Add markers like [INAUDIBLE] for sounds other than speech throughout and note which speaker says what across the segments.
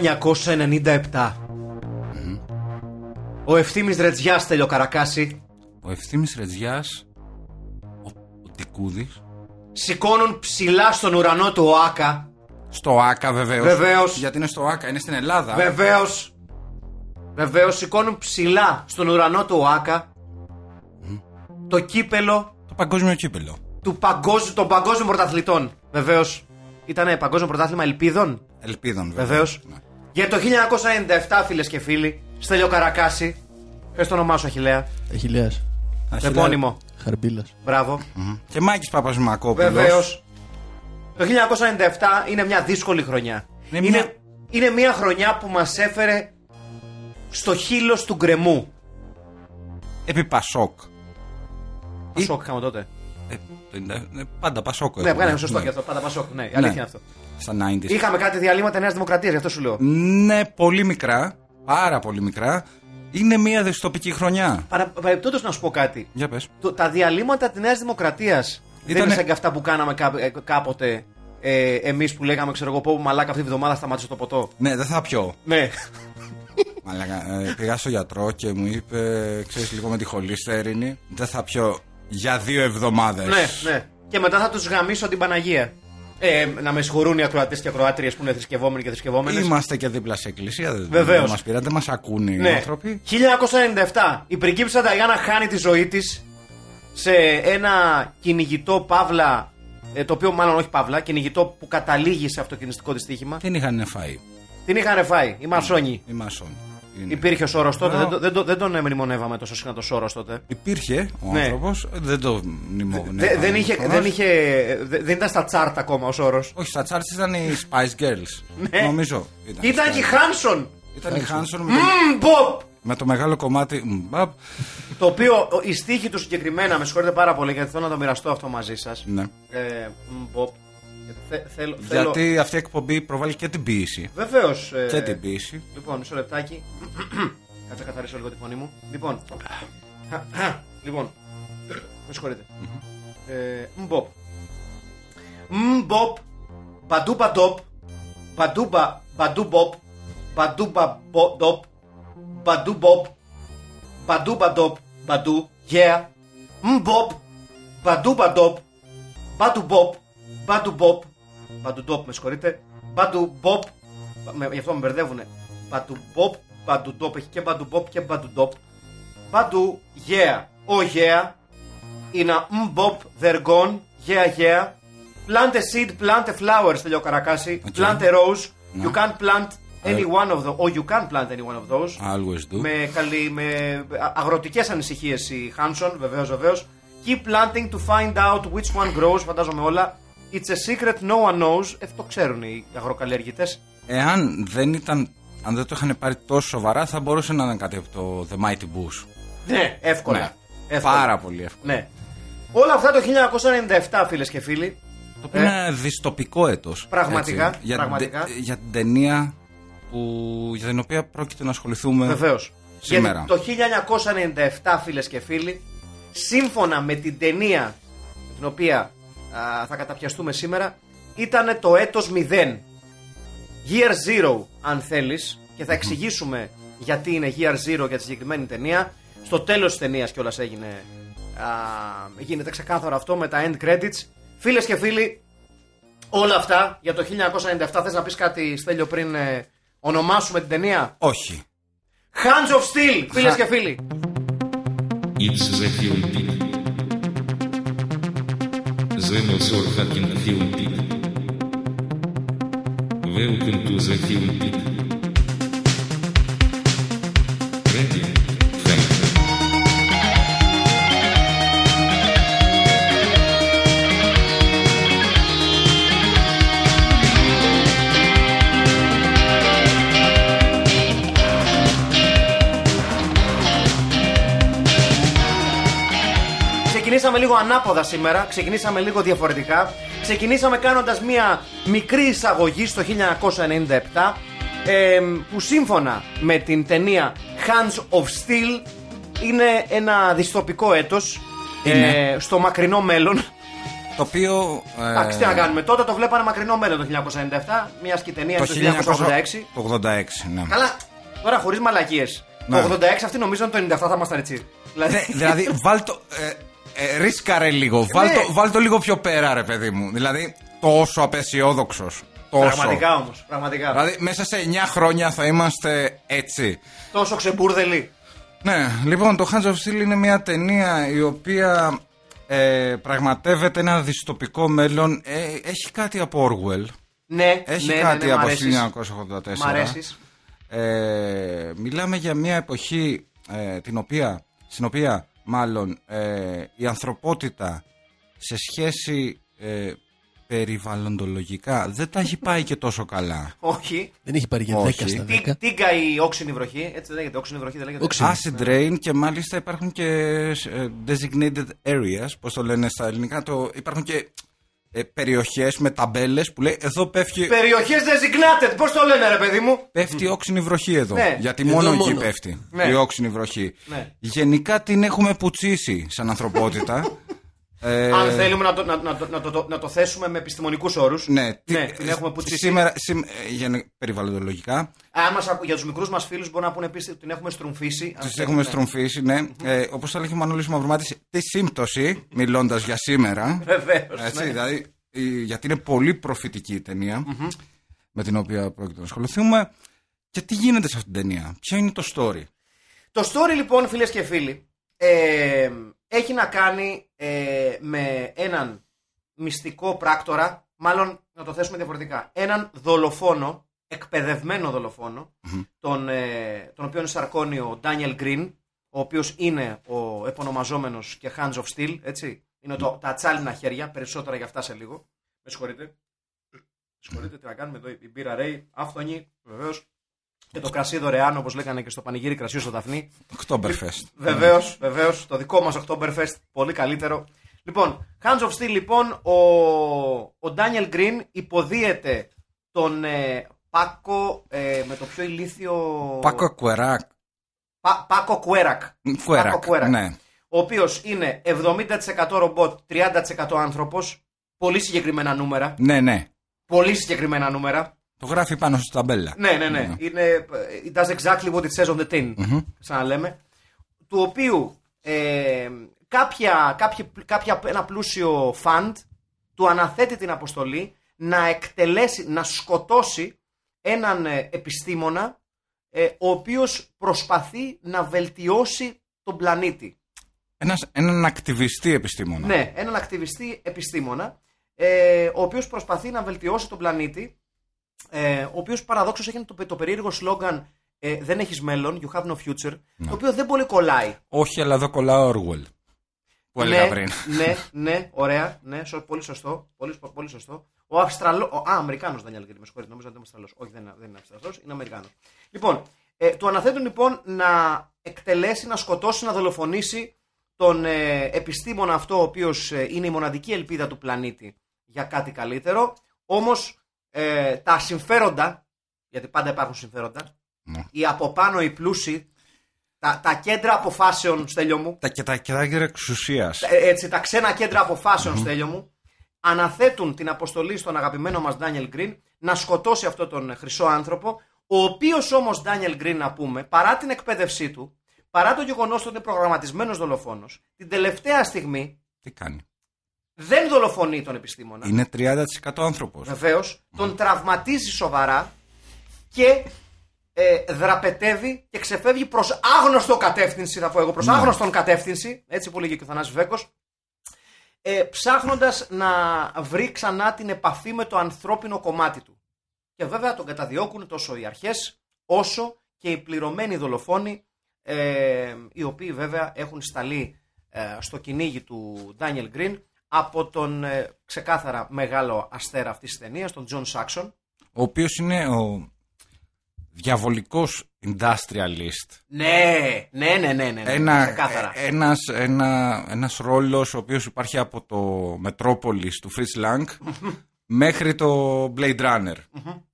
Speaker 1: 1997. Ο Ευθύμης Ρετζιάς τελειοκαρακάση
Speaker 2: Ο Ευθύμης Ρετζιάς, ο, ο Τικούδης,
Speaker 1: σηκώνουν ψηλά στον ουρανό του ΟΑΚΑ.
Speaker 2: στο ΆΚΑ βεβαίως.
Speaker 1: Βεβαίως.
Speaker 2: Γιατί είναι στο ΆΚΑ, είναι στην Ελλάδα.
Speaker 1: Βεβαίως, βεβαίως σηκώνουν ψηλά στον ουρανό του ΟΑΚΑ το κύπελο
Speaker 2: Το παγκόσμιο κύπελο.
Speaker 1: του παγκόσμιου, των παγκόσμιων πρωταθλητών. Βεβαίως, ήταν παγκόσμιο πρωτάθλημα ελπίδων.
Speaker 2: Ελπίδων
Speaker 1: Βεβαίως.
Speaker 2: βεβαίως. Ναι.
Speaker 1: Για το 1997, φίλες και φίλοι, Στέλιο Καρακάση, πες το όνομά σου, Αχηλέα.
Speaker 3: Αχιλέα.
Speaker 2: Αχιλέα-
Speaker 1: Επώνυμο.
Speaker 3: Χαρμπίλας.
Speaker 1: Μπράβο.
Speaker 2: Και Μάκης Παπασμακόπουλος.
Speaker 1: Βεβαίως. Το 1997 είναι μια δύσκολη χρονιά.
Speaker 2: Είναι μια-
Speaker 1: είναι μια χρονιά που μας έφερε στο χείλος του γκρεμού.
Speaker 2: Επί Πασόκ.
Speaker 1: Πασόκ είχαμε τότε.
Speaker 2: Ε, το εντα- ναι, πάντα Πασόκ.
Speaker 1: Ναι,
Speaker 2: έχουμε.
Speaker 1: βγάλε σωστό
Speaker 2: Ναι.
Speaker 1: και αυτό. Πάντα Πασόκ. Ναι, η
Speaker 2: Ναι.
Speaker 1: αλήθεια είναι αυτό.
Speaker 2: Στα 90s.
Speaker 1: Είχαμε κάτι διαλύματα Νέας Δημοκρατίας, γι' αυτό σου λέω.
Speaker 2: Ναι, πολύ μικρά. Πάρα πολύ μικρά. Είναι μια δυστοπική χρονιά.
Speaker 1: Παρα- Παρεπιπτόντω να σου πω κάτι.
Speaker 2: Για πες.
Speaker 1: Το- τα διαλύματα της Νέας Δημοκρατίας δεν
Speaker 2: Ήτανε-
Speaker 1: είναι σαν και αυτά που κάναμε κά- ε, κάποτε ε, εμείς που λέγαμε, ξέρω εγώ, πω μαλάκα αυτή τη βδομάδα σταμάτησε το ποτό.
Speaker 2: Ναι, δεν θα πιω.
Speaker 1: Ναι.
Speaker 2: Μαλάκα, ε, πήγα στο γιατρό και μου είπε, ξέρεις λίγο με τη χολύστερινη, δεν θα πιω για δύο εβδομάδες.
Speaker 1: ναι, ναι. Και μετά θα τους γαμίσω την Παναγία. Ε, να με συγχωρούν οι ακροατές και ακροάτριες που είναι θρησκευόμενοι και θρησκευόμενες.
Speaker 2: Είμαστε και δίπλα σε εκκλησία, δεν-
Speaker 1: ναι, Βεβαίως.
Speaker 2: δεν μας πειράζει, δεν μας ακούνε οι
Speaker 1: Ναι.
Speaker 2: άνθρωποι.
Speaker 1: 1997. Η πριγκίψα Νταϊάννα χάνει τη ζωή της σε ένα κυνηγητό παύλα. ε, Το οποίο μάλλον όχι παύλα, κυνηγητό που καταλήγει σε αυτοκινηστικό δυστύχημα.
Speaker 2: Δεν είχαν φάει
Speaker 1: Την είχαν ρε φάει, οι Μασόνοι.
Speaker 2: οι μασόνοι. Είναι.
Speaker 1: Υπήρχε ο Σόρος τότε,
Speaker 2: Ναι.
Speaker 1: δεν,
Speaker 2: Μπράβο.
Speaker 1: το- δεν, το- δεν τον μνημονεύαμε τόσο συχνά το Σόρος τότε.
Speaker 2: Υπήρχε ο
Speaker 1: Ναι.
Speaker 2: άνθρωπος, δεν το ναι, μνημόνευα.
Speaker 1: Δε- δεν, είχε, δεν, είχε, δε- δεν ήταν στα τσάρτα ακόμα ο Σόρος.
Speaker 2: Όχι, στα τσάρτς ήταν οι Spice Girls.
Speaker 1: Ναι.
Speaker 2: Νομίζω. ναι.
Speaker 1: Ήταν και η Χάνσον!
Speaker 2: Ήταν η Hanson με, το-
Speaker 1: Μμμ, Μποπ!
Speaker 2: με το μεγάλο κομμάτι. μ, μπαπ.
Speaker 1: Το οποίο ο- η στίχη του συγκεκριμένα, με συγχωρείτε πάρα πολύ γιατί θέλω να το μοιραστώ αυτό μαζί σας.
Speaker 2: Ναι.
Speaker 1: Ε, μμ, Μποπ. Γιατί θε- θέλω, θέλω...
Speaker 2: Γιατί αυτή η εκπομπή προβάλλει και την ποιήση.
Speaker 1: Βεβαίως.
Speaker 2: Και την ποιήση.
Speaker 1: Λοιπόν, μισό λεπτάκι. [CLEARS THROAT] Κάτσε να καθαρίσω λίγο τη φωνή μου. Λοιπόν. [CLEARS THROAT] λοιπόν. Με συγχωρείτε. Ε, Μμποπ. Μμποπ. Μπαντούμπα ντοπ. Μπαντούμπα μπαντούμποπ. Μπαντούμπα μπο- ντοπ. Μπαντούμποπ. Μπαντούμπα ντοπ. Μπαντού. Yeah. Μμποπ. Μπαντούμπα ντοπ. Μπάντου Μποπ. Μπάντου Μποπ. Μπάντου Ντοπ, με συγχωρείτε. Μπάντου Μποπ. με- Γι' αυτό με μπερδεύουνε. Μπάντου Μποπ. Μπάντου Ντοπ. Έχει και Μπάντου Μποπ και Μπάντου Ντοπ. Μπάντου Yeah. Ο Yeah. Είναι Μποπ. They're gone. Yeah, yeah. Plant a seed, plant a flower, στέλνει ο Καρακάση.
Speaker 2: Okay.
Speaker 1: Plant a rose. You
Speaker 2: Ναι.
Speaker 1: can't plant any one of those. Or you can plant any one of those.
Speaker 2: Always do.
Speaker 1: Με, καλή, με αγροτικές ανησυχίες η Χάνσον, βεβαίως, βεβαίως. Keep planting to find out which one grows, φαντάζομαι όλα. It's a secret no one knows. Ε, το ξέρουν οι αγροκαλλιεργητές.
Speaker 2: Εάν δεν ήταν. Αν δεν το είχαν πάρει τόσο σοβαρά, θα μπορούσε να ήταν κάτι από το The Mighty Boosh.
Speaker 1: Ναι, εύκολα.
Speaker 2: Ναι.
Speaker 1: Εύκολα.
Speaker 2: Πάρα πολύ εύκολο.
Speaker 1: Ναι. Όλα αυτά το 1997, φίλες και φίλοι.
Speaker 2: Το οποίο είναι ένα δυστοπικό έτος.
Speaker 1: Ε. Πραγματικά,
Speaker 2: Για,
Speaker 1: πραγματικά.
Speaker 2: την τε- για την ταινία που, για την οποία πρόκειται να ασχοληθούμε.
Speaker 1: Βεβαίως.
Speaker 2: Σήμερα.
Speaker 1: Γιατί το 1997, φίλες και φίλοι, σύμφωνα με την ταινία με την οποία α, θα καταπιαστούμε σήμερα, ήταν το έτος 0. Year Zero, αν θέλεις, και θα εξηγήσουμε γιατί είναι Year Zero για τη συγκεκριμένη ταινία. Στο τέλος της ταινίας κιόλας έγινε, α, γίνεται ξεκάθαρο αυτό με τα end credits. Φίλες και φίλοι, όλα αυτά για το 1997, θες να πεις κάτι, Στέλιο, πριν ε, ονομάσουμε την ταινία.
Speaker 2: Όχι.
Speaker 1: Hands of Steel, φίλες και φίλοι.
Speaker 4: It's the Fuel Pit. The Mozor Hacking Fuel Pit. Welcome to the Fuel Pit. Ready? Thank you.
Speaker 1: Ξεκινήσαμε λίγο ανάποδα σήμερα, ξεκινήσαμε λίγο διαφορετικά. Ξεκινήσαμε κάνοντας μία μικρή εισαγωγή στο 1997 εμ, που σύμφωνα με την ταινία Hands of Steel είναι ένα δυστοπικό έτος
Speaker 2: Είναι.
Speaker 1: ε, στο μακρινό μέλλον.
Speaker 2: Το οποίο. ε,
Speaker 1: Εντάξει, τι να κάνουμε. Τότε το βλέπανε μακρινό μέλλον το 1997, μια σκητενία
Speaker 2: Το
Speaker 1: του 1986.
Speaker 2: 1986, ναι.
Speaker 1: Καλά, τώρα χωρίς μαλακίες.
Speaker 2: Ναι.
Speaker 1: Το 86 αυτοί νομίζαν το 97 θα ήμασταν έτσι.
Speaker 2: Ναι, δηλαδή, βάλ το. ε, ε, ρίσκαρε λίγο. Βάλ
Speaker 1: Ναι.
Speaker 2: το, βάλ το λίγο πιο πέρα, ρε παιδί μου. Δηλαδή, τόσο απεσιόδοξος. Τόσο.
Speaker 1: Πραγματικά όμως. Πραγματικά.
Speaker 2: Δηλαδή, μέσα σε 9 χρόνια θα είμαστε έτσι.
Speaker 1: Τόσο ξεμπούρδελοι.
Speaker 2: Ναι, λοιπόν, το Hands of Steel είναι μια ταινία η οποία ε, πραγματεύεται ένα δυστοπικό μέλλον. Ε, έχει κάτι από Orwell.
Speaker 1: Ναι,
Speaker 2: Έχει
Speaker 1: ναι, ναι,
Speaker 2: κάτι
Speaker 1: ναι, μ'
Speaker 2: από
Speaker 1: αρέσεις.
Speaker 2: 1984.
Speaker 1: Μ' αρέσεις.
Speaker 2: Ε, μιλάμε για μια εποχή ε, την οποία, στην οποία μάλλον ε, η ανθρωπότητα σε σχέση ε, περιβαλλοντολογικά δεν τα έχει πάει και τόσο καλά.
Speaker 1: Όχι.
Speaker 3: Δεν έχει πάρει για
Speaker 2: Όχι.
Speaker 3: 10 στα 10.
Speaker 1: Τι- Τίγκα η όξινη βροχή. Έτσι δεν λέγεται. Όξινη βροχή δεν λέγεται.
Speaker 3: Όξινη.
Speaker 2: Acid rain και μάλιστα υπάρχουν και ε, designated areas, πώς το λένε στα ελληνικά, το, υπάρχουν και ε, περιοχές με ταμπέλες που λέει εδώ πέφτει,
Speaker 1: Περιοχές designated. Πώς το λένε, ρε παιδί μου.
Speaker 2: πέφτει όξινη βροχή εδώ.
Speaker 1: Ναι.
Speaker 2: Γιατί
Speaker 3: Εδώ
Speaker 2: μόνο εκεί
Speaker 3: μόνο.
Speaker 2: πέφτει
Speaker 1: Ναι.
Speaker 2: η όξινη βροχή.
Speaker 1: Ναι.
Speaker 2: Γενικά την έχουμε πουτσίσει
Speaker 1: [LAUGHS]
Speaker 2: σαν ανθρωπότητα. ε,
Speaker 1: Αν θέλουμε να το, να, να, το- να, το, να το θέσουμε με επιστημονικούς όρους.
Speaker 2: ναι, τι-
Speaker 1: την έχουμε πουτσίσει.
Speaker 2: Σήμερα, σήμε- ε, γενε- περιβαλλοντολογικά,
Speaker 1: Αν μας, ακου- για τους μικρούς μας φίλους μπορούν να πούνε επίσης ότι την έχουμε στρουμφίσει. Αν
Speaker 2: Τις
Speaker 1: θέλουμε-
Speaker 2: έχουμε στρομφίσει, ναι. Ε, Όπως θα λέγει ο Μανώλης Μαυρομάτης, τη σύμπτωση, μιλώντας για σήμερα.
Speaker 1: Βεβαίως,
Speaker 2: Έτσι,
Speaker 1: ναι.
Speaker 2: δηλαδή, η- γιατί είναι πολύ προφητική η ταινια με την οποία πρόκειται να ασχοληθούμε. Και τι γίνεται σε αυτήν την ταινία, Ποιο είναι το story.
Speaker 1: Το story λοιπόν φίλες και φίλοι ε, έχει να κάνει ε, με έναν μυστικό πράκτορα, μάλλον να το θέσουμε διαφορετικά, έναν δολοφόνο, εκπαιδευμένο δολοφόνο, τον, ε, τον οποίο σαρκώνει ο Ντάνιελ Γκριν, ο οποίος είναι ο επωνομαζόμενος και Hands of Steel, έτσι, είναι το, τα τσάλινα χέρια, περισσότερα για αυτά σε λίγο, με συγχωρείτε. Με Συγχωρείτε, τι να κάνουμε εδώ, η μπύρα ρέει, άφθονη, βεβαίως. Και το κρασί δωρεάν, όπως λέγανε και στο πανηγύρι κρασίου στο Δαφνί. Ε,
Speaker 2: Oktoberfest.
Speaker 1: Βεβαίως, βεβαίως. Το δικό μας Oktoberfest, πολύ καλύτερο. Λοιπόν, Hands of Steel, λοιπόν, ο, ο Daniel Green υποδίεται τον ε, Πάκο ε, με το πιο ηλίθιο.
Speaker 2: Ε, Πάκο Κουεράκ.
Speaker 1: Πα- Πάκο Κουέρακ. Πάκο
Speaker 2: Κουεράκ.
Speaker 1: Κουέρακ.
Speaker 2: Ναι.
Speaker 1: Ο οποίος είναι 70% ρομπότ, 30% άνθρωπος. Πολύ συγκεκριμένα νούμερα.
Speaker 2: ναι, ναι.
Speaker 1: Πολύ συγκεκριμένα νούμερα.
Speaker 2: Το γράφει πάνω στη ταμπέλα.
Speaker 1: Ναι, ναι, ναι. Είναι, it does exactly what it says on the tin. Ξαναλέμε. Του οποίου ε, κάποια, κάποια, κάποια, ένα πλούσιο φαντ του αναθέτει την αποστολή να εκτελέσει, να σκοτώσει έναν ε, επιστήμονα ε, ο οποίος προσπαθεί να βελτιώσει τον πλανήτη.
Speaker 2: Ένας, έναν ακτιβιστή επιστήμονα.
Speaker 1: Ναι, έναν ακτιβιστή επιστήμονα, ε, ο οποίος προσπαθεί να βελτιώσει τον πλανήτη, ε, ο οποίος παραδόξως έχει το, το περίεργο σλόγγαν ε, «Δεν έχεις μέλλον, you have no future», το οποίο δεν πολύ κολλάει.
Speaker 2: Όχι, αλλά εδώ κολλά ο Orwell. Που έλεγα
Speaker 1: ναι,
Speaker 2: πριν.
Speaker 1: ναι, ναι, ωραία, ναι, σω- πολύ σωστό, πολύ, σω- πολύ σωστό. Ο Αυστραλό, ο, α, Αμερικάνος Δανιέλ Γκριν, με συγχωρείτε, νομίζω ότι είναι Αυστραλός. Όχι, δεν είναι, δεν είναι Αυστραλός, είναι Αμερικάνος. Λοιπόν, ε, του αναθέτουν λοιπόν να εκτελέσει, να σκοτώσει, να δολοφονήσει τον ε, επιστήμονα αυτό, ο οποίος ε, είναι η μοναδική ελπίδα του πλανήτη για κάτι καλύτερο. Όμως, ε, τα συμφέροντα, γιατί πάντα υπάρχουν συμφέροντα,
Speaker 2: Ναι.
Speaker 1: οι από πάνω οι πλούσιοι, τα, τα κέντρα αποφάσεων, στέλιο μου,
Speaker 2: Τα και τα κεράκια εξουσίας.
Speaker 1: ε, έτσι, τα ξένα κέντρα αποφάσεων, Στέλιο μου, αναθέτουν την αποστολή στον αγαπημένο μας Daniel Green να σκοτώσει αυτόν τον χρυσό άνθρωπο, ο οποίος όμως Daniel Green, να πούμε, παρά την εκπαίδευσή του, παρά το γεγονός ότι είναι προγραμματισμένος δολοφόνος, την τελευταία στιγμή
Speaker 2: Τι κάνει.
Speaker 1: δεν δολοφονεί τον επιστήμονα.
Speaker 2: Είναι 30% άνθρωπος.
Speaker 1: Βεβαίως, τον τραυματίζει σοβαρά και ε, δραπετεύει και ξεφεύγει προς άγνωστο κατεύθυνση, θα πω εγώ, προς
Speaker 2: Ναι.
Speaker 1: άγνωστον κατεύθυνση, έτσι που λέγει και ο Θανάσης Βέκος ε, ψάχνοντας να βρει ξανά την επαφή με το ανθρώπινο κομμάτι του. Και βέβαια τον καταδιώκουν τόσο οι αρχές, όσο και οι πληρωμένοι δολοφόνοι, ε, οι οποίοι βέβαια έχουν σταλεί ε, στο κυνήγι του Ντάνιελ Γκριν από τον ε, ξεκάθαρα μεγάλο αστέρα αυτής της ταινίας, τον Τζον Σάξον.
Speaker 2: Ο οποίος είναι ο διαβολικός industrialist.
Speaker 1: Ναι, ναι, ναι, ναι, ναι, ναι
Speaker 2: Ένα,
Speaker 1: ξεκάθαρα.
Speaker 2: ε, ένας, ένα, ένας ρόλος ο οποίος υπάρχει από το Μετρόπολης του Fritz Lang
Speaker 1: [LAUGHS]
Speaker 2: μέχρι το Blade Runner.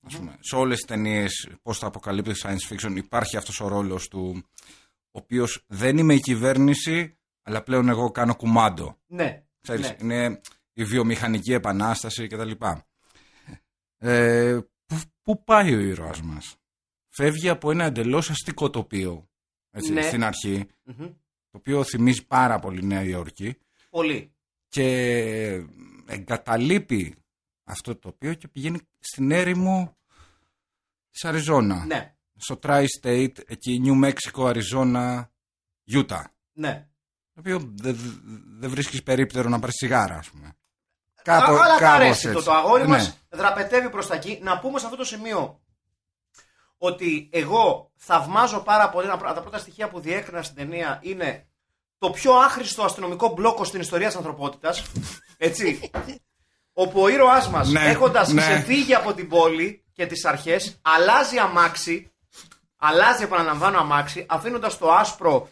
Speaker 2: Ας πούμε. Σε όλες τις ταινίες πώς θα αποκαλύπτει science fiction υπάρχει αυτός ο ρόλος του ο οποίος δεν είμαι η κυβέρνηση αλλά πλέον εγώ κάνω κουμάντο.
Speaker 1: ναι,
Speaker 2: Ξέρεις,
Speaker 1: ναι.
Speaker 2: είναι η βιομηχανική επανάσταση κτλ. Ε, πού, πού πάει ο ήρωας μας. Φεύγει από ένα εντελώς αστικό τοπίο έτσι,
Speaker 1: Ναι.
Speaker 2: στην αρχή,
Speaker 1: Μμμ.
Speaker 2: το οποίο θυμίζει πάρα πολύ Νέα Υόρκη
Speaker 1: Πολύ.
Speaker 2: και εγκαταλείπει αυτό το τοπίο και πηγαίνει στην έρημο της Αριζόνα.
Speaker 1: Ναι,
Speaker 2: Στο Tri-State, εκεί New Mexico, Αριζόνα, Utah.
Speaker 1: ναι.
Speaker 2: Το οποίο δεν δε βρίσκεις περίπτερο να πάρεις σιγάρα, ας πούμε.
Speaker 1: Α, Αλλά τα
Speaker 2: κάπως
Speaker 1: αρέσει το,
Speaker 2: έτσι.
Speaker 1: το αγόρι
Speaker 2: Ναι.
Speaker 1: μας δραπετεύει προς τα εκεί. Να πούμε σε αυτό το σημείο ότι εγώ θαυμάζω πάρα πολύ. ένα- Τα πρώτα στοιχεία που διέκρινα στην ταινία είναι το πιο άχρηστο αστυνομικό μπλόκο στην ιστορία της ανθρωπότητας.
Speaker 2: [LAUGHS]
Speaker 1: Έτσι. όπου ο ήρωάς μας
Speaker 2: Ναι,
Speaker 1: έχοντας
Speaker 2: ναι.
Speaker 1: ξεφύγει από την πόλη και τις αρχές αλλάζει αμάξι αλλάζει επαναλαμβάνω αμάξι αφήνοντας το άσπρο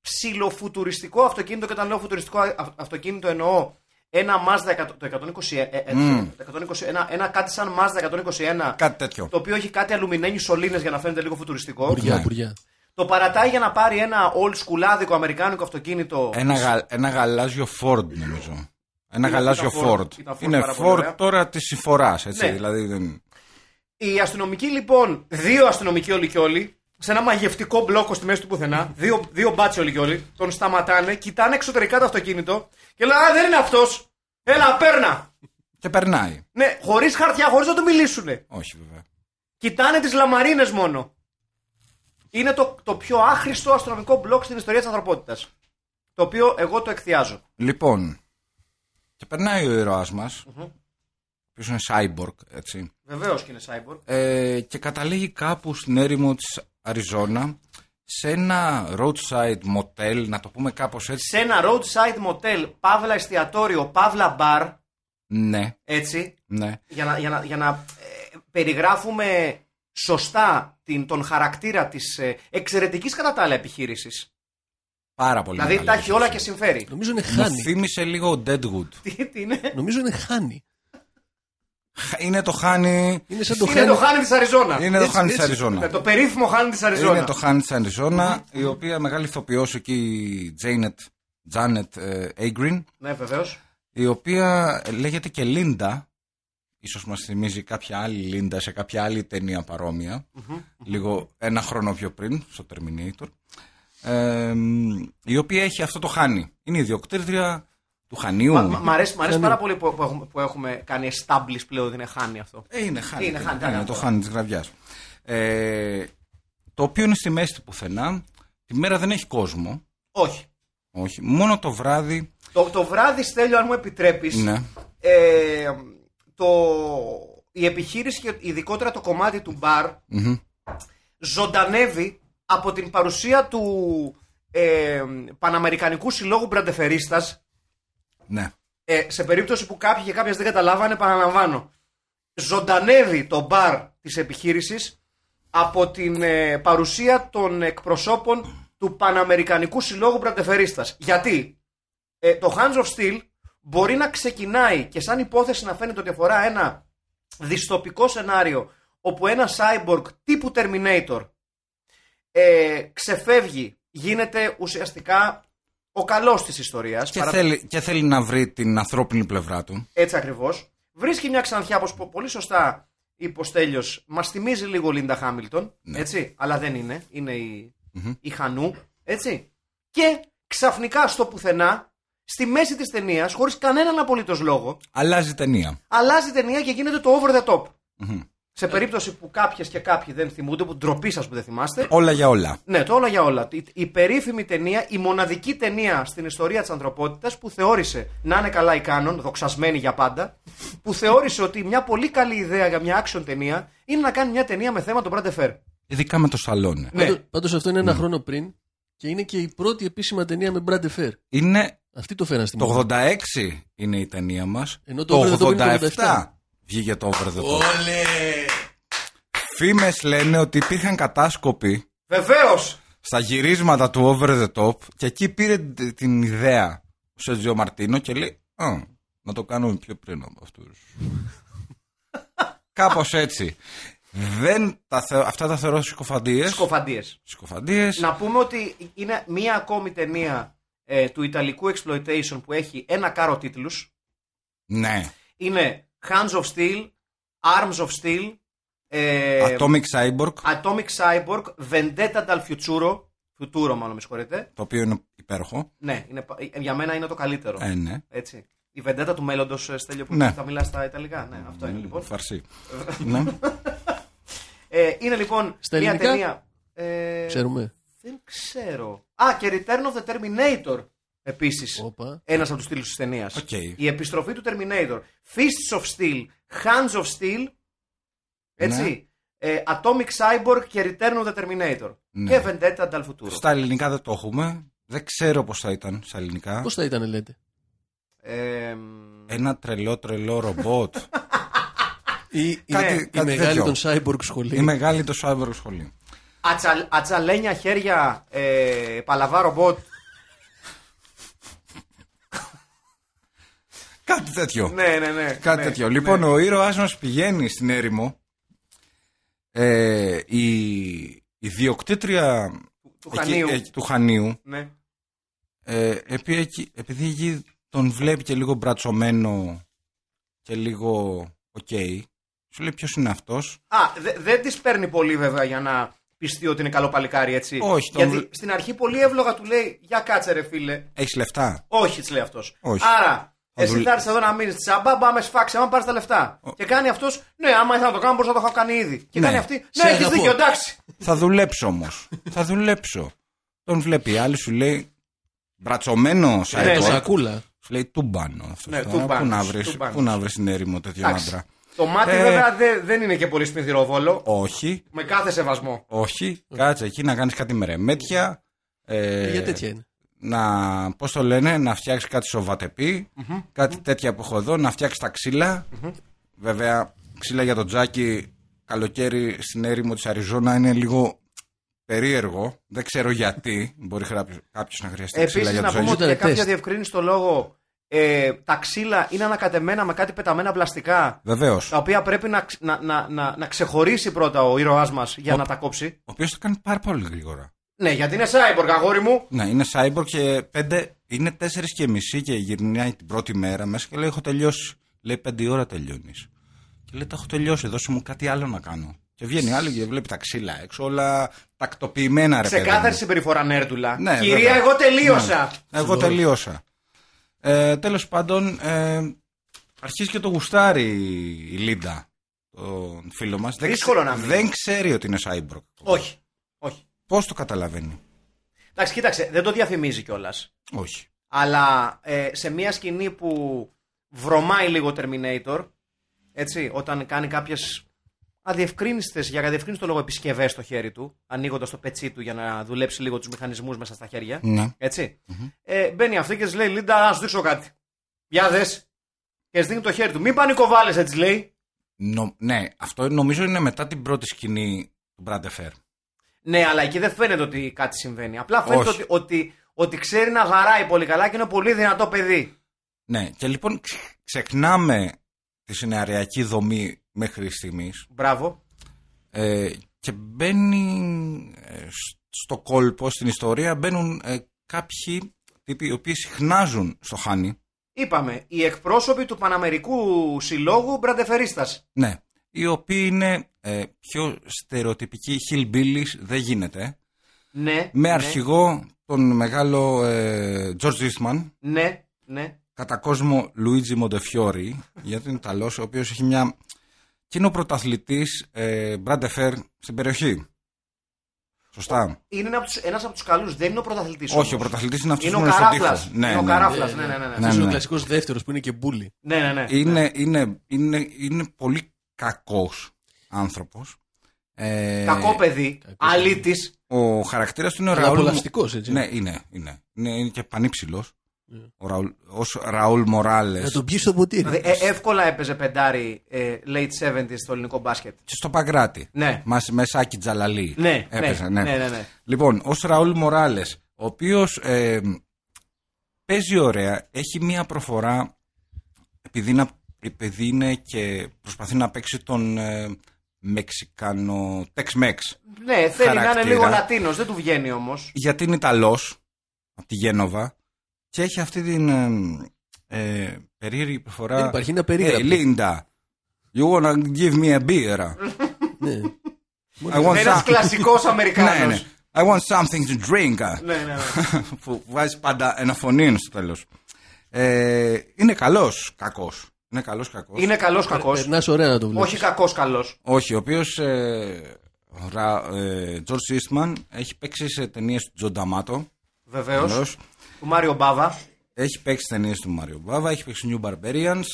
Speaker 1: ψιλοφουτουριστικό αυτοκίνητο και όταν λέω φουτουριστικό αυ- αυτοκίνητο εννοώ ένα Mazda 100 το 120, ε, ε, το 120 ένα, ένα κάτι σαν Mazda 121
Speaker 2: Κάτι τέτοιο.
Speaker 1: το οποίο έχει κάτι αλουμινένιους σωλήνες για να φαίνεται λίγο φουτουριστικό
Speaker 2: Ναι.
Speaker 3: Μπουριά, μπουριά.
Speaker 1: το παρατάει για να πάρει ένα old σκουλάδικο αμερικάνικο αυτοκίνητο
Speaker 2: Ένα, γα- ένα γαλάζιο Ford, νομίζω. Ένα
Speaker 1: Ήταν-
Speaker 2: γαλάζιο
Speaker 1: ήταν Ford.
Speaker 2: Ford.
Speaker 1: Ήταν Ford
Speaker 2: Είναι
Speaker 1: πάρα πολύ
Speaker 2: Ford
Speaker 1: ωραία.
Speaker 2: τώρα της συφορά, έτσι.
Speaker 1: Ναι.
Speaker 2: Δηλαδή δεν.
Speaker 1: Οι αστυνομικοί λοιπόν, δύο αστυνομικοί όλοι και όλοι, σε ένα μαγευτικό μπλόκο στη μέση του πουθενά, δύο, δύο μπάτσοι όλοι και όλοι, τον σταματάνε, κοιτάνε εξωτερικά το αυτοκίνητο και λένε Α, δεν είναι αυτός! Έλα, παίρνα!
Speaker 2: Και περνάει.
Speaker 1: Ναι, χωρίς χαρτιά, χωρίς να του μιλήσουνε.
Speaker 2: Όχι, βέβαια.
Speaker 1: Κοιτάνε τις λαμαρίνες μόνο. Είναι το, το πιο άχρηστο αστυνομικό μπλοκ στην ιστορία της ανθρωπότητας. Το οποίο εγώ το εκθιάζω.
Speaker 2: Λοιπόν. Και περνάει ο ήρωάς μας. Ο οποίος είναι cyborg, έτσι.
Speaker 1: Βεβαίως και είναι cyborg.
Speaker 2: ε, και καταλήγει κάπου στην έρημο της Αριζόνα σε ένα roadside motel, να το πούμε κάπως έτσι.
Speaker 1: Σε ένα roadside motel, παύλα εστιατόριο, παύλα bar,
Speaker 2: Ναι,
Speaker 1: έτσι,
Speaker 2: ναι.
Speaker 1: για να, για να, για να ε, περιγράφουμε σωστά την, τον χαρακτήρα της ε, εξαιρετικής κατά τα άλλα επιχείρησης.
Speaker 2: Πάρα πολύ
Speaker 1: δηλαδή τα
Speaker 2: μεγάλη
Speaker 1: έχει όλα και
Speaker 2: επιχείρηση.
Speaker 1: συμφέρει.
Speaker 3: Νομίζω είναι
Speaker 2: Μου
Speaker 3: χάνι.
Speaker 2: θύμισε λίγο Deadwood.
Speaker 1: τι, τι είναι.
Speaker 3: Νομίζω είναι χάνι.
Speaker 2: Είναι το χάνι...
Speaker 3: Είναι σαν το
Speaker 1: είναι το
Speaker 3: χάνι.
Speaker 1: χάνι της Αριζόνα.
Speaker 2: Είναι το
Speaker 3: Έτσι,
Speaker 2: χάνι της
Speaker 3: έτσι.
Speaker 1: Ε,
Speaker 2: Αριζόνα.
Speaker 1: το περίφημο χάνι της Αριζόνα.
Speaker 2: Είναι το χάνι της Αριζόνα, η οποία μεγάλη ηθοποιός εκεί, η Janet, Janet ε, Agrin,
Speaker 1: Ναι, βεβαίως.
Speaker 2: η οποία λέγεται και Λίντα. Ίσως μας θυμίζει κάποια άλλη Λίντα σε κάποια άλλη ταινία παρόμοια, Λίγο ένα χρόνο πιο πριν, στο Terminator. Ε, η οποία έχει αυτό το χάνι. Είναι ιδιοκτήτρια του χανιού.
Speaker 1: Μα- μα- Μ' αρέσει, μ' αρέσει
Speaker 3: Χάνι.
Speaker 1: πάρα πολύ που, που έχουμε, που έχουμε κάνει established πλέον ότι είναι χάνι αυτό.
Speaker 2: Ε, είναι χάνι.
Speaker 1: Είναι χάνι,
Speaker 2: είναι
Speaker 1: καλά.
Speaker 2: το χάνι της γραδιάς. Ε, το οποίο είναι στη μέση του πουθενά. Τη μέρα δεν έχει κόσμο.
Speaker 1: Όχι.
Speaker 2: Όχι. Μόνο το βράδυ.
Speaker 1: Το, το βράδυ, Στέλιο, αν μου επιτρέπεις,
Speaker 2: Ναι.
Speaker 1: ε, το, η επιχείρηση και ειδικότερα το κομμάτι του μπαρ
Speaker 2: Μμμ.
Speaker 1: ζωντανεύει από την παρουσία του ε, Παναμερικανικού Συλλόγου Μπραντεφερίστας
Speaker 2: ναι.
Speaker 1: ε, σε περίπτωση που κάποιοι και κάποιες δεν καταλάβανε επαναλαμβάνω ζωντανεύει το μπαρ της επιχείρησης από την ε, παρουσία των εκπροσώπων του Παναμερικανικού Συλλόγου Μπραντεφερίστας γιατί ε, το Hands of Steel μπορεί να ξεκινάει και σαν υπόθεση να φαίνεται ότι αφορά ένα δυστοπικό σενάριο όπου ένα cyborg τύπου Terminator ε, ξεφεύγει, γίνεται ουσιαστικά ο καλός της ιστορίας.
Speaker 2: Και,
Speaker 1: παρα-
Speaker 2: θέλει, και θέλει να βρει την ανθρώπινη πλευρά του.
Speaker 1: έτσι ακριβώς. Βρίσκει μια ξανθιά, όπως πολύ σωστά είπε ο Στέλιος, μας θυμίζει λίγο Λίντα Χάμιλτον. Έτσι, αλλά δεν είναι. Είναι η, η Χανού. Έτσι. Και ξαφνικά στο πουθενά, στη μέση της ταινίας, χωρίς κανέναν απολύτως λόγο,
Speaker 2: Αλλάζει ταινία.
Speaker 1: αλλάζει η ταινία και γίνεται το over the top.
Speaker 2: Μμμ.
Speaker 1: Σε περίπτωση που κάποιες και κάποιοι δεν θυμούνται, που ντροπή σας που δεν θυμάστε.
Speaker 2: Όλα για όλα.
Speaker 1: Ναι, το όλα για όλα. Η, η περίφημη ταινία, η μοναδική ταινία στην ιστορία της ανθρωπότητας που θεώρησε να είναι καλά η Κάνον, δοξασμένη για πάντα, που θεώρησε ότι μια πολύ καλή ιδέα για μια action ταινία είναι να κάνει μια ταινία με θέμα τον Μπράντε Φέρ.
Speaker 2: Ειδικά με το σαλόνι.
Speaker 1: Ναι.
Speaker 3: Πάντω- Πάντως αυτό είναι ένα χρόνο πριν και είναι και η πρώτη επίσημα ταινία με Μπράντε Φέρ.
Speaker 2: Είναι
Speaker 3: Αυτή το φέραν στην
Speaker 2: το 86 είναι η ταινία μας.
Speaker 3: Ναι. Ενώ το over the top είναι το
Speaker 2: 87 βγήκε το over the top. Φήμες λένε ότι υπήρχαν κατάσκοποι
Speaker 1: Βεβαίως!
Speaker 2: στα γυρίσματα του over the top και εκεί πήρε τ- την ιδέα ο Σερτζιο Μαρτίνο και λέει «Α, να το κάνουμε πιο πριν από
Speaker 3: [LAUGHS]
Speaker 2: αυτούς. Κάπως έτσι. Δεν τα θεω- Αυτά τα θεωρώ συκοφαντίες.
Speaker 1: Σκοφαντίε.
Speaker 2: Συκοφαντίες.
Speaker 1: Να πούμε ότι είναι μία ακόμη ταινία ε, του Ιταλικού Exploitation που έχει ένα κάρο τίτλους.
Speaker 2: Ναι.
Speaker 1: Είναι Hands of Steel, Arms of Steel, ε,
Speaker 2: Atomic Cyborg,
Speaker 1: Atomic Cyborg, Vendetta del Futuro, Futuro μάλλον με συγχωρείτε.
Speaker 2: το οποίο είναι υπέροχο.
Speaker 1: Ναι, είναι, πα- για μένα είναι το καλύτερο.
Speaker 2: Ε, ναι.
Speaker 1: Έτσι. Η Vendetta του μέλλοντος, ε, Στέλιο, που
Speaker 2: Ναι.
Speaker 1: θα μιλάς στα Ιταλικά. Ναι, αυτό είναι λοιπόν.
Speaker 2: Φαρσί. ναι.
Speaker 1: Ε, είναι λοιπόν
Speaker 3: Στα
Speaker 1: μια
Speaker 3: ελληνικά?
Speaker 1: ταινία. Ε,
Speaker 3: Ξέρουμε.
Speaker 1: Δεν ξέρω. Α, και Return of the Terminator επίσης.
Speaker 3: Όπα.
Speaker 1: Ένας από τους τίτλου της ταινίας.
Speaker 2: Οκ.
Speaker 1: Η επιστροφή του Terminator. Fists of Steel, Hands of Steel. Έτσι. Ε, Atomic Cyborg και Return of the Terminator.
Speaker 2: Ναι.
Speaker 1: Και Vendetta del Futuro.
Speaker 2: Στα ελληνικά δεν το έχουμε. Δεν ξέρω πώς θα ήταν στα ελληνικά.
Speaker 3: Πώς θα ήταν, λέτε.
Speaker 1: Ε, μ,
Speaker 2: Ένα τρελό
Speaker 1: [LAUGHS]
Speaker 2: τρελό ρομπότ.
Speaker 3: Η, η-
Speaker 2: Κάτι-
Speaker 3: η
Speaker 2: κάτι
Speaker 3: μεγάλη
Speaker 2: τέτοιο.
Speaker 3: των Cyborg σχολή.
Speaker 2: Η μεγάλη το Cyborg σχολείο.
Speaker 1: Ατσα, ατσαλένια χέρια, ε, παλαβά ρομπότ.
Speaker 2: Κάτι τέτοιο.
Speaker 1: ναι, ναι, ναι.
Speaker 2: Κάτι
Speaker 1: ναι,
Speaker 2: τέτοιο.
Speaker 1: ναι.
Speaker 2: Λοιπόν, ο ήρωας μας πηγαίνει στην έρημο. Ε, η, η διοκτήτρια
Speaker 1: του Χανίου.
Speaker 2: του Χανίου
Speaker 1: Ναι.
Speaker 2: ε, επί- εκεί- επειδή εκεί τον βλέπει και λίγο μπρατσωμένο και λίγο οκ, σου λέει ποιος είναι αυτός.
Speaker 1: Α, δε- δεν της παίρνει πολύ βέβαια για να πιστεί ότι είναι καλό παλικάρι, έτσι.
Speaker 2: Όχι, τον
Speaker 1: Γιατί
Speaker 2: βλέ-
Speaker 1: στην αρχή πολύ εύλογα του λέει: Για κάτσε, ρε φίλε.
Speaker 2: Έχεις λεφτά.
Speaker 1: Όχι, της λέει αυτός.
Speaker 2: Όχι.
Speaker 1: Άρα,
Speaker 2: Θα
Speaker 1: εσύ
Speaker 2: δουλ-
Speaker 1: θα έρθεις εδώ να μείνεις τσάμπα, μπα με σφάξει, άμα πάρεις τα λεφτά. Και κάνει αυτός: Ναι, άμα ήθελα να το κάνω, μπορούσα να το έχω κάνει ήδη. Και
Speaker 2: Ναι.
Speaker 1: κάνει αυτή:
Speaker 3: Σε
Speaker 1: Ναι, έχεις
Speaker 3: αγαπώ.
Speaker 1: δίκιο, εντάξει.
Speaker 2: Θα δουλέψω όμως. Θα δουλέψω. Τον βλέπει η άλλη σου λέει μπρατσωμένο
Speaker 1: Ναι,
Speaker 3: Το
Speaker 2: Cyborg.
Speaker 1: ναι.
Speaker 3: σακούλα.
Speaker 2: Σου λέει τούμπανο αυτό.
Speaker 1: Ναι,
Speaker 2: τώρα. πού,
Speaker 1: τούμπανος,
Speaker 2: να βρεις,
Speaker 1: τούμπανος.
Speaker 2: πού να βρεις στην έρημο τέτοιο
Speaker 1: Εντάξει.
Speaker 2: άντρα.
Speaker 1: Το μάτι
Speaker 2: Ε.
Speaker 1: βέβαια δε- δεν είναι και πολύ σμυθυρόβολο.
Speaker 2: Όχι,
Speaker 1: Με κάθε σεβασμό.
Speaker 2: όχι. Κάτσε εκεί να κάνεις κάτι με ρεμέτια. Ε,
Speaker 3: Ε, για τέτοια είναι.
Speaker 2: να, πώς το λένε, να φτιάξεις κάτι σοβατεπί, κάτι τέτοια που έχω εδώ, να φτιάξεις τα ξύλα. Βέβαια, ξύλα για τον Τζάκι καλοκαίρι στην έρημο της Αριζόνα είναι λίγο περίεργο. Δεν ξέρω γιατί. Μπορεί κάποιος κάποιος να χρειαστεί ξύλα
Speaker 1: Επίση,
Speaker 2: για Ε, τον
Speaker 1: να πούμε
Speaker 2: Τζάκι.
Speaker 1: ότι για
Speaker 3: Τεστ.
Speaker 1: κάποια διευκρίνηση στο λόγο, ε, τα ξύλα είναι ανακατεμένα με κάτι πεταμένα πλαστικά.
Speaker 2: Βεβαίως.
Speaker 1: τα οποία πρέπει να, ξ- να, να, να, να ξεχωρίσει πρώτα ο ήρωάς μας για να τα κόψει.
Speaker 2: Ο οποίος το κάνει πάρα πολύ γρήγορα.
Speaker 1: Ναι, γιατί είναι cyborg, αγόρι μου.
Speaker 2: Ναι, είναι cyborg και πέντε, είναι τέσσερις και μισή και γυρνάει την πρώτη μέρα μέσα και λέει έχω τελειώσει. Λέει πέντε η ώρα τελειώνεις. Και λέει τα έχω τελειώσει, δώσε μου κάτι άλλο να κάνω. Και βγαίνει άλλη και βλέπει τα ξύλα έξω, όλα τακτοποιημένα ρε παιδί.
Speaker 1: Ξεκάθαρη
Speaker 2: μου.
Speaker 1: συμπεριφορά νέρτουλα.
Speaker 2: Ναι,
Speaker 1: Κυρία,
Speaker 2: βέβαια. Ναι.
Speaker 1: εγώ τελείωσα.
Speaker 2: Εγώ τελείωσα. Ε, τέλος πάντων, ε, αρχίζει και το γουστάρει η Λίντα, τον φίλο μας. Δεν
Speaker 1: Δύσκολο
Speaker 2: ξε-
Speaker 1: να μην.
Speaker 2: Δεν ξέρει ότι είναι cyborg.
Speaker 1: Όχι. Όχι.
Speaker 2: Πώς το καταλαβαίνει.
Speaker 1: Εντάξει, κοίταξε, δεν το διαφημίζει κιόλας.
Speaker 2: Όχι.
Speaker 1: Αλλά ε, σε μια σκηνή που βρωμάει λίγο Terminator, έτσι, όταν κάνει κάποιες αδιευκρίνηστες για αδιευκρίνηστο λόγο επισκευές στο χέρι του, ανοίγοντας το πετσί του για να δουλέψει λίγο τους μηχανισμούς μέσα στα χέρια.
Speaker 2: Ναι.
Speaker 1: ετσι Ε, μπαίνει αυτή και της λέει: Λίντα, να σου δείξω κάτι. Για δες. Και της δίνει το χέρι του. Μην πανικοβάλλεσαι, της λέει.
Speaker 2: Νο- ναι, αυτό νομίζω είναι μετά την πρώτη σκηνή του Μπραντεφέρ.
Speaker 1: Ναι, αλλά εκεί δεν φαίνεται ότι κάτι συμβαίνει. Απλά φαίνεται
Speaker 2: Όχι.
Speaker 1: ότι, ότι, ότι ξέρει να γαράει πολύ καλά και είναι πολύ δυνατό παιδί.
Speaker 2: Ναι, και λοιπόν ξε- ξεχνάμε τη συναριακή δομή μέχρι στιγμής
Speaker 1: Μπράβο.
Speaker 2: ε, και μπαίνει ε, σ- στο κόλπο, στην ιστορία, μπαίνουν ε, κάποιοι τύποι οι οποίοι συχνάζουν στο Χάνι.
Speaker 1: Είπαμε, οι εκπρόσωποι του Παναμερικού Συλλόγου Μπραντεφερίστας.
Speaker 2: Ναι, οι οποίοι είναι ε, πιο στερεοτυπικοί, χιλμπίλης, δεν γίνεται.
Speaker 1: Ναι.
Speaker 2: Με
Speaker 1: ναι,
Speaker 2: αρχηγό τον μεγάλο ε, George Eastman,
Speaker 1: Ναι, ναι.
Speaker 2: κατά κόσμο Λουίτζι Μοντεφιόρη, γιατί είναι Ιταλός, ο οποίος έχει μια... και είναι ο πρωταθλητής ε, Μπραντεφέρ στην περιοχή. Σωστά.
Speaker 1: Είναι ένας από τους, ένας από τους καλούς. Δεν είναι ο πρωταθλητής.
Speaker 2: Όχι, ο πρωταθλητής είναι αυτός
Speaker 1: Είναι
Speaker 2: που
Speaker 1: ο
Speaker 2: είναι στον τοίχο.
Speaker 1: καράφλα.
Speaker 2: Ναι,
Speaker 1: είναι ο
Speaker 2: ναι.
Speaker 1: καράφλας. Ναι, ναι, ναι. ναι.
Speaker 2: Ναι,
Speaker 3: Αυτός είναι ο
Speaker 2: ναι.
Speaker 3: κλασικός δεύτερος που είναι και μπουλι.
Speaker 1: ναι, ναι, ναι.
Speaker 2: Είναι, είναι, είναι, είναι πολύ κακός άνθρωπος. Ε,
Speaker 1: Κακό παιδί.
Speaker 3: κακό παιδί.
Speaker 1: Αλήτης.
Speaker 2: Ο χαρακτήρας του είναι ο
Speaker 3: Αλλά
Speaker 2: Ραούλ... Μο-
Speaker 3: απολαυστικό, έτσι.
Speaker 2: Ναι, είναι, είναι. Είναι, είναι και πανύψηλος.
Speaker 3: Ναι.
Speaker 2: Ο Ραούλ, ως Ραούλ Μοράλες.
Speaker 3: Να τον πιει στο ποτήρι.
Speaker 1: Δηλαδή, ε, εύκολα έπαιζε πεντάρι ε, late 70s στο ελληνικό μπάσκετ.
Speaker 2: Και στο Παγκράτη.
Speaker 1: Ναι.
Speaker 2: Μας, με Σάκη Τζαλαλή.
Speaker 1: Ναι,
Speaker 2: Έπαιζε,
Speaker 1: ναι, ναι, ναι, ναι.
Speaker 2: Λοιπόν, ως Ραούλ Μοράλες, ο οποίος ε, παίζει ωραία, έχει μία προφορά, επειδή, να, επειδή είναι και προσπαθεί να παίξει τον ε, Μεξικάνο, Tex-Mex,
Speaker 1: Ναι, θέλει να είναι
Speaker 2: Χαρακτήρα.
Speaker 1: λίγο Λατίνος, δεν του βγαίνει όμως.
Speaker 2: γιατί είναι Ιταλός, από τη Γένοβα, και έχει αυτή την... ε, ε, περίεργη προφορά.
Speaker 3: Δεν Ε, υπάρχει, είναι απερίγραπτη.
Speaker 2: Hey, Linda, you wanna give me a beer?
Speaker 3: Ναι.
Speaker 2: I want
Speaker 1: Ένας
Speaker 2: some-
Speaker 1: κλασικός
Speaker 2: Λοιπόν, ναι,
Speaker 1: Αμερικάνος.
Speaker 2: ναι. I want something to drink.
Speaker 1: Ναι, ναι, ναι.
Speaker 2: που βάζει πάντα ένα φωνήν στο τέλος. Ε, είναι καλός κακός. Είναι καλός κακός.
Speaker 1: Είναι καλός κακός.
Speaker 3: Περνάς ωραία να το βλέπεις.
Speaker 1: Όχι κακός καλός.
Speaker 2: Όχι, ο οποίος. Ε, ο Ρα- ε, George Eastman έχει παίξει σε ταινίες του Τζον Ταμάτο.
Speaker 1: Βεβαίω.
Speaker 2: καλός.
Speaker 1: Του Μάριο Μπάβα.
Speaker 2: Έχει παίξει ταινίες του Μάριο Μπάβα. Έχει παίξει New Barbarians.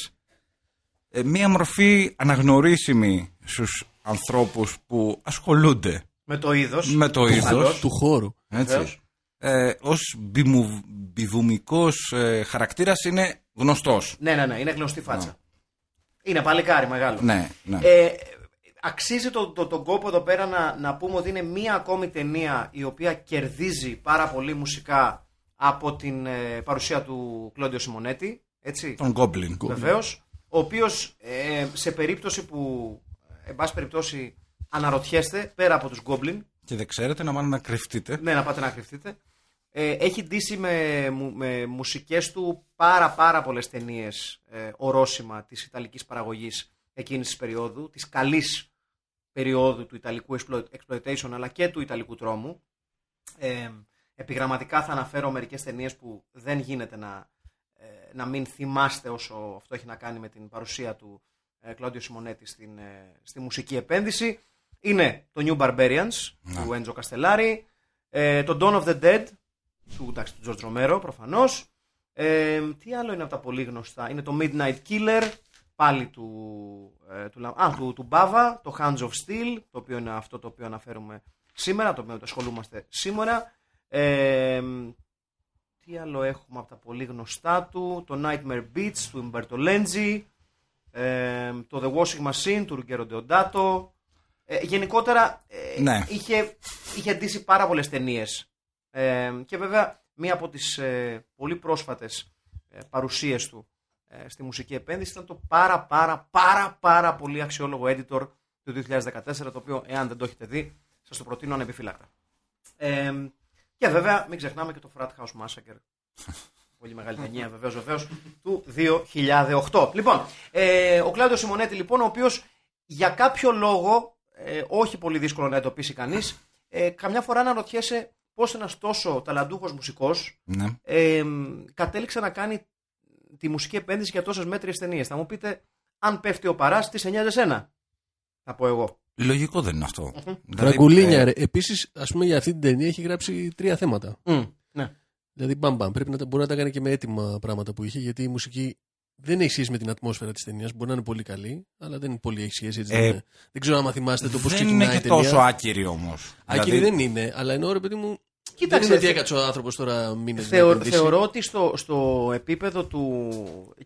Speaker 2: Ε, μία μορφή αναγνωρίσιμη στους ανθρώπους που ασχολούνται
Speaker 1: Με το είδος.
Speaker 2: με το είδος.
Speaker 3: Του χώρου.
Speaker 2: Έτσι.
Speaker 1: Βεβαίως.
Speaker 2: Ε, ως μπιμου- μπιβουμικός ε, χαρακτήρας είναι γνωστός.
Speaker 1: Ναι, ναι, ναι. Είναι γνωστή φάτσα. Είναι παλικάρι μεγάλο.
Speaker 2: Ναι, ναι.
Speaker 1: Ε, αξίζει το, το, τον κόπο εδώ πέρα να, να πούμε ότι είναι μία ακόμη ταινία η οποία κερδίζει πάρα πολύ μουσικά από την ε, παρουσία του Κλόντιο Σιμονέτη. Έτσι.
Speaker 2: Τον Goblin.
Speaker 1: Βεβαίω. Ο οποίος σε περίπτωση που, ε, εν πάση περιπτώσει, αναρωτιέστε πέρα από τους Goblin,
Speaker 2: Και δεν ξέρετε να πάνε να κρυφτείτε.
Speaker 1: ναι, να πάτε να κρυφτείτε. Ε, έχει ντύσει με, μου- με μουσικές του πάρα πάρα πολλές ταινίες ε, ορόσημα της Ιταλικής παραγωγής εκείνης της περίοδου, της καλής περίοδου του Ιταλικού exploit- exploitation αλλά και του Ιταλικού τρόμου. Ε, επιγραμματικά θα αναφέρω μερικές ταινίες που δεν γίνεται να, ε, να μην θυμάστε όσο αυτό έχει να κάνει με την παρουσία του ε, Κλόντιο Σιμονέτη στην, ε, στη μουσική επένδυση. Είναι το New Barbarians του Έντζο Καστελάρη, ε, το Dawn of the Dead του, εντάξει, του George Ρομέρο προφανώς. Ε, τι άλλο είναι από τα πολύ γνωστά. Είναι το Midnight Killer, πάλι του, ε, του, Λα- α, του, του Μπάβα, το Hands of Steel, το οποίο είναι αυτό το οποίο αναφέρουμε σήμερα, το οποίο ασχολούμαστε σήμερα. Ε, τι άλλο έχουμε από τα πολύ γνωστά του, το Nightmare Beats του Umberto Lenzi, ε, το The Washing Machine του Ruggero Deodato. Ε, γενικότερα ε,
Speaker 2: Ναι.
Speaker 1: είχε, είχε ντύσει πάρα πολλές ταινίες. Ε, και βέβαια μία από τις ε, πολύ πρόσφατες ε, παρουσίες του ε, στη μουσική επένδυση ήταν το πάρα πάρα πάρα πάρα πολύ αξιόλογο editor του 2014 το οποίο εάν δεν το έχετε δει σας το προτείνω ανεπιφύλακτα. Ε, και βέβαια, μην ξεχνάμε και το Frat House [LAUGHS] Massacre. Πολύ μεγάλη ταινία, βεβαίως, βεβαίως, του 2008. Λοιπόν, ε, ο Κλάντο Σιμονέτη, λοιπόν, ο οποίος για κάποιο λόγο, ε, όχι πολύ δύσκολο να εντοπίσει κανείς, ε, καμιά φορά αναρωτιέσαι πώς ένας τόσο ταλαντούχος μουσικός
Speaker 2: Ναι.
Speaker 1: ε, μ, κατέληξε να κάνει τη μουσική επένδυση για τόσες μέτριες ταινίες. Θα μου πείτε, αν πέφτει ο παράς, τι σε νοιάζει εσένα. Θα πω εγώ.
Speaker 2: Λογικό δεν είναι αυτό. Δηλαδή,
Speaker 3: Τραγκουλίνια,
Speaker 2: ε,
Speaker 3: ρε. Επίσης, ας πούμε, για αυτή την ταινία έχει γράψει τρία θέματα.
Speaker 1: Μμ, ναι.
Speaker 3: Δηλαδή, μπαμ, μπαμ. Πρέπει να τα, μπορεί να τα κάνει και με έτοιμα πράγματα που είχε, γιατί η μουσική δεν έχει σχέση με την ατμόσφαιρα της ταινίας. Μπορεί να είναι πολύ καλή, αλλά δεν είναι πολύ έχει σχέση. Έτσι,
Speaker 2: Ε,
Speaker 3: δεν είναι. δεν ξέρω αν θυμάστε το πώς
Speaker 2: δεν
Speaker 3: ξεκινάει
Speaker 2: είναι
Speaker 3: η
Speaker 2: και
Speaker 3: ταινία.
Speaker 2: τόσο άκυρη Δηλαδή, όμως.
Speaker 3: Άκυρη δεν είναι, αλλά ενώ ρε παιδί μου.
Speaker 1: Κοίταξε,
Speaker 3: δεν είναι ότι
Speaker 1: θε-
Speaker 3: έκατσε ο άνθρωπος τώρα μήνες.
Speaker 1: Θεω- θεωρώ ότι στο, στο επίπεδο του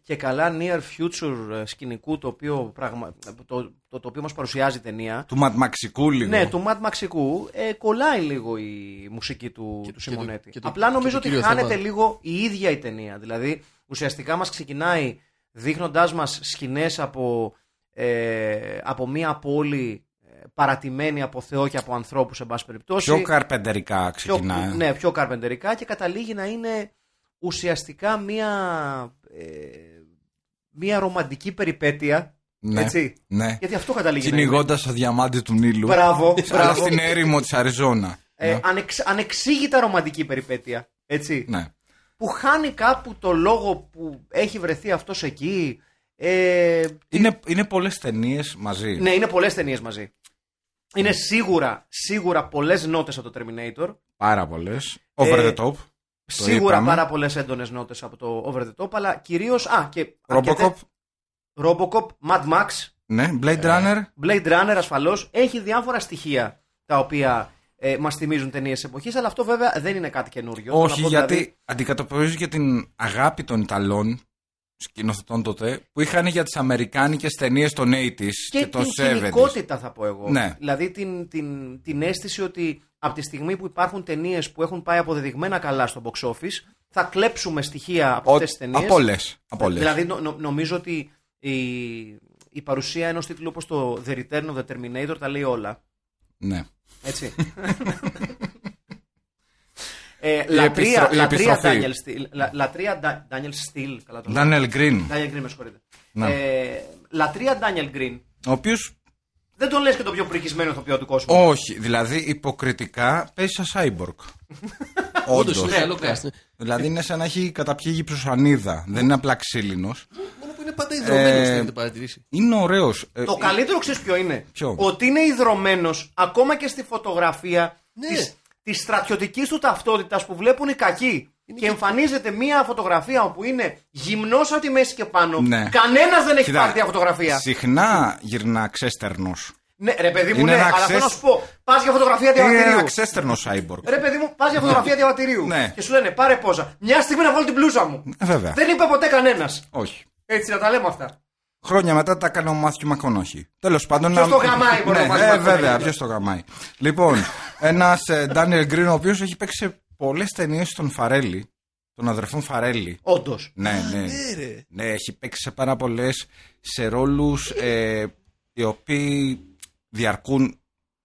Speaker 1: και καλά near future ε, σκηνικού το οποίο, πραγμα, το, το, το οποίο μας παρουσιάζει η ταινία
Speaker 2: Του ματμαξικού λίγο.
Speaker 1: ναι, του Ματ Μαξικού ε, κολλάει λίγο η μουσική του,
Speaker 3: Και-
Speaker 1: του
Speaker 3: και το-
Speaker 1: Σιμονέτη.
Speaker 3: και το-
Speaker 1: Απλά
Speaker 3: και το
Speaker 1: νομίζω ότι
Speaker 3: κύριο
Speaker 1: χάνεται
Speaker 3: θέμα.
Speaker 1: λίγο η ίδια η ταινία. Δηλαδή ουσιαστικά μας ξεκινάει δείχνοντάς μας σκηνές από, ε, από μία πόλη ε, παρατημένη από Θεό και από ανθρώπους εν πάση περιπτώσει
Speaker 2: Πιο καρπεντερικά ξεκινάει.
Speaker 1: πιο, ναι, πιο καρπεντερικά και καταλήγει να είναι ουσιαστικά μία, ε, μία ρομαντική περιπέτεια.
Speaker 2: Ναι,
Speaker 1: Έτσι.
Speaker 2: ναι.
Speaker 1: Γιατί αυτό καταλήγει να είναι.
Speaker 2: Κυνηγώντας το διαμάντι του Νείλου.
Speaker 1: Μπράβο,
Speaker 2: Αλλά
Speaker 1: ναι. μπράβο.
Speaker 2: στην έρημο της Αριζόνα.
Speaker 1: Ε,
Speaker 2: ναι.
Speaker 1: ανεξ- ανεξήγητα ρομαντική περιπέτεια. Έτσι.
Speaker 2: ναι.
Speaker 1: Που χάνει κάπου το λόγο που έχει βρεθεί αυτός εκεί. Ε,
Speaker 2: Είναι, είναι πολλές ταινίες μαζί.
Speaker 1: ναι, είναι πολλές ταινίες μαζί. Είναι σίγουρα, σίγουρα πολλές νότες από το Terminator.
Speaker 2: Πάρα πολλές. Over
Speaker 1: Ε,
Speaker 2: the top.
Speaker 1: Σίγουρα
Speaker 2: είπαμε.
Speaker 1: πάρα πολλές έντονες νότες από το Over the Top, αλλά κυρίως... Α, και...
Speaker 2: Robocop.
Speaker 1: αρκετές- Robocop, Mad Max,
Speaker 2: Ναι.
Speaker 1: Ε,
Speaker 2: Blade Runner.
Speaker 1: Blade Runner ασφαλώς έχει διάφορα στοιχεία τα οποία ε, μας θυμίζουν ταινίες εποχής, αλλά αυτό βέβαια δεν είναι κάτι καινούριο. Θέλω
Speaker 2: Όχι,
Speaker 1: να πω,
Speaker 2: γιατί
Speaker 1: δηλαδή,
Speaker 2: αντικατοπτρίζει και την αγάπη των Ιταλών σκηνοθετών τότε που είχαν για τις Αμερικάνικες ταινίες των 80s και,
Speaker 1: και,
Speaker 2: των
Speaker 1: την
Speaker 2: 70s.
Speaker 1: κοινικότητα θα πω εγώ.
Speaker 2: Ναι.
Speaker 1: Δηλαδή την, την, την αίσθηση ότι από τη στιγμή που υπάρχουν ταινίες που έχουν πάει αποδεδειγμένα καλά στο box office, θα κλέψουμε στοιχεία από αυτές τις ταινίες.
Speaker 2: Από όλες.
Speaker 1: Δηλαδή νο- νο- νομίζω ότι η, η παρουσία ενός τίτλου όπως το The Return of the
Speaker 2: [LAUGHS]
Speaker 1: Terminator τα λέει όλα.
Speaker 2: Ναι.
Speaker 1: Έτσι. Ε,
Speaker 2: επιστρο-
Speaker 1: λατρεία,
Speaker 2: η
Speaker 1: λατρεία
Speaker 2: επιστροφή.
Speaker 1: Daniel Steele. λα- Λατρεία Da- Daniel Steele. Καλά το λέω.
Speaker 2: Ντάνιελ Γκριν.
Speaker 1: Daniel Green, με συγχωρείτε.
Speaker 2: Να.
Speaker 1: Ε, λατρεία Daniel Green.
Speaker 2: Ο οποίος.
Speaker 1: Δεν τον λες και τον πιο πρικισμένο ηθοποιό του κόσμου.
Speaker 2: Όχι, δηλαδή υποκριτικά παίζει σαν
Speaker 1: [LAUGHS]
Speaker 2: cyborg.
Speaker 3: Όντως,
Speaker 2: Όντως.
Speaker 3: είναι καλό cast, ναι.
Speaker 2: Δηλαδή είναι σαν να έχει καταπιεί ψωσανίδα. Δεν είναι απλά ξύλινος.
Speaker 3: Μόνο που είναι πάντα ιδρωμένο,
Speaker 2: Ε,
Speaker 3: δεν έχετε παρατηρήσει.
Speaker 2: Είναι Ε, ωραίο.
Speaker 1: Το καλύτερο ξέρεις ποιο είναι.
Speaker 2: Ποιο?
Speaker 1: Ότι είναι ιδρωμένο ακόμα και στη φωτογραφία
Speaker 3: Ναι.
Speaker 1: της, της στρατιωτικής του ταυτότητας που βλέπουν οι κακοί. και εμφανίζεται μία φωτογραφία όπου είναι γυμνός από τη μέση και πάνω.
Speaker 2: Ναι.
Speaker 1: Κανένας δεν έχει πάρει τη φωτογραφία.
Speaker 2: Συχνά γυρνά ξέστερνος.
Speaker 1: Ναι, ρε παιδί μου,
Speaker 2: Είναι
Speaker 1: ναι,
Speaker 2: ένα
Speaker 1: αλλά
Speaker 2: ξέσ-
Speaker 1: θέλω να σου πω. Πας για φωτογραφία
Speaker 2: Είναι
Speaker 1: διαβατηρίου.
Speaker 2: ένα ξέστερνο Ε, cyborg.
Speaker 1: Ρε παιδί μου, πας για φωτογραφία διαβατηρίου.
Speaker 2: Ναι.
Speaker 1: Και σου λένε πάρε πόζα. Μια στιγμή να βάλω την πλούζα μου.
Speaker 2: Ε, βέβαια.
Speaker 1: Δεν είπε ποτέ κανένας.
Speaker 2: Όχι.
Speaker 1: Έτσι να τα λέμε αυτά.
Speaker 2: Χρόνια μετά τα έκανε ο Μάθιου Μακονόχη. Τέλος πάντων.
Speaker 1: Ποιος
Speaker 2: να-
Speaker 1: το γαμάει, μπορεί
Speaker 2: ναι,
Speaker 1: να βάζει
Speaker 2: ε,
Speaker 1: Μακονόχη.
Speaker 2: βέβαια, ποιο το γαμάει. Λοιπόν, ένας Ντάνιελ Γκριν, ο οποίος έχει παίξει σε πολλές ταινίες των Φαρέλη, των αδερφών Φαρέλη.
Speaker 1: Όντως.
Speaker 2: Ναι, ναι.
Speaker 3: Ε, ρε.
Speaker 2: Ναι, έχει παίξει σε πάρα πολλές σε ρόλους ε, οι οποίοι διαρκούν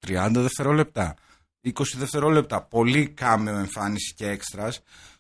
Speaker 2: 30 δευτερόλεπτα, 20 δευτερόλεπτα. Πολύ κάμεο εμφάνισης και έξτρας.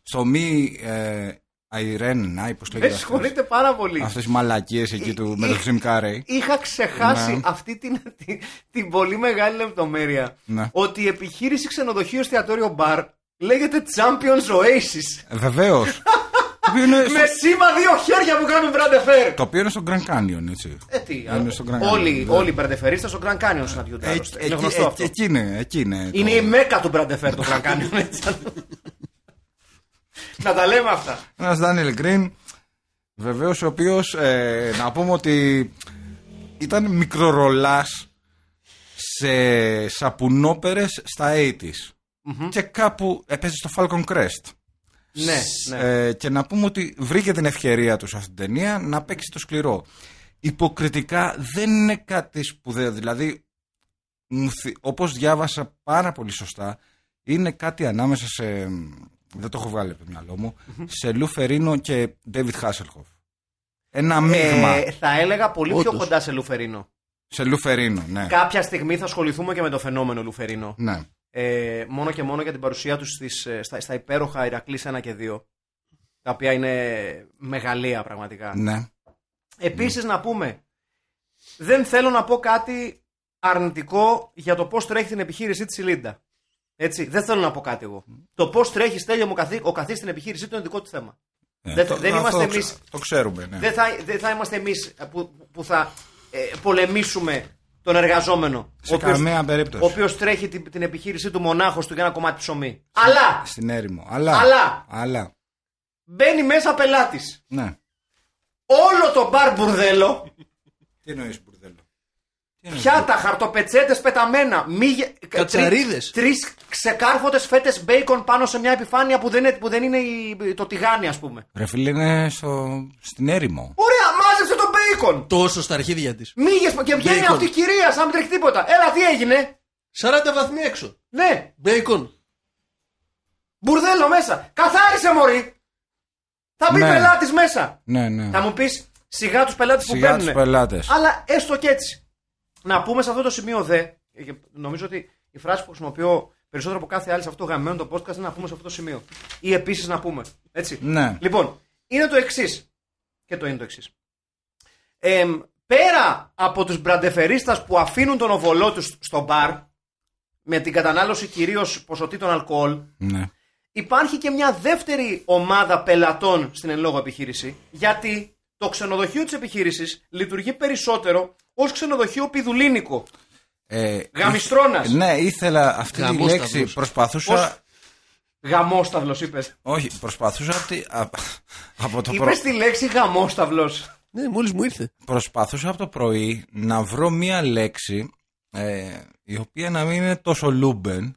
Speaker 2: Στο μη ε, Αϊρέν, να, πώ
Speaker 1: Με
Speaker 2: λέγεται.
Speaker 1: συγχωρείτε πάρα πολύ.
Speaker 2: Αυτές οι μαλακίες εκεί του
Speaker 1: Ε,
Speaker 2: με το
Speaker 1: ε,
Speaker 2: Jim Carrey.
Speaker 1: Είχα ξεχάσει
Speaker 2: Ναι.
Speaker 1: αυτή την, την, την πολύ μεγάλη λεπτομέρεια.
Speaker 2: Ναι.
Speaker 1: Ότι η επιχείρηση ξενοδοχείο εστιατόριο μπαρ λέγεται Champions Oasis.
Speaker 2: Βεβαίως. το,
Speaker 1: [LAUGHS]
Speaker 2: οποίο είναι στο-
Speaker 1: Με σήμα δύο χέρια που κάνουν μπραντεφέρ.
Speaker 2: το οποίο είναι στο Grand Canyon, έτσι.
Speaker 1: Ε, τι,
Speaker 2: Είναι στο Grand Canyon,
Speaker 1: όλοι,
Speaker 2: βέβαια.
Speaker 1: όλοι οι μπραντεφερίστες στο Grand Canyon συναντιούνται.
Speaker 2: Ε,
Speaker 1: άλλωστε.
Speaker 2: ε,
Speaker 1: είναι
Speaker 2: εκεί-
Speaker 1: γνωστό
Speaker 2: ε,
Speaker 1: αυτό.
Speaker 2: Εκεί είναι. εκεί είναι
Speaker 1: είναι
Speaker 2: το-
Speaker 1: η μέκα του μπραντεφέρ το Grand Canyon. έτσι. Να τα λέμε αυτά.
Speaker 2: Ένας Ντάνιελ Γκριν, βεβαίως ο οποίος να πούμε ότι ήταν μικρορολάς σε σαπουνόπερες στα 80s. Και κάπου έπαιζε στο Falcon Crest.
Speaker 1: Ναι, ναι.
Speaker 2: Ε, και να πούμε ότι βρήκε την ευκαιρία του σε αυτήν την ταινία να παίξει το σκληρό. Υποκριτικά δεν είναι κάτι σπουδαίο. Δηλαδή, μου θυ- όπως διάβασα πάρα πολύ σωστά, είναι κάτι ανάμεσα σε. Δεν το έχω βγάλει από το μυαλό μου. σε Λου Φερίνο και David Hasselhoff. Ένα μείγμα.
Speaker 1: Ε, θα έλεγα πολύ πιο
Speaker 3: Όντως.
Speaker 1: κοντά σε Λουφερίνο.
Speaker 2: σε Λου Φερίνο, ναι.
Speaker 1: Κάποια στιγμή θα ασχοληθούμε και με το φαινόμενο Λουφερίνο.
Speaker 2: ναι.
Speaker 1: ε, μόνο και μόνο για την παρουσία τους στα, στα υπέροχα Ηρακλής 1 και 2. Τα οποία είναι μεγαλεία πραγματικά.
Speaker 2: ναι.
Speaker 1: Επίσης να πούμε, δεν θέλω να πω κάτι αρνητικό για το πώς τρέχει την επιχείρησή της η Λίντα. Έτσι, δεν θέλω να πω κάτι εγώ. Το πώς τρέχει στέλιο μου καθή, ο καθής στην επιχείρησή του είναι δικό του θέμα.
Speaker 2: Ναι.
Speaker 1: Δεν-
Speaker 2: Το-
Speaker 1: δεν
Speaker 2: το-
Speaker 1: είμαστε
Speaker 2: το-
Speaker 1: εμείς-
Speaker 2: Το ξέρουμε, ναι.
Speaker 1: Δεν, θα, δεν θα είμαστε εμείς που, που θα ε, πολεμήσουμε τον εργαζόμενο.
Speaker 2: σε καμία περίπτωση.
Speaker 1: ο οποίος τρέχει την, την επιχείρησή του μονάχος του για ένα κομμάτι ψωμί. Αλλά
Speaker 2: Στην έρημο. Αλλά.
Speaker 1: Αλλά.
Speaker 2: αλλά
Speaker 1: μπαίνει μέσα πελάτης.
Speaker 2: ναι.
Speaker 1: όλο το μπαρ μπουρδέλο,
Speaker 2: Τι εννοείς, Μπουρδέλο.
Speaker 1: πιάτα, χαρτοπετσέτες πεταμένα, μύγε...
Speaker 3: Κατσαρίδες.
Speaker 1: Τρεις ξεκάρφωτες φέτες μπέικον πάνω σε μια επιφάνεια που δεν είναι, που δεν είναι η- το τηγάνι ας πούμε.
Speaker 2: Ρε φίλε είναι στο... στην έρημο.
Speaker 1: Ωραία, μάζεψε το μπέικον.
Speaker 3: Τόσο στα αρχίδια της.
Speaker 1: Μύγες και βγαίνει
Speaker 3: Μπέικον.
Speaker 1: αυτή η κυρία σαν μην τρέχει τίποτα. Έλα, τι έγινε.
Speaker 3: 40 βαθμοί έξω.
Speaker 1: Ναι,
Speaker 3: Μπέικον.
Speaker 1: μπουρδέλο μέσα. Καθάρισε μωρή. Θα μπει
Speaker 2: Ναι.
Speaker 1: πελάτης μέσα.
Speaker 2: Ναι, ναι.
Speaker 1: Θα μου πεις σιγά τους πελάτες που
Speaker 2: Σιγά τους
Speaker 1: μπαίνουν.
Speaker 2: πελάτες.
Speaker 1: Αλλά έστω και έτσι. Να πούμε σε αυτό το σημείο δε. ε, και Νομίζω ότι η φράση που χρησιμοποιώ περισσότερο από κάθε άλλη σε αυτό το γαμμένο το podcast είναι να πούμε σε αυτό το σημείο. Ή επίσης να πούμε. Έτσι.
Speaker 2: Ναι.
Speaker 1: Λοιπόν, είναι το εξής. Και το είναι το εξής. πέρα από τους μπραντεφερίστας που αφήνουν τον οβολό τους στο μπαρ με την κατανάλωση κυρίως ποσοτήτων αλκοόλ,
Speaker 2: Ναι.
Speaker 1: υπάρχει και μια δεύτερη ομάδα πελατών στην εν λόγω επιχείρηση. Γιατί το ξενοδοχείο της επιχείρησης λειτουργεί περισσότερο ως ξενοδοχείο πιδουλίνικο.
Speaker 2: Ε,
Speaker 1: Γαμιστρώνας.
Speaker 2: ήθε- Ναι, ήθελα αυτή τη
Speaker 3: Γαμόσταυλος.
Speaker 2: λέξη. Προσπαθούσα.
Speaker 1: Ως... Γαμόσταυλος, είπες.
Speaker 2: Όχι, προσπαθούσα από, τη- α- από το
Speaker 1: Είπες
Speaker 2: προ-
Speaker 1: τη λέξη γαμόσταυλος.
Speaker 3: Ναι, μόλις μου ήρθε.
Speaker 2: προσπαθούσα από το πρωί να βρω μία λέξη ε, η οποία να μην είναι τόσο λούμπεν,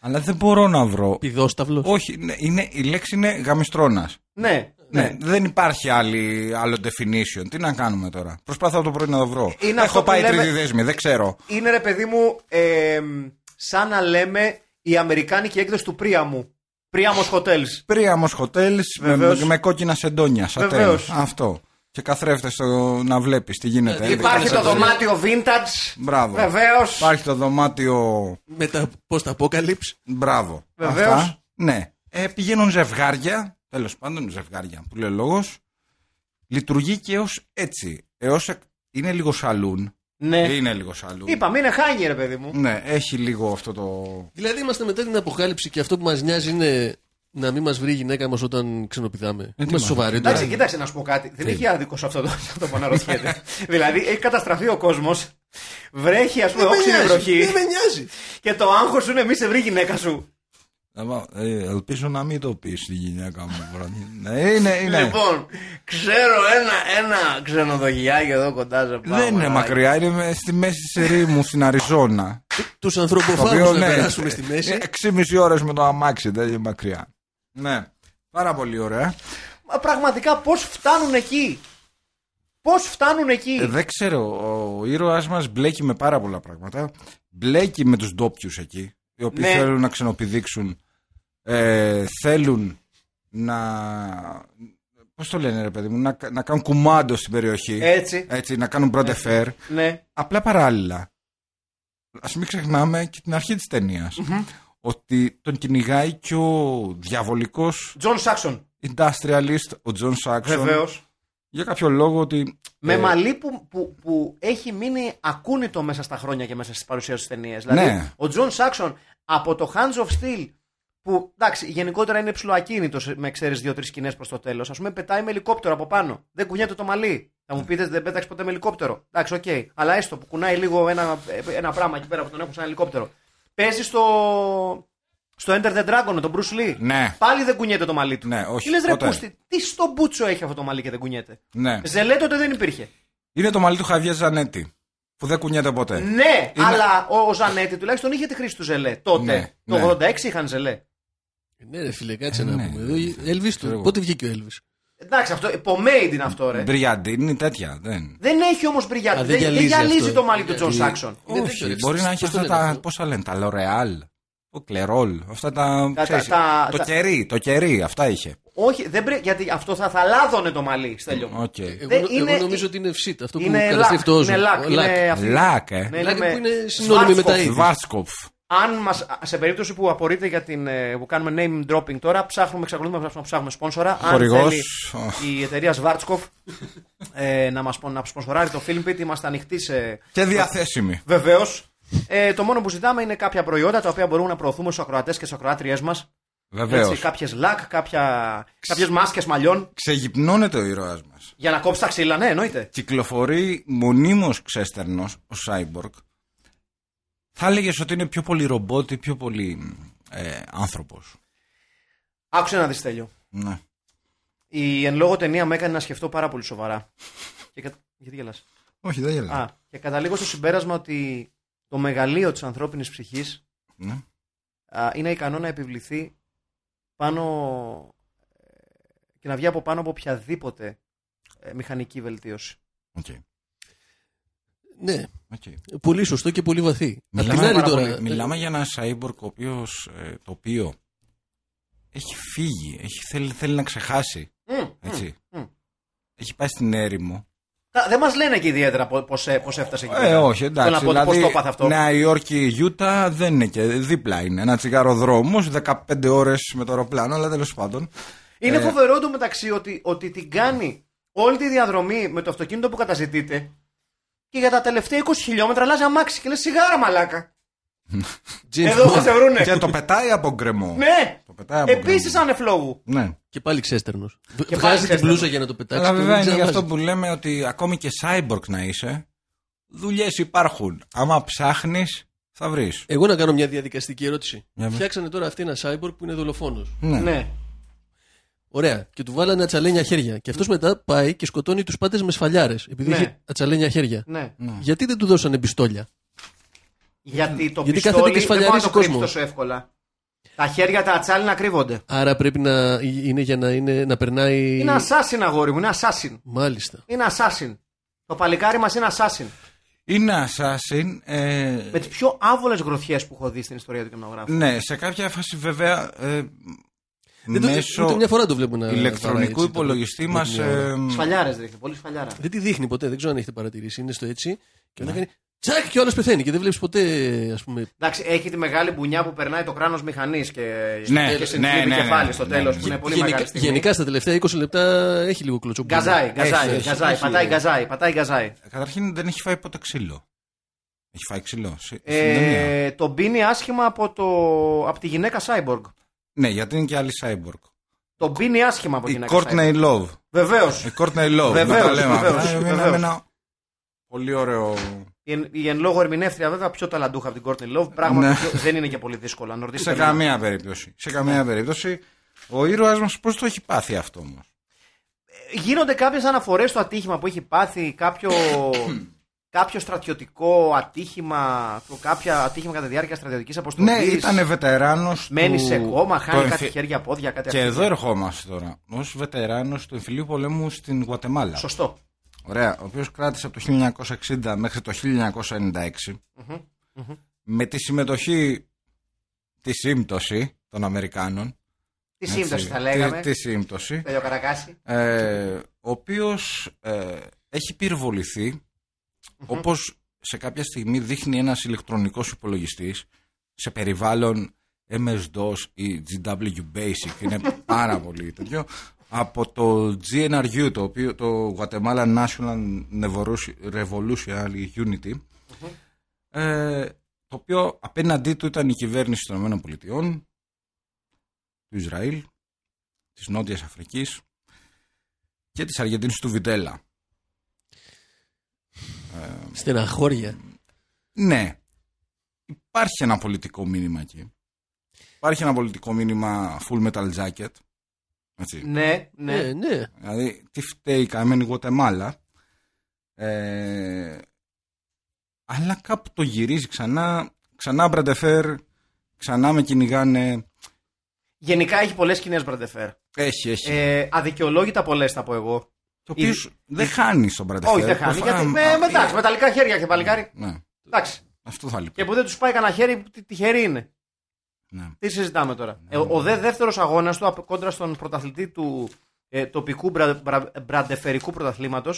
Speaker 2: αλλά δεν μπορώ να βρω.
Speaker 3: Πιδόσταυλος.
Speaker 2: Όχι, ναι, είναι, η λέξη είναι γαμιστρώνας.
Speaker 1: ναι,
Speaker 2: Ναι, δεν υπάρχει άλλη, άλλο definition. Τι να κάνουμε τώρα. Προσπαθώ το πρωί να το βρω.
Speaker 1: Είναι αυτό
Speaker 2: Έχω
Speaker 1: που
Speaker 2: πάει
Speaker 1: λέμε-
Speaker 2: τρίτη δέσμη, δεν ξέρω.
Speaker 1: Είναι ρε παιδί μου, ε, σαν να λέμε η αμερικάνικη έκδοση του Πρίαμου. Πρίαμος Hotels.
Speaker 2: Πρίαμος χοτέλ με,
Speaker 1: Βεβαίως.
Speaker 2: με κόκκινα σεντόνια. σατέν.
Speaker 1: Βεβαίως.
Speaker 2: Αυτό. Και καθρέφτε στο να βλέπεις τι γίνεται.
Speaker 3: Ε,
Speaker 2: Ε,
Speaker 1: Υπάρχει
Speaker 2: δεν-
Speaker 1: το
Speaker 3: Σαντόνια.
Speaker 1: δωμάτιο vintage.
Speaker 2: Μπράβο.
Speaker 1: Βεβαίως.
Speaker 2: Υπάρχει το δωμάτιο.
Speaker 3: Μετά post apocalypse.
Speaker 2: Μπράβο.
Speaker 1: Βεβαίως.
Speaker 2: Αυτά. Ναι. Ε, πηγαίνουν ζευγάρια, τέλος πάντων ζευγάρια που λέει ο λόγος. Λειτουργεί και έως έτσι. Έως, εκ- είναι λίγο σαλούν.
Speaker 1: Ναι.
Speaker 2: Είναι λίγο σαλούν.
Speaker 1: Είπαμε, είναι χάγερ, παιδί μου.
Speaker 2: Ναι, έχει λίγο αυτό το.
Speaker 3: Δηλαδή είμαστε μετά την αποκάλυψη και αυτό που μας νοιάζει είναι να μην μας βρει η γυναίκα μας όταν ξενοπηδάμε. είμαστε
Speaker 2: μάλλον.
Speaker 3: σοβαροί. τώρα.
Speaker 2: Ναι.
Speaker 1: Εντάξει, κοίταξε να σου πω κάτι. Δεν έχει άδικο σε αυτό το, σε αυτό που αναρωτιέται. [LAUGHS] δηλαδή, έχει καταστραφεί ο κόσμος. Βρέχει, ας πούμε,
Speaker 3: Δεν με
Speaker 1: όξινη
Speaker 3: νοιάζει,
Speaker 1: βροχή
Speaker 3: Δεν με νοιάζει.
Speaker 1: και το άγχος σου είναι μη σε βρει η γυναίκα σου.
Speaker 2: Ε, ελπίζω να μην το πεις στη γυναίκα μου. ναι, είναι, είναι.
Speaker 1: Λοιπόν, ξέρω ένα, ένα ξενοδοχιάκι εδώ κοντά σε πάω,
Speaker 2: δεν είναι
Speaker 1: μαλάκα.
Speaker 2: μακριά, είναι με- στη μέση της ερήμου στην Αριζόνα.
Speaker 3: Τους
Speaker 2: Το οποίο,
Speaker 3: ανθρωποφάγου να
Speaker 2: ναι,
Speaker 3: περάσουμε στη μέση.
Speaker 2: ε, 6,5 ώρες με το αμάξι, δεν είναι μακριά. Ναι. Πάρα πολύ ωραία.
Speaker 1: Μα πραγματικά πώς φτάνουν εκεί. Πώς φτάνουν εκεί.
Speaker 2: Ε, δεν ξέρω, ο ήρωάς μας μπλέκει με πάρα πολλά πράγματα. Μπλέκει με τους ντόπιους εκεί, οι οποίοι
Speaker 1: Ναι.
Speaker 2: θέλουν να ξενοπηδήξουν. Ε, θέλουν να. Πώς το λένε, ρε παιδί μου, να, να κάνουν κουμάντο στην περιοχή.
Speaker 3: Ε.
Speaker 1: Έτσι.
Speaker 2: Έτσι, να κάνουν πρώτε φέρ.
Speaker 1: Ναι.
Speaker 2: Απλά παράλληλα. Ας μην ξεχνάμε και την αρχή της ταινια Ότι τον κυνηγάει και ο διαβολικός
Speaker 1: Τζον Σάξον.
Speaker 2: industrialist, ο Τζον Σάξον.
Speaker 1: Βεβαίως.
Speaker 2: Για κάποιο λόγο ότι.
Speaker 1: Με
Speaker 2: ε,
Speaker 1: μαλλί που, που, που έχει μείνει ακούνητο μέσα στα χρόνια και μέσα στις παρουσιάσει της ταινίας. Δηλαδή,
Speaker 2: Ναι.
Speaker 1: ο Τζον Σάξον από το Hands of Steel, που εντάξει, γενικότερα είναι ψηλοακίνητο με ξέρεις δύο-τρει σκηνές προς το τέλος, ας πούμε, πετάει με ελικόπτερο από πάνω. Δεν κουνιέται το μαλλί. Θα μου πείτε, δεν πέταξε ποτέ με ελικόπτερο. Εντάξει, οκ. Αλλά έστω που κουνάει λίγο ένα, ένα πράγμα εκεί πέρα που τον έχουν σαν ελικόπτερο. Παίζει στο. Στο Enter the Dragon, τον Bruce Lee.
Speaker 2: Ναι.
Speaker 1: Πάλι δεν κουνιέται το μαλλί του.
Speaker 2: Ναι, όχι,
Speaker 1: Λες, ρε
Speaker 2: ποτέ.
Speaker 1: πούστη, τι στο μπούτσο έχει αυτό το μαλλί και δεν κουνιέται.
Speaker 2: Ναι.
Speaker 1: Ζελέ τότε δεν υπήρχε.
Speaker 2: Είναι το μαλλί του Χαβιέ Ζανέτη. Που δεν κουνιέται ποτέ.
Speaker 1: Ναι,
Speaker 2: Είναι-
Speaker 1: αλλά ο, ο Ζανέτη τουλάχιστον είχε τη χρήση του ζελέ τότε.
Speaker 2: Ναι,
Speaker 1: το 86 είχαν ζελέ.
Speaker 3: Ναι, ρε φίλε, κάτσε
Speaker 2: Ε,
Speaker 3: να
Speaker 2: ναι,
Speaker 3: πούμε.
Speaker 2: δεν
Speaker 3: Εδώ,
Speaker 2: ξέρω.
Speaker 3: Elvis,
Speaker 2: Ξέρω εγώ.
Speaker 3: το- πότε βγήκε ο Elvis.
Speaker 1: Εντάξει, αυτό υπομέιντ είναι αυτό, ρε.
Speaker 2: Μπριαντίνη, τέτοια. Δεν.
Speaker 1: Δεν έχει όμως μπριγιάτη.
Speaker 3: Α,
Speaker 1: Ε, Δεν, δεν
Speaker 3: γυαλίζει
Speaker 1: γυαλίζει
Speaker 3: αυτό.
Speaker 1: το μαλλί του Τζον
Speaker 3: Γιατί- Ε,
Speaker 1: Σάξον.
Speaker 3: Δεν- δεν
Speaker 2: Όχι,
Speaker 3: ξέρω,
Speaker 2: μπορεί
Speaker 3: πώς-
Speaker 2: να έχει
Speaker 3: πώς το
Speaker 2: αυτά
Speaker 3: λένε
Speaker 2: τα.
Speaker 3: αυτό.
Speaker 2: Πώ τα λένε, τα L'Oreal. Το κλερόλ. Αυτά τα.
Speaker 1: Τα-
Speaker 2: ξέρεις,
Speaker 1: τα-
Speaker 2: το
Speaker 1: τα-
Speaker 2: κερί, το κερί. Αυτά είχε.
Speaker 1: Όχι, δεν πρέ... γιατί αυτό θα θαλάδωνε το μαλλί, στέλιο.
Speaker 2: Οκ.
Speaker 3: Εγώ,
Speaker 1: Δεν
Speaker 3: εγώ
Speaker 1: είναι-
Speaker 3: νομίζω ότι είναι ψήτ. Αυτό που
Speaker 1: Είναι λακ.
Speaker 3: καταστρέφει το όζον.
Speaker 1: Είναι λακ.
Speaker 3: Ο
Speaker 1: Είναι αυτή-
Speaker 2: Λάκ, ε.
Speaker 1: Ναι,
Speaker 3: Λάκ
Speaker 1: με-
Speaker 3: που είναι συνώνυμη με τα
Speaker 1: Schwarzkopf.
Speaker 3: ίδια.
Speaker 2: Βάρτσκοφ.
Speaker 1: Αν μας, σε περίπτωση που απορείτε για την, ε, που κάνουμε name dropping τώρα, ψάχνουμε, εξακολουθούμε να ψάχνουμε σπόνσορα. Αν
Speaker 2: Χορηγός.
Speaker 1: θέλει η εταιρεία Σβάρτσκοφ ε, να μας, πον- να σπονσοράρει το Film Pit, είμαστε ανοιχτοί σε,
Speaker 2: Και διαθέσιμη.
Speaker 1: Βεβαίως. Ε, το μόνο που ζητάμε είναι κάποια προϊόντα τα οποία μπορούμε να προωθούμε στους ακροατές και στι ακροάτριές μας.
Speaker 2: Βεβαίως.
Speaker 1: Κάποιες λακ, κάποια... κάποιες μάσκες μαλλιών
Speaker 2: Ξεγυπνώνεται ο ήρωάς μας.
Speaker 1: για να κόψεις τα ξύλα. Ναι, εννοείται.
Speaker 2: Κυκλοφορεί μονίμως ξέστερνος ο Cyborg. Θα έλεγες ότι είναι πιο πολύ ρομπότ ή πιο πολύ ε, άνθρωπος.
Speaker 1: Άκουσε να δεις τέλειο.
Speaker 2: Ναι.
Speaker 1: Η εν λόγω ταινία με έκανε να σκεφτώ πάρα πολύ σοβαρά. και κα... Γιατί γελάς?
Speaker 2: Όχι, δεν γελάω.
Speaker 1: Α, και καταλήγω στο συμπέρασμα ότι το μεγαλείο της ανθρώπινης ψυχής
Speaker 2: Ναι.
Speaker 1: είναι ικανό να επιβληθεί πάνω ε, και να βγει από πάνω από οποιαδήποτε ε, μηχανική βελτίωση.
Speaker 2: Οκ.
Speaker 3: Ναι,
Speaker 2: Οκ.
Speaker 1: Ε,
Speaker 3: πολύ σωστό και πολύ βαθύ. Απ' την
Speaker 2: Μιλάμε,
Speaker 3: άλλη
Speaker 2: πάρα
Speaker 3: τώρα. ε,
Speaker 2: πολύ- μιλάμε για ένα cyborg ο οποίος, ε, το οποίο έχει φύγει, έχει, θέλει, θέλει να ξεχάσει.
Speaker 1: Μμμ,
Speaker 2: Έτσι.
Speaker 1: μμ, μμ.
Speaker 2: Έχει πάει στην έρημο.
Speaker 1: Τα- Δεν μας λένε και ιδιαίτερα πώ έφτασε εκεί.
Speaker 2: Ε,
Speaker 1: πέρα.
Speaker 2: όχι, εντάξει. δηλαδή,
Speaker 1: Θέλω να πω πώ το έπαθε αυτό.
Speaker 2: Νέα Υόρκη, Ιούτα δεν είναι και δίπλα είναι. Ένα τσιγάρο δρόμο, 15 ώρες με το αεροπλάνο, αλλά τέλος πάντων.
Speaker 1: Είναι
Speaker 2: ε,
Speaker 1: φοβερό το μεταξύ ότι, ότι την κάνει όλη τη διαδρομή με το αυτοκίνητο που καταζητείτε και για τα τελευταία 20 χιλιόμετρα αλλάζει αμάξι και λες σιγάρα μαλάκα.
Speaker 3: James
Speaker 1: Εδώ θα
Speaker 3: Bond.
Speaker 1: σε βρούνε.
Speaker 2: και το πετάει από γκρεμό.
Speaker 1: Ναι!
Speaker 2: Το πετάει από
Speaker 1: Επίσης
Speaker 2: γκρεμό.
Speaker 1: ανεφλόγου.
Speaker 2: Ναι.
Speaker 3: Και πάλι ξέστερνος.
Speaker 1: πάλι
Speaker 3: Βγάζει την
Speaker 1: ξέστερνος.
Speaker 3: μπλούζα για να το πετάξει.
Speaker 2: Αλλά
Speaker 3: και
Speaker 2: βέβαια
Speaker 3: δεν
Speaker 2: είναι γι'
Speaker 3: ξαναβάζει.
Speaker 2: αυτό που λέμε ότι ακόμη και cyborg να είσαι, δουλειές υπάρχουν. Άμα ψάχνεις, θα βρεις.
Speaker 3: Εγώ να κάνω μια διαδικαστική ερώτηση.
Speaker 2: Για με.
Speaker 3: Φτιάξανε τώρα αυτή ένα cyborg που είναι δολοφόνος.
Speaker 1: Ναι.
Speaker 3: Ωραία. Και του βάλανε ατσαλένια χέρια. Και αυτός μετά πάει και σκοτώνει τους πάτε με σφαλιάρες. Επειδή
Speaker 1: Ναι.
Speaker 3: είχε ατσαλένια χέρια.
Speaker 1: Ναι.
Speaker 3: Γιατί δεν του δώσανε πιστόλια.
Speaker 1: Γιατί το
Speaker 3: Γιατί κάθεται και
Speaker 1: πιστόλι δεν μπορεί να
Speaker 3: σφαλιαρίζει
Speaker 1: το κρύψει
Speaker 3: κόσμος.
Speaker 1: τόσο εύκολα. Τα χέρια τα ατσάλινα κρύβονται.
Speaker 3: Άρα πρέπει να είναι για να, είναι, να περνάει.
Speaker 1: Είναι assassin αγόρι μου, είναι assassin.
Speaker 3: Μάλιστα.
Speaker 1: Είναι assassin. Το παλικάρι μας είναι assassin.
Speaker 2: Είναι assassin. Ε,
Speaker 1: Με τις πιο άβολες γροθιές που έχω δει στην ιστορία του κινηματογράφου.
Speaker 2: ναι, σε κάποια φάση βέβαια. Ε,
Speaker 3: Δεν το,
Speaker 2: μέσω
Speaker 3: ούτε μια φορά το βλέπουμε να. βαράει
Speaker 2: ηλεκτρονικού
Speaker 3: έτσι το-
Speaker 2: υπολογιστή ε,
Speaker 3: το-
Speaker 2: μας.
Speaker 3: την ώρα.
Speaker 1: Σφαλιάρε ρίχνει, πολύ σφαλιάρα. Ναι.
Speaker 3: Δεν τη δείχνει ποτέ, δεν ξέρω αν έχετε παρατηρήσει. Είναι στο έτσι και μετά κάνει. Τσακ και ο άλλος πεθαίνει και δεν βλέπεις ποτέ, ας πούμε.
Speaker 1: Εντάξει, έχει τη μεγάλη μπουνιά που περνάει το κράνος μηχανής και,
Speaker 2: Ναι,
Speaker 1: και
Speaker 2: ναι,
Speaker 1: συνθλίβει
Speaker 2: ναι, ναι,
Speaker 1: κεφάλι
Speaker 2: ναι,
Speaker 1: στο
Speaker 2: ναι,
Speaker 1: τέλος
Speaker 2: ναι.
Speaker 1: που είναι πολύ
Speaker 3: γενικά,
Speaker 1: μεγάλη στιγμή.
Speaker 3: γενικά στα τελευταία 20 λεπτά έχει λίγο κλωτσό. που
Speaker 1: Γκαζάει,
Speaker 3: είναι.
Speaker 1: γκαζάει,
Speaker 3: Έχει,
Speaker 1: γκαζάει,
Speaker 3: έχει,
Speaker 1: πατάει
Speaker 3: έχει.
Speaker 1: γκαζάει, πατάει γκαζάει.
Speaker 2: Καταρχήν δεν έχει φάει ποτέ ξύλο. Έχει φάει ξύλο. ναι, στη- στην ταινία.
Speaker 1: Ε, τον πίνει άσχημα από, το, από τη γυναίκα Cyborg.
Speaker 2: Ναι, γιατί είναι και άλλη cyborg.
Speaker 1: Τον πίνει άσχημα από τη
Speaker 2: Η
Speaker 1: γυναίκα Cyborg.
Speaker 2: Courtney Love.
Speaker 1: Βεβαίως.
Speaker 2: Η Courtney Love.
Speaker 1: Βεβαίως,
Speaker 2: να τα λέμε αυτά.
Speaker 1: βεβαίως,
Speaker 2: Είναι
Speaker 1: βεβαίως.
Speaker 2: ένα πολύ ωραίο
Speaker 1: Η, εν- η εν λόγω ερμηνεύτρια βέβαια πιο ταλαντούχα από την Courtney Love. Πράγμα
Speaker 2: Ναι.
Speaker 1: που δεν είναι και πολύ δύσκολο. Αν ρωτήσετε
Speaker 2: Σε
Speaker 1: εμένα.
Speaker 2: καμία περίπτωση. Σε
Speaker 1: Ναι.
Speaker 2: καμία περίπτωση. Ο ήρωα μας πώς το έχει πάθει αυτό όμως.
Speaker 1: Γίνονται κάποιες αναφορές στο ατύχημα που έχει πάθει, κάποιο, κάποιο στρατιωτικό ατύχημα, το κάποιο ατύχημα κατά τη διάρκεια στρατιωτικής αποστολής.
Speaker 2: Ναι, ήταν βετεράνο.
Speaker 1: Μένει σε κόμμα, χάνει
Speaker 2: το
Speaker 1: κάτι
Speaker 2: εμφυ-
Speaker 1: χέρια, πόδια, κάτι
Speaker 2: Και
Speaker 1: αυτό.
Speaker 2: εδώ ερχόμαστε τώρα. Ως βετεράνος του εμφυλίου πολέμου στην Γουατεμάλα.
Speaker 1: Σωστό.
Speaker 2: Ωραία. Ο οποίος κράτησε από το 1960 μέχρι το 1996.
Speaker 1: Μμμ, μμμ.
Speaker 2: Με τη συμμετοχή τη σύμπτωση των Αμερικάνων.
Speaker 1: Τι
Speaker 2: έτσι,
Speaker 1: σύμπτωση θα
Speaker 2: τη-
Speaker 1: λέγαμε.
Speaker 2: Τη σύμπτωση.
Speaker 1: Τέλειο Καρακάση.
Speaker 2: ε, ο οποίος ε, έχει πυροβοληθεί όπως σε κάποια στιγμή δείχνει ένας ηλεκτρονικός υπολογιστής σε περιβάλλον MS-DOS ή GW Basic είναι πάρα πολύ τέτοιο από το GNRU το, οποίο, το Guatemala National Revolutionary Unity ε, το οποίο απέναντί του ήταν η κυβέρνηση των ΗΠΑ του Ισραήλ της Νότιας Αφρικής και της Αργεντίνης του Βιντέλα.
Speaker 3: Στεναχώρια.
Speaker 2: Ναι, υπάρχει ένα πολιτικό μήνυμα εκεί. Υπάρχει ένα πολιτικό μήνυμα full metal jacket. Έτσι.
Speaker 1: Ναι, ναι.
Speaker 3: Ναι, ναι.
Speaker 2: Δηλαδή, τι φταίει η καμένη Γουατεμάλα. Ε, αλλά κάπου το γυρίζει ξανά, ξανά Μπραντεφέρ, ξανά με κυνηγάνε.
Speaker 1: Γενικά έχει πολλές κοινέ μπραντεφέρ.
Speaker 2: Έχει, έχει.
Speaker 1: Ε, αδικαιολόγητα πολλές θα πω εγώ.
Speaker 2: το οποίο δεν χάνει στον Μπραντεφέρ.
Speaker 1: Όχι, δεν χάνει.
Speaker 2: Προφανά-
Speaker 1: Γιατί με, με, εντάξει, μεταλλικά χέρια και παλικάρι.
Speaker 2: Ναι,
Speaker 1: Εντάξει.
Speaker 2: αυτό θα λείπει.
Speaker 1: Και που δεν τους πάει κανένα χέρι, τι- τυχεροί είναι.
Speaker 2: Ναι.
Speaker 1: Τι συζητάμε τώρα. Ε, ο δε δεύτερος αγώνας του απ- κόντρα στον πρωταθλητή του ε, τοπικού μπρα, μπρα- μπραντεφερικού πρωταθλήματος.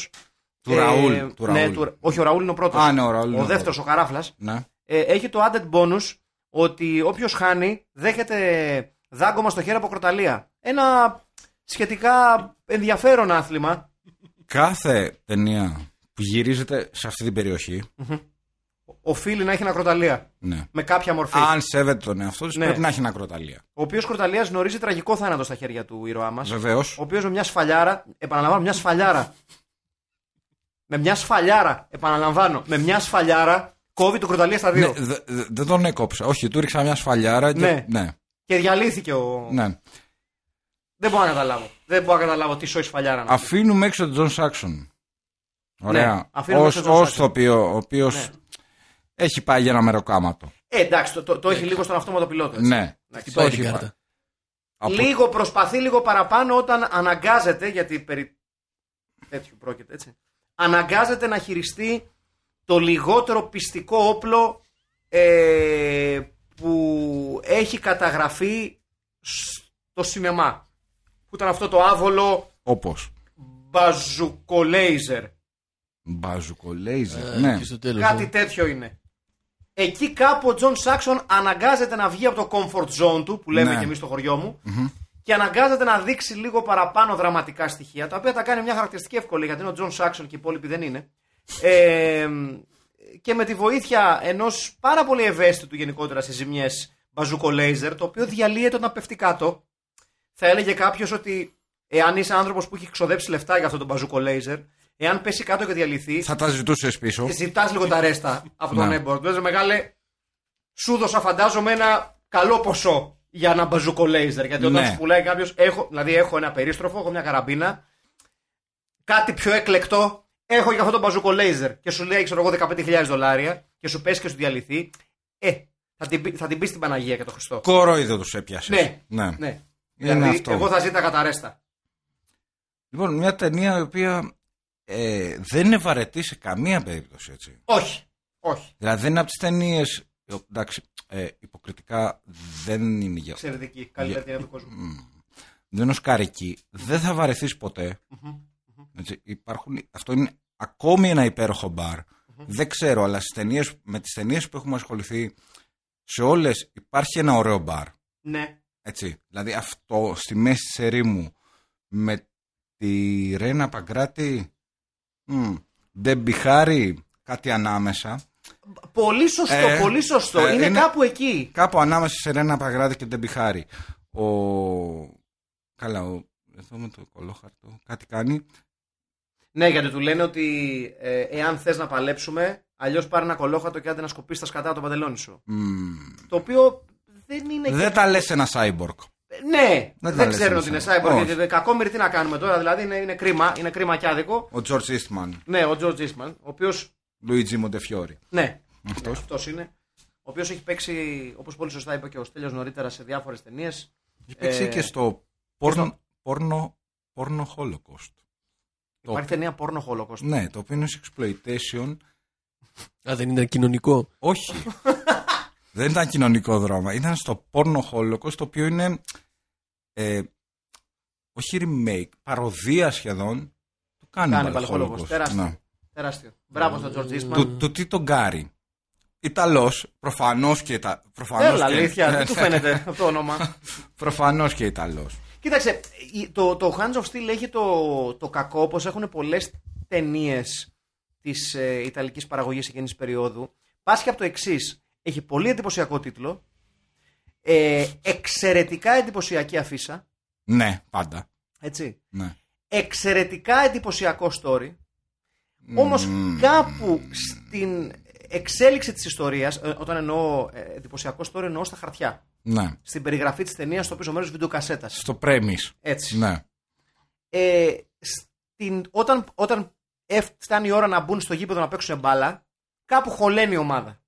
Speaker 2: Του Ραούλ, του
Speaker 1: ναι,
Speaker 2: Ραούλ.
Speaker 1: του, όχι, ο Ραούλ είναι ο πρώτος.
Speaker 2: Α, ναι, ο Ραούλ είναι
Speaker 1: ο
Speaker 2: ο
Speaker 1: δεύτερος, ο Καράφλας.
Speaker 2: Ναι.
Speaker 1: Ε, έχει το added bonus ότι όποιος χάνει δέχεται δάγκωμα στο χέρι από κροταλία. Ένα σχετικά ενδιαφέρον άθλημα.
Speaker 2: κάθε ταινία που γυρίζεται σε αυτή την περιοχη
Speaker 1: Οφείλει να έχει ένα κροταλία.
Speaker 2: ναι.
Speaker 1: Με κάποια μορφή.
Speaker 2: αν σέβεται τον εαυτό της,
Speaker 1: Ναι.
Speaker 2: πρέπει να έχει ακροταλία.
Speaker 1: Ο οποίος κροταλία γνωρίζει τραγικό θάνατο στα χέρια του ήρωά μας.
Speaker 2: Βεβαίως.
Speaker 1: Ο οποίος με μια σφαλιάρα. Επαναλαμβάνω, μια σφαλιάρα. με μια σφαλιάρα. Επαναλαμβάνω, με μια σφαλιάρα κόβει το κροταλία στα
Speaker 3: Ναι,
Speaker 1: δύο.
Speaker 2: Ναι, δεν τον έκοψα. Όχι, του ρίξα μια σφαλιάρα και.
Speaker 1: Ναι.
Speaker 2: ναι.
Speaker 1: Και διαλύθηκε ο.
Speaker 2: ναι.
Speaker 1: Δεν μπορώ να καταλάβω. Δεν μπορώ να καταλάβω τι σοή σφαλιάρα να
Speaker 2: Αφήνουμε έξω τον Τζον Σάξον. Ωραία.
Speaker 1: Ναι, αφήνουμε
Speaker 2: Ως-
Speaker 1: τον Τζον
Speaker 2: ως
Speaker 1: Σάξον.
Speaker 2: ηθοποιό, ο οποίος
Speaker 1: Ναι.
Speaker 2: έχει πάει για ένα μεροκάματο.
Speaker 1: Ε, εντάξει, το, το, το έχει λίγο στον αυτόματο πιλότο. έτσι.
Speaker 2: Ναι.
Speaker 1: Εντάξει,
Speaker 3: Ναι. Χτυπάει
Speaker 2: Όχι,
Speaker 3: την
Speaker 2: πα-
Speaker 3: κάρτα.
Speaker 2: Από-
Speaker 1: Λίγο προσπαθεί λίγο παραπάνω όταν αναγκάζεται, γιατί περί τέτοιου πρόκειται έτσι, αναγκάζεται να χειριστεί το λιγότερο πιστικό όπλο ε, που έχει καταγραφεί στο σινεμά. Που ήταν αυτό το άβολο
Speaker 2: όπως
Speaker 1: μπαζουκολέιζερ.
Speaker 2: Μπάζουκο Λέιζερ.
Speaker 3: Ε,
Speaker 2: ναι.
Speaker 3: και στο τέλος,
Speaker 1: Κάτι
Speaker 3: ε.
Speaker 1: τέτοιο είναι. Εκεί κάπου ο Τζον Σάξον αναγκάζεται να βγει από το comfort zone του, που λέμε
Speaker 2: Ναι.
Speaker 1: και εμείς στο χωριό μου, και αναγκάζεται να δείξει λίγο παραπάνω δραματικά στοιχεία, τα οποία τα κάνει μια χαρακτηριστική ευκολία, γιατί είναι ο Τζον Σάξον και οι υπόλοιποι δεν είναι. Ε, και με τη βοήθεια ενός πάρα πολύ ευαίσθητου γενικότερα στι ζημιέ μπαζούκο λέιζερ, το οποίο διαλύεται όταν πέφτει κάτω. Θα έλεγε κάποιος ότι εάν είσαι άνθρωπος που έχει ξοδέψει λεφτά για αυτό το μπαζούκο λέιζερ, εάν πέσει κάτω και διαλυθεί,
Speaker 2: Θα τα ζητούσες πίσω.
Speaker 1: ζητάς λίγο τα ρέστα από τον
Speaker 2: Ναι.
Speaker 1: έμπορο. Του λες, μεγάλε, σου δώσα φαντάζομαι ένα καλό ποσό για ένα μπαζούκο λέιζερ. Γιατί όταν
Speaker 2: Ναι.
Speaker 1: σου πουλάει κάποιος, έχω, δηλαδή έχω ένα περίστροφο, έχω μια καραμπίνα, κάτι πιο εκλεκτό, έχω για αυτό το μπαζούκο λέιζερ. Και σου λέει, ξέρω εγώ, 15.000 δολάρια και σου πέσει και σου διαλυθεί. Ε, θα την, πει- θα την πεις στην Παναγία και το Χριστό.
Speaker 2: Κορόιδο τους έπιασες.
Speaker 1: Ναι.
Speaker 2: ναι.
Speaker 1: Ναι.
Speaker 2: Είναι
Speaker 1: δηλαδή,
Speaker 2: αυτό.
Speaker 1: εγώ θα ζήταγα τα ρέστα.
Speaker 2: Λοιπόν, μια ταινία η οποία ε, δεν είναι βαρετή σε καμία περίπτωση. Έτσι.
Speaker 1: Όχι. Όχι.
Speaker 2: Δηλαδή, δεν είναι από τις ταινίες. Εντάξει, ε, υποκριτικά δεν είναι για.
Speaker 1: Εξαιρετική. Καλύτερη ταινία του κόσμου.
Speaker 2: Μμμ. Δεν είναι οσκαρική. Δεν θα βαρεθείς ποτέ. Έτσι, υπάρχουν, αυτό είναι ακόμη ένα υπέροχο μπαρ Δεν ξέρω, αλλά στις ταινίες, με τις ταινίες που έχουμε ασχοληθεί, σε όλες υπάρχει ένα ωραίο μπαρ.
Speaker 1: Ναι.
Speaker 2: Έτσι. Δηλαδή αυτό στη μέση της ερήμου με τη Ρένα Παγκράτη, μ, Ντεμπιχάρη, κάτι ανάμεσα.
Speaker 1: Πολύ σωστό,
Speaker 2: Ε,
Speaker 1: πολύ σωστό.
Speaker 2: ε,
Speaker 1: είναι,
Speaker 2: είναι-
Speaker 1: κάπου εκεί.
Speaker 2: Κάπου ανάμεσα σε Ρένα Παγκράτη και Ντεμπιχάρη. Ο... Καλά, ο... εδώ με το κολόχαρτο κάτι κάνει.
Speaker 1: Ναι, γιατί του λένε ότι ε, εάν θες να παλέψουμε, αλλιώς πάρει ένα κολόχατο και άντε να σκοπεί τα σκατά το παντελόνι σου.
Speaker 2: Μ,
Speaker 1: Το οποίο δεν είναι.
Speaker 2: δεν τα λες ένα cyborg.
Speaker 1: Ναι,
Speaker 2: τα
Speaker 1: δεν,
Speaker 2: λες
Speaker 1: ξέρουν
Speaker 2: είναι
Speaker 1: ότι είναι
Speaker 2: cyborg.
Speaker 1: cyborg.
Speaker 2: Όχι.
Speaker 1: Γιατί κακόμοιροι τι να κάνουμε τώρα, δηλαδή είναι, είναι κρίμα, είναι κρίμα και άδικο.
Speaker 2: Ο George Eastman,
Speaker 1: Ναι, ο George Eastman, ο οποίος.
Speaker 2: Luigi Montefiore.
Speaker 1: Ναι,
Speaker 2: Αυτός.
Speaker 1: αυτός είναι. Ο οποίος έχει παίξει, όπως πολύ σωστά είπε και ο Στέλιος νωρίτερα, σε διάφορες ταινίες.
Speaker 2: Υπήρξε
Speaker 1: Ε,
Speaker 2: και στο πόρνο, πόρνο, πόρνο Holocaust. Το
Speaker 1: Υπάρχει ταινία πόρνο χολοκοστό.
Speaker 2: Ναι, το οποίο είναι ως exploitation.
Speaker 3: ε, Α, δεν ήταν κοινωνικό.
Speaker 2: Όχι. Δεν ήταν κοινωνικό δράμα. Ήταν στο πόρνο Holocaust, το οποίο είναι. Ε, όχι remake, παροδία σχεδόν του Cannibal
Speaker 1: Cannibal Holocaust.
Speaker 2: Holocaust.
Speaker 1: Τεράστιο.
Speaker 2: Ναι.
Speaker 1: Τεράστιο. Μπράβο στον George Eastman.
Speaker 2: Του, του Τίτο Γκάρι. Ιταλός, προφανώς και, Ιτα... προφανώς
Speaker 1: Έλα,
Speaker 2: και... ε,
Speaker 1: αλήθεια, δεν του φαίνεται αυτό το όνομα.
Speaker 2: προφανώς και Ιταλός.
Speaker 1: Κοίταξε, η- το, το Hands of Steel έχει το, το κακό πως έχουν πολλές ταινίες της ε, Ιταλικής παραγωγής εκείνης της περίοδου. Πάσχει από το εξής. Έχει πολύ εντυπωσιακό τίτλο, ε, εξαιρετικά εντυπωσιακή αφίσα,
Speaker 2: Ναι, πάντα.
Speaker 1: έτσι.
Speaker 2: Ναι.
Speaker 1: Εξαιρετικά εντυπωσιακό story, όμως
Speaker 2: Mm.
Speaker 1: κάπου στην εξέλιξη της ιστορίας, ε, όταν εννοώ ε, εντυπωσιακό story εννοώ στα χαρτιά,
Speaker 2: Ναι.
Speaker 1: στην περιγραφή της ταινίας στο πίσω μέρος βιντεοκασέτας,
Speaker 2: Στο premise.
Speaker 1: έτσι.
Speaker 2: Ναι.
Speaker 1: ε, στην, όταν, όταν εφ- φτάνει η ώρα να μπουν στο γήπεδο να παίξουν μπάλα, κάπου χωλαίνει η ομάδα.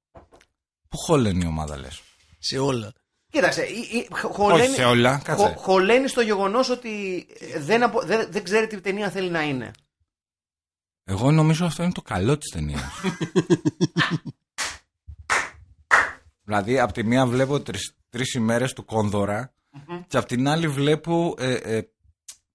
Speaker 2: Πού χωλένει η ομάδα λες.
Speaker 3: Σε όλα.
Speaker 1: Κοίταξε, η, η, χω-
Speaker 2: Όχι
Speaker 1: χωλαίνει,
Speaker 2: σε όλα,
Speaker 1: χω-
Speaker 2: κάτσε.
Speaker 1: χωλαίνει στο γεγονός ότι δεν, απο- δεν, δεν ξέρει τι ταινία θέλει να είναι.
Speaker 2: Εγώ νομίζω αυτό είναι το καλό της ταινίας. δηλαδή, από τη μία βλέπω τρεις, τρεις ημέρες του κονδορα και από την άλλη βλέπω ε, ε,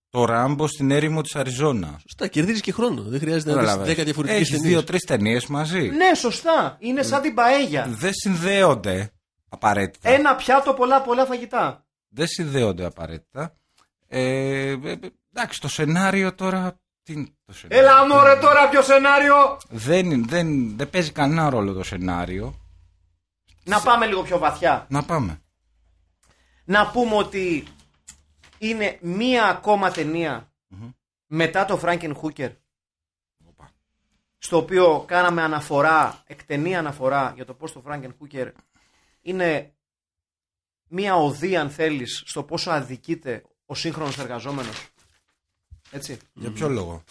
Speaker 2: το Ράμπο στην έρημο της Αριζόνα.
Speaker 3: Σωστά, κερδίζεις και χρόνο. Δεν χρειάζεται να δεις 10 διαφορετικές
Speaker 2: Έχεις
Speaker 3: ταινίες.
Speaker 2: δύο-τρεις ταινίες μαζί.
Speaker 1: Ναι, σωστά. Είναι σαν την παέγια.
Speaker 2: Δεν συνδέονται απαραίτητα.
Speaker 1: Ένα πιάτο, πολλά πολλά φαγητά.
Speaker 2: Δεν συνδέονται απαραίτητα. Ε, ε, ε, εντάξει, το σενάριο τώρα... Τι είναι το σενάριο.
Speaker 1: Έλα μωρέ τώρα ποιο σενάριο!
Speaker 2: Δεν, δεν, δεν παίζει κανένα ρόλο το σενάριο.
Speaker 1: Να πάμε λίγο πιο βαθιά.
Speaker 2: Να πάμε.
Speaker 1: Να πούμε ότι είναι μία ακόμα ταινία μετά το Franken Hooker
Speaker 2: Οπα.
Speaker 1: στο οποίο κάναμε αναφορά, εκτενή αναφορά για το πώς το Franken Hooker είναι μία οδή αν θέλεις στο πόσο αδικείται ο σύγχρονος εργαζόμενος. Έτσι.
Speaker 2: Για ποιο λόγο.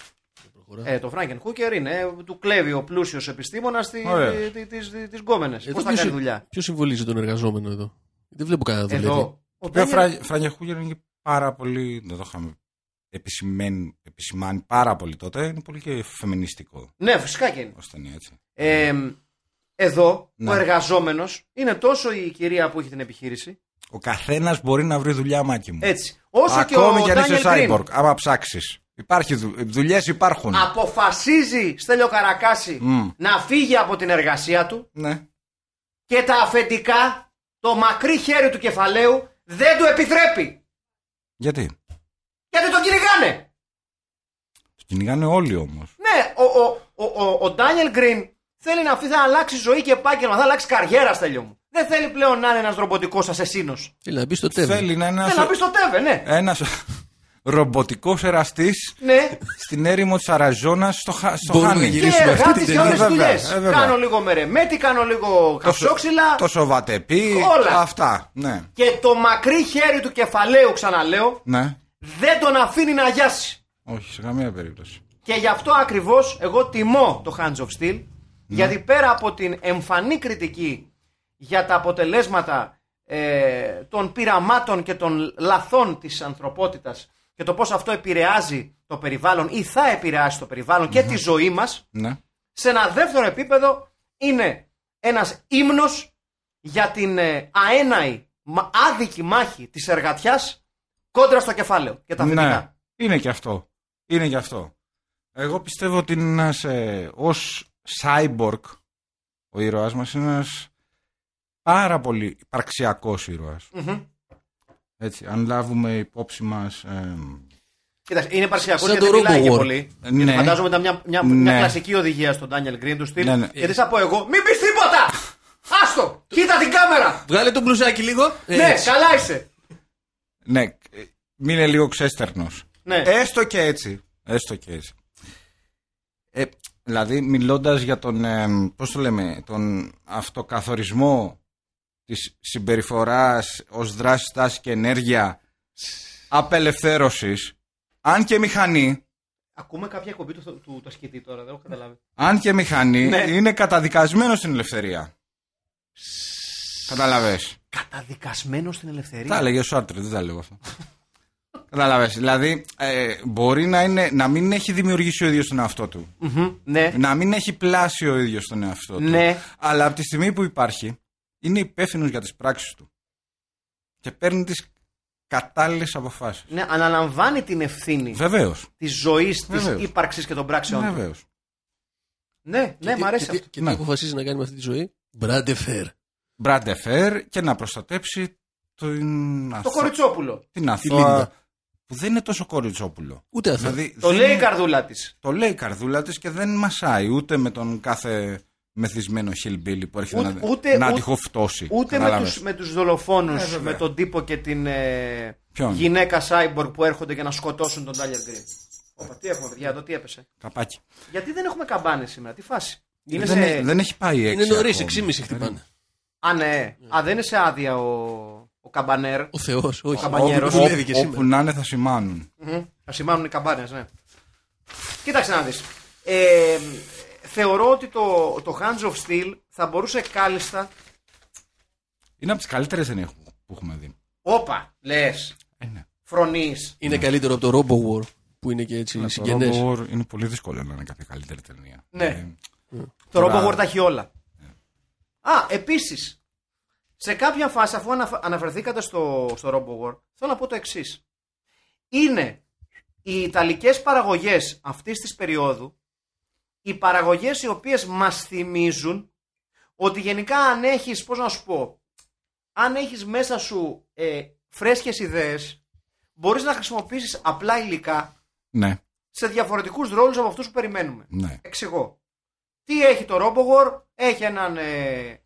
Speaker 2: Ναι.
Speaker 1: Ε, το Franken Hooker είναι, ε, του κλέβει ο πλούσιος επιστήμονας τη,
Speaker 2: Ωραίος.
Speaker 1: τη, τη, της, τις
Speaker 2: Ε,
Speaker 1: γκόμενες. Πώς θα
Speaker 3: ποιος-
Speaker 1: κάνει δουλειά.
Speaker 3: ποιος συμβολίζει τον εργαζόμενο εδώ. Ε, Δεν βλέπω κανένα δουλεύει.
Speaker 1: Εδώ. Ο
Speaker 2: Το οποίο
Speaker 1: Daniel-
Speaker 2: Φράγια Φράγια Χούγερ είναι και πάρα πολύ. Δεν το είχαμε επισημάνει, επισημάνει πάρα πολύ τότε. Είναι πολύ και φεμινιστικό
Speaker 1: Ναι, φυσικά και είναι.
Speaker 2: ως ταινία έτσι.
Speaker 1: Ε, εδώ
Speaker 2: Ναι.
Speaker 1: ο εργαζόμενος είναι τόσο η κυρία που έχει την επιχείρηση.
Speaker 2: Ο καθένας μπορεί να βρει δουλειά, μάκι μου.
Speaker 1: Έτσι. Ε, Όσο και
Speaker 2: Ακόμη
Speaker 1: ο
Speaker 2: κι αν είσαι
Speaker 1: Ντάνιελ Γκριν
Speaker 2: cyborg, άμα ψάξεις. Υπάρχει δουλειές, υπάρχουν.
Speaker 1: αποφασίζει Στέλιο Καρακάση
Speaker 2: Μμ.
Speaker 1: να φύγει από την εργασία του
Speaker 2: Ναι.
Speaker 1: και τα αφεντικά, το μακρύ χέρι του κεφαλαίου δεν του επιτρέπει.
Speaker 2: Γιατί.
Speaker 1: Γιατί τον κυνηγάνε.
Speaker 2: Το κυνηγάνε όλοι όμως.
Speaker 1: Ναι, ο, ο, ο, ο, ο Ντάνιελ Γκριν θέλει να φύγει, θα αλλάξει ζωή και επάγγελμα, θα αλλάξει καριέρα, Στέλιο μου. Δεν θέλει πλέον να είναι ένας ρομποτικός ασεσίνος.
Speaker 3: Θέλει να μπει στο τέβι.
Speaker 2: Θέλει να είναι
Speaker 1: Θέλει Ε, να πει στο τέβε, ναι.
Speaker 2: [LAUGHS] ένας ρομποτικός εραστής
Speaker 1: Ναι.
Speaker 2: στην έρημο της Αραζόνα στο, χα- στο
Speaker 3: Μπορούμε να
Speaker 2: Χάνι.
Speaker 3: γυρίσουμε.
Speaker 1: Και
Speaker 3: Γυρίσουμε αυτή
Speaker 1: εργάτη
Speaker 3: την
Speaker 1: για όλε τι
Speaker 2: ταινία.
Speaker 1: δουλειέ.
Speaker 2: Ε, βέβαια.
Speaker 1: Κάνω λίγο μερεμέτη, κάνω λίγο
Speaker 2: Το σο-
Speaker 1: καψόξυλα.
Speaker 2: Το σοβατεπί.
Speaker 1: Όλα.
Speaker 2: Αυτά. Ναι.
Speaker 1: Και το μακρύ χέρι του κεφαλαίου, ξαναλέω,
Speaker 2: Ναι.
Speaker 1: δεν τον αφήνει να αγιάσει.
Speaker 2: Όχι, σε καμία περίπτωση.
Speaker 1: Και γι' αυτό ακριβώς εγώ τιμώ το Hands of Steel.
Speaker 2: Ναι.
Speaker 1: Γιατί πέρα από την εμφανή κριτική για τα αποτελέσματα ε, των πειραμάτων και των λαθών της ανθρωπότητας και το πώς αυτό επηρεάζει το περιβάλλον ή θα επηρεάσει το περιβάλλον και τη ζωή μας,
Speaker 2: Ναι.
Speaker 1: σε ένα δεύτερο επίπεδο είναι ένας ύμνος για την ε, αέναη μα- άδικη μάχη της εργατιάς κόντρα στο κεφάλαιο και τα θετικά.
Speaker 2: Ναι, είναι και αυτό. Είναι και αυτό. Εγώ πιστεύω ότι είναι ένας, ε, ως Cyborg, ο ήρωάς μας, είναι ένας πάρα πολύ υπαρξιακός ήρωας.
Speaker 1: Μμμ.
Speaker 2: Έτσι, αν λάβουμε υπόψη μας... ε, εμ,
Speaker 1: Κοίταξε, είναι παρσιακό
Speaker 3: Σαν
Speaker 1: και δεν
Speaker 3: το
Speaker 1: μιλάει
Speaker 3: Robo
Speaker 1: και
Speaker 3: War.
Speaker 1: πολύ.
Speaker 2: Ναι.
Speaker 1: Γιατί Φαντάζομαι ήταν μια, μια, μια
Speaker 2: Ναι.
Speaker 1: κλασική οδηγία στον Daniel Green του στυλ.
Speaker 2: Ναι, ναι.
Speaker 1: Γιατί θα πω εγώ, μην πεις τίποτα! Άστο! Κοίτα την κάμερα!
Speaker 3: Βγάλε το μπλουζάκι λίγο. Ε,
Speaker 1: ναι,
Speaker 3: Έτσι.
Speaker 1: καλά είσαι!
Speaker 2: ναι, ε, μην είναι λίγο ξέστερνος.
Speaker 1: Ναι.
Speaker 2: Έστω και έτσι. Έστω και έτσι. Ε, δηλαδή, μιλώντας για τον, ε, πώς το λέμε, τον αυτοκαθορισμό της συμπεριφοράς ως δράση, τάση και ενέργεια απελευθέρωσης, αν και μηχανή,
Speaker 1: Ακούμε κάποια εκπομπή του, του, του ασκητή τώρα, δεν έχω καταλάβει.
Speaker 2: αν και μηχανή
Speaker 1: Ναι.
Speaker 2: είναι καταδικασμένο στην ελευθερία. Καταλαβες.
Speaker 1: Καταδικασμένο στην ελευθερία.
Speaker 2: Τα έλεγε ο Σάρτρε, δεν τα λέω αυτό. Καταλαβες. Δηλαδή, ε, μπορεί να, είναι, να μην έχει δημιουργήσει ο ίδιος τον εαυτό του.
Speaker 1: Μμμ, ναι.
Speaker 2: Να μην έχει πλάσει ο ίδιος τον εαυτό του.
Speaker 1: Ναι.
Speaker 2: Αλλά από τη στιγμή που υπάρχει, είναι υπεύθυνος για τις πράξεις του. Και παίρνει τις κατάλληλες αποφάσεις.
Speaker 1: ναι, αναλαμβάνει την ευθύνη
Speaker 2: Βεβαίως.
Speaker 1: της ζωής, της
Speaker 2: Βεβαίως.
Speaker 1: ύπαρξης και των πράξεων. του.
Speaker 2: Βεβαίως.
Speaker 1: Ναι, ναι,
Speaker 3: Και τι-
Speaker 1: μ' αρέσει
Speaker 3: και τι-
Speaker 1: αυτό.
Speaker 3: Και τι
Speaker 2: Ναι.
Speaker 3: αποφασίζει να κάνει με αυτή τη ζωή. Μπραντεφέρ.
Speaker 2: Μπραντεφέρ και να προστατέψει την,
Speaker 1: Το
Speaker 2: αθω...
Speaker 1: κοριτσόπουλο.
Speaker 2: την αθώα.
Speaker 3: Λίντα.
Speaker 2: Που δεν είναι τόσο κοριτσόπουλο.
Speaker 3: Ούτε αυτό.
Speaker 2: Δηλαδή,
Speaker 1: Το
Speaker 2: δεν-
Speaker 1: λέει η καρδούλα της.
Speaker 2: το λέει η καρδούλα της και δεν μασάει ούτε με τον κάθε μεθυσμένο χιλμπίλι που έρχεται
Speaker 1: Ούτε-
Speaker 2: να,
Speaker 1: ούτε-
Speaker 2: να
Speaker 1: ούτε-
Speaker 2: αντιχοφτώσει.
Speaker 1: Ούτε με
Speaker 2: Κατάλαβες.
Speaker 1: τους, με τους δολοφόνους,
Speaker 2: Ε, βέβαια.
Speaker 1: με τον τύπο και την ε,
Speaker 2: Ποιον?
Speaker 1: γυναίκα cyborg που έρχονται για να σκοτώσουν τον Τάλιαρ Γκριν. Όπα, τι έχουμε παιδιά εδώ, τι έπεσε.
Speaker 2: Καπάκι.
Speaker 1: Γιατί δεν έχουμε καμπάνες σήμερα, τι φάση. Είναι
Speaker 2: Ε, δεν,
Speaker 1: σε...
Speaker 2: έχει- δεν έχει πάει έξι.
Speaker 3: Είναι νωρίς,
Speaker 2: ακόμα.
Speaker 3: 6,5 χτυπάνε.
Speaker 1: Α, ναι. Α, δεν είναι σε άδεια ο, ο καμπανέρ.
Speaker 3: Ο Θεός, όχι.
Speaker 1: καμπανιέρος.
Speaker 2: Όπου-
Speaker 3: Δουλεύει και
Speaker 2: όπου-
Speaker 3: σήμερα.
Speaker 2: Όπου να είναι θα σημάνουν.
Speaker 1: Μμμ. Να σημάνουν οι καμπάνες, ναι. Κοίταξε να δεις. Ε, θεωρώ ότι το, το Hands of Steel θα μπορούσε κάλλιστα...
Speaker 2: Είναι από τις καλύτερες ταινίες που έχουμε δει.
Speaker 1: Όπα, λες,
Speaker 2: Ε, ναι.
Speaker 1: φρονείς.
Speaker 3: Είναι καλύτερο από το Robo War που είναι και έτσι
Speaker 2: Το
Speaker 3: συγγενές.
Speaker 2: Robo War είναι πολύ δύσκολο να είναι κάποια καλύτερη ταινία.
Speaker 1: Ναι.
Speaker 2: Ε,
Speaker 1: Το
Speaker 2: Τώρα-
Speaker 1: Robo War τα έχει όλα. Α, επίσης. Σε κάποια φάση, αφού αναφ- αναφερθήκατε στο, στο Robo War, θέλω να πω το εξής. Είναι οι Ιταλικές παραγωγές αυτής της περίοδου οι παραγωγές οι οποίες μας θυμίζουν ότι γενικά αν έχεις, πώς να σου πω, αν έχεις μέσα σου ε, φρέσκες ιδέες, μπορείς να χρησιμοποιήσεις απλά υλικά
Speaker 2: ναι,
Speaker 1: σε διαφορετικούς ρόλους από αυτούς που περιμένουμε.
Speaker 2: ναι.
Speaker 1: Εξηγώ. Τι έχει το RoboWar, έχει έναν ε,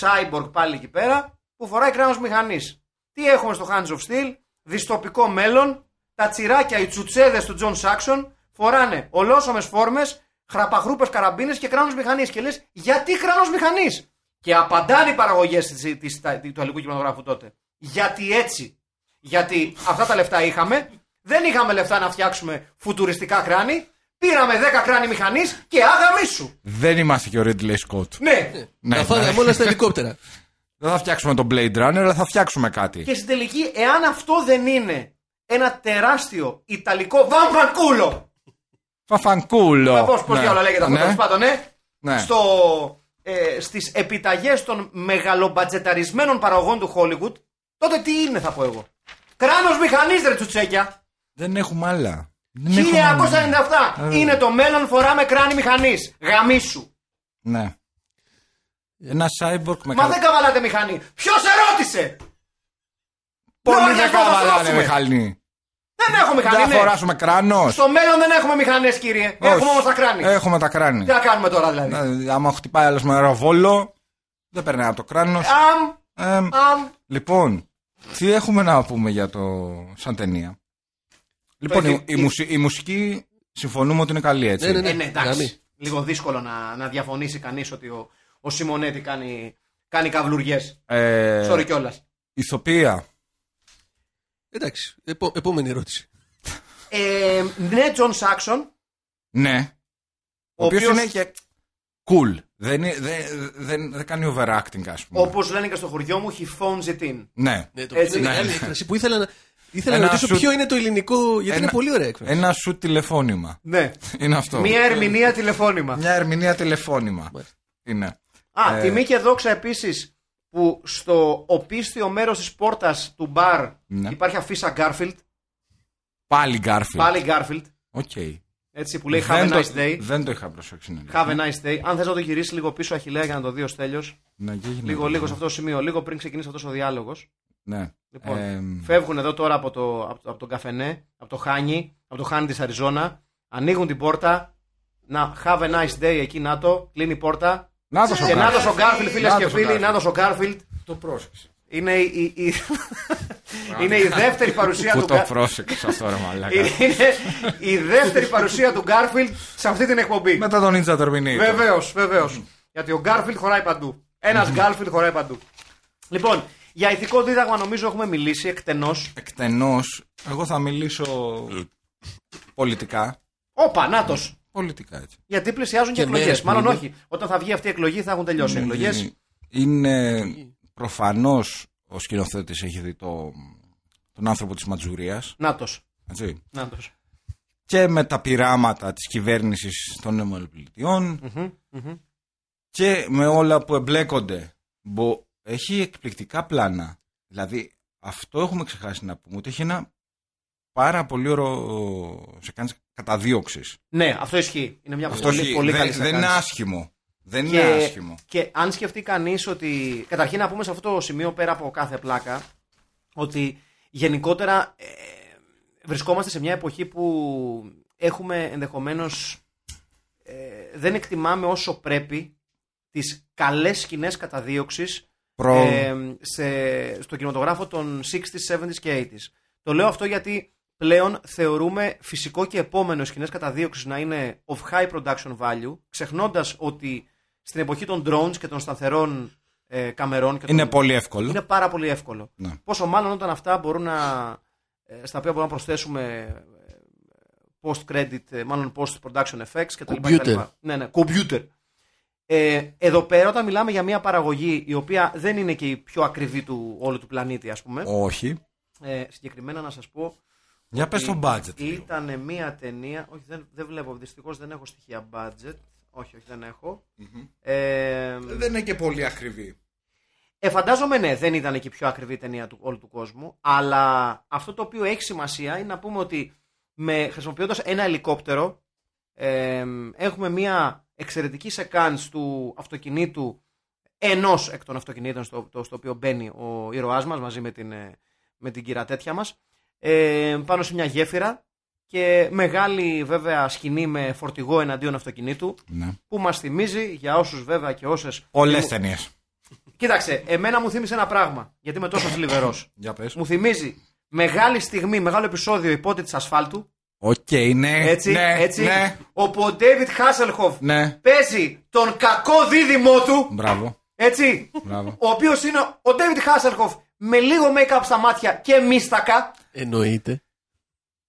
Speaker 1: cyborg πάλι εκεί πέρα που φοράει κράνος μηχανής. Τι έχουμε στο Hands of Steel, δυστοπικό μέλλον, τα τσιράκια, οι τσουτσέδες του John Saxon φοράνε ολόσωμες φόρμες, χραπαχρούπες καραμπίνες και κράνος μηχανής. Και λες, γιατί κράνος μηχανής. Και απαντάνε οι παραγωγές της, της, τα- του αλληλικού κινηματογράφου τότε. Γιατί έτσι. Γιατί αυτά τα λεφτά είχαμε, δεν είχαμε λεφτά να φτιάξουμε φουτουριστικά κράνη, πήραμε 10 κράνη μηχανής και άγαμε σου.
Speaker 2: Δεν είμαστε και ο Ridley Scott.
Speaker 1: Ναι.
Speaker 2: Ναι,
Speaker 3: Τα
Speaker 2: ναι.
Speaker 3: φάγαμε όλα στα ελικόπτερα.
Speaker 2: Δεν θα φτιάξουμε τον Blade Runner, αλλά θα φτιάξουμε κάτι.
Speaker 1: Και στην τελική, εάν αυτό δεν είναι ένα τεράστιο ιταλικό βαμβακούλο.
Speaker 2: Φαφανκούλο.
Speaker 1: Πώ πώς
Speaker 2: Ναι.
Speaker 1: διάλογο λέγεται αυτό,
Speaker 2: Ναι.
Speaker 1: τέλος πάντων, ναι.
Speaker 2: Ναι.
Speaker 1: Στο, ε, στις επιταγές των μεγαλομπατζεταρισμένων παραγωγών του Hollywood, τότε τι είναι θα πω εγώ. Κράνος μηχανής ρε τσουτσέκια.
Speaker 2: Δεν έχουμε άλλα. Δεν έχουμε άλλα.
Speaker 1: 1997
Speaker 2: Ναι, Ε.
Speaker 1: είναι το μέλλον φοράμε κράνη μηχανής. Γαμίσου.
Speaker 2: Ναι. Ένα cyborg
Speaker 1: Μα
Speaker 2: με κα-
Speaker 1: δεν καβαλάτε μηχανή. Ποιος ερώτησε.
Speaker 2: Πολύ
Speaker 1: Λόγια
Speaker 2: δεν
Speaker 1: θα σας
Speaker 2: καβαλάνε
Speaker 1: δώσουμε.
Speaker 2: μηχανή.
Speaker 1: Δεν έχω μηχανή.
Speaker 2: Δεν θα
Speaker 1: ναι.
Speaker 2: φοράσουμε κράνος.
Speaker 1: Στο μέλλον δεν έχουμε μηχανές κύριε. Έχουμε όμως τα κράνη.
Speaker 2: Έχουμε τα κράνη.
Speaker 1: Τι θα κάνουμε τώρα δηλαδή.
Speaker 2: Ε, Άμα χτυπάει άλλος με αεροβόλο, δεν περνάει από το κράνος.
Speaker 1: Αμ, αμ.
Speaker 2: Λοιπόν, τι έχουμε να πούμε για το. σαν ταινία. Λοιπόν, η, η, μουσι- η μουσική συμφωνούμε ότι είναι καλή έτσι.
Speaker 3: Ναι, ναι,
Speaker 1: Ε, ναι, εντάξει.
Speaker 3: Γαμί.
Speaker 1: Λίγο δύσκολο να, να διαφωνήσει κανείς ότι ο, ο Σιμονέτη κάνει, κάνει καυλουριές.
Speaker 2: Ε,
Speaker 1: Sorry κιόλας.
Speaker 2: ηθοποιία.
Speaker 3: Εντάξει. επο- επόμενη ερώτηση.
Speaker 1: Ε, ναι, Τζον Σάξον.
Speaker 2: Ναι. Ο,
Speaker 1: Ο
Speaker 2: οποίος
Speaker 1: οποίος-
Speaker 2: είναι και. cool. Δεν, είναι- δεν, δεν, δεν κάνει overacting, ας πούμε.
Speaker 1: Όπως λένε και στο χωριό μου, he phones it in.
Speaker 2: Ναι.
Speaker 3: Ναι, το
Speaker 1: Έτσι,
Speaker 3: είναι
Speaker 2: ναι.
Speaker 3: άλλη έκφραση που ήθελα να, ήθελα να
Speaker 2: Ένα
Speaker 3: ρωτήσω
Speaker 2: σου-
Speaker 3: ποιο είναι το ελληνικό. Γιατί
Speaker 2: Ένα-
Speaker 3: είναι πολύ ωραία έκφραση.
Speaker 2: Ένα σου τηλεφώνημα.
Speaker 1: Ναι.
Speaker 2: Είναι αυτό.
Speaker 1: Μία ερμηνεία τηλεφώνημα.
Speaker 2: Μια ερμηνεία τηλεφώνημα. Είναι.
Speaker 1: Α,
Speaker 2: Ε.
Speaker 1: τιμή και δόξα επίσης που στο οπίστιο μέρος της πόρτας του μπαρ
Speaker 2: Ναι.
Speaker 1: υπάρχει αφίσα Garfield.
Speaker 2: Πάλι Garfield.
Speaker 1: Πάλι Garfield.
Speaker 2: Οκ.
Speaker 1: Έτσι, που λέει Have a
Speaker 2: το,
Speaker 1: nice day.
Speaker 2: δεν το είχα προσέξει. Ναι.
Speaker 1: Have a nice day. Αν θες να το γυρίσεις λίγο πίσω, Αχηλέα, για να το δεις ως τέλειος.
Speaker 2: Ναι, και έγινε.
Speaker 1: Λίγο, λίγο σε αυτό το σημείο, λίγο πριν ξεκινήσει αυτός ο διάλογος.
Speaker 2: Ναι.
Speaker 1: Λοιπόν,
Speaker 2: Εμ,
Speaker 1: φεύγουν εδώ τώρα από, το, από, το- από τον καφενέ, από το Χάνι, από το Χάνι της Αριζόνα. Ανοίγουν την πόρτα. Να, have a nice day εκεί, να το. Κλείνει η πόρτα.
Speaker 2: Να το
Speaker 1: Και
Speaker 2: σοκάρει.
Speaker 1: να το ο Γκάρφιλ, φίλες και
Speaker 2: Νάτος ο
Speaker 1: φίλοι,
Speaker 2: Garfield.
Speaker 1: να το ο Γκάρφιλ.
Speaker 2: Το πρόσεξε.
Speaker 1: Είναι η, η- η- είναι η δεύτερη παρουσία
Speaker 2: Που
Speaker 1: του
Speaker 2: το
Speaker 1: Γκάρφιλ.
Speaker 2: πρόσεξες αυτό, ρε μαλάκα.
Speaker 1: Είναι η δεύτερη παρουσία του Γκάρφιλ σε αυτή την εκπομπή.
Speaker 2: Μετά τον Ninja Terminator.
Speaker 1: Βεβαίως, βεβαίως. Γιατί ο Γκάρφιλ χωράει παντού. Ένας Γκάρφιλ χωράει παντού. Λοιπόν, για ηθικό δίδαγμα νομίζω έχουμε μιλήσει εκτενώς.
Speaker 2: Εκτενώς, εγώ θα μιλήσω πολιτικά.
Speaker 1: Ο Πανάτο.
Speaker 2: Πολιτικά έτσι.
Speaker 1: Γιατί πλησιάζουν και,
Speaker 3: Και
Speaker 1: εκλογές.
Speaker 3: μέρες που
Speaker 1: Μάλλον
Speaker 3: είναι.
Speaker 1: όχι. Όταν θα βγει αυτή η εκλογή θα έχουν τελειώσει οι εκλογέ.
Speaker 2: Είναι προφανώς ο σκηνοθέτης έχει δει το, τον άνθρωπο της Ματζουρίας.
Speaker 1: Νάτος.
Speaker 2: Έτσι.
Speaker 1: Νάτος.
Speaker 2: και με τα πειράματα της κυβέρνησης των ΗΠΑ και με όλα που εμπλέκονται. Μπο, έχει εκπληκτικά πλάνα. Δηλαδή, αυτό έχουμε ξεχάσει να πούμε, ότι έχει ένα πάρα πολύ ωραίο σε κάνεις καταδίωξης.
Speaker 1: Ναι, αυτό ισχύει. Είναι μια
Speaker 2: αυτό
Speaker 1: πολύ,
Speaker 2: έχει-
Speaker 1: πολύ καλή
Speaker 2: δεν, δεν είναι
Speaker 1: στεκάνηση.
Speaker 2: άσχημο. Δεν
Speaker 1: Και,
Speaker 2: είναι άσχημο.
Speaker 1: και αν σκεφτεί κανείς ότι. Καταρχήν να πούμε σε αυτό το σημείο πέρα από κάθε πλάκα ότι γενικότερα ε, βρισκόμαστε σε μια εποχή που έχουμε ενδεχομένως. δεν εκτιμάμε όσο πρέπει τις καλές σκηνές καταδίωξης
Speaker 2: Προ...
Speaker 1: ε, σε, στο κινηματογράφο των 60s, 70s και 80s. Το λέω αυτό γιατί πλέον θεωρούμε φυσικό και επόμενο σκηνές καταδίωξης να είναι of high production value, ξεχνώντας ότι στην εποχή των drones και των σταθερών ε, καμερών. Και των-
Speaker 2: είναι πολύ εύκολο.
Speaker 1: είναι πάρα πολύ εύκολο.
Speaker 2: Ναι.
Speaker 1: Πόσο μάλλον όταν αυτά μπορούν να. ε, στα οποία μπορούμε να προσθέσουμε ε, post-credit, ε, μάλλον post-production effects κτλ.
Speaker 3: Computer.
Speaker 1: Ναι, ναι, computer. Ε, εδώ πέρα όταν μιλάμε για μια παραγωγή η οποία δεν είναι και η πιο ακριβή του όλου του πλανήτη ας πούμε
Speaker 2: Όχι.
Speaker 1: ε, συγκεκριμένα να σας πω
Speaker 2: Για πες το budget. λίγο.
Speaker 1: ήταν μια ταινία. Όχι, δεν, δεν βλέπω. Δυστυχώς δεν έχω στοιχεία budget. Όχι, όχι, δεν έχω. Ε,
Speaker 2: Δεν είναι και πολύ ακριβή.
Speaker 1: ε, φαντάζομαι ναι, δεν ήταν και η πιο ακριβή ταινία του όλου του κόσμου. Αλλά αυτό το οποίο έχει σημασία είναι να πούμε ότι με, χρησιμοποιώντας ένα ελικόπτερο ε, έχουμε μια εξαιρετική σεκάνς του αυτοκινήτου ενός εκ των αυτοκινήτων στο, το- στο οποίο μπαίνει ο ήρωάς μας μαζί με την, ε, με την κυρατέτια μας ε, πάνω σε μια γέφυρα και μεγάλη βέβαια σκηνή με φορτηγό εναντίον αυτοκινήτου
Speaker 2: Ναι.
Speaker 1: που μας θυμίζει για όσους βέβαια και όσες
Speaker 2: Πολλές ταινίες.
Speaker 1: Κοίταξε, εμένα μου θύμισε ένα πράγμα. Γιατί είμαι τόσο θλιβερός.
Speaker 2: Για πες.
Speaker 1: μου θυμίζει μεγάλη στιγμή, μεγάλο επεισόδιο υπότη της ασφάλτου.
Speaker 2: Οκ, ναι.
Speaker 1: Έτσι,
Speaker 2: ναι,
Speaker 1: έτσι.
Speaker 2: Ναι,
Speaker 1: Όπου ο Ντέιβιτ Χάσελχοφ
Speaker 2: ναι.
Speaker 1: παίζει τον κακό δίδυμό του.
Speaker 2: Μπράβο.
Speaker 1: Έτσι.
Speaker 2: Μπράβο.
Speaker 1: ο οποίος είναι ο Ντέιβιτ Χάσελχοφ με λίγο make-up στα μάτια και μίστακα.
Speaker 3: Εννοείται.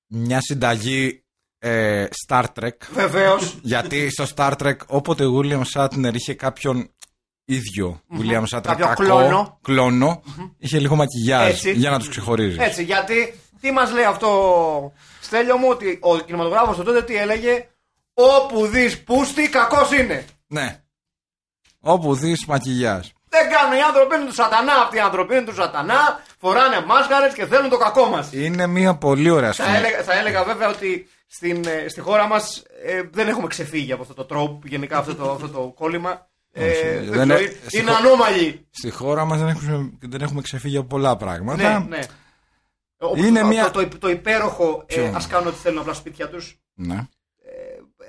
Speaker 2: Μια συνταγή ε, Star Trek.
Speaker 1: Βεβαίως.
Speaker 2: γιατί στο Star Trek όποτε ο William Shatner είχε κάποιον ίδιο William Shatner
Speaker 1: Κάποιο
Speaker 2: κακό,
Speaker 1: κλόνο.
Speaker 2: κλόνο, είχε λίγο μακιγιάζ
Speaker 1: Έτσι.
Speaker 2: για να τους ξεχωρίζει.
Speaker 1: Έτσι, γιατί τι μας λέει αυτό, Στέλιο μου, ότι ο κινηματογράφος του τότε τι έλεγε. Όπου δεις πούστη, κακός είναι.
Speaker 2: Ναι. Όπου δεις μακιγιάζ.
Speaker 1: Δεν κάνουν οι άνθρωποι, είναι του σατανά αυτοί οι άνθρωποι, είναι του σατανά, φοράνε μάσκαρες και θέλουν το κακό μας.
Speaker 2: Είναι μια πολύ ωραία
Speaker 1: Θα,
Speaker 2: σκηνή.
Speaker 1: έλεγα, θα έλεγα βέβαια ότι στην, ε, στη χώρα μας ε, δεν έχουμε ξεφύγει από αυτό το τρόπο, γενικά αυτό το, αυτό το κόλλημα. Ε,
Speaker 2: Όχι,
Speaker 1: δεν
Speaker 2: δεν
Speaker 1: ξέρω,
Speaker 2: ε-
Speaker 1: είναι-
Speaker 2: στη
Speaker 1: είναι
Speaker 2: χω-
Speaker 1: ανώμαλοι.
Speaker 2: Στη χώρα μας δεν έχουμε, δεν έχουμε ξεφύγει από πολλά πράγματα.
Speaker 1: Ναι, ναι. Όπως
Speaker 2: Είναι
Speaker 1: το,
Speaker 2: μια-
Speaker 1: το, το, το υπέροχο ε,
Speaker 2: Ποιο?
Speaker 1: ας κάνουν ό,τι θέλουν απλά σπίτια τους
Speaker 2: Ναι.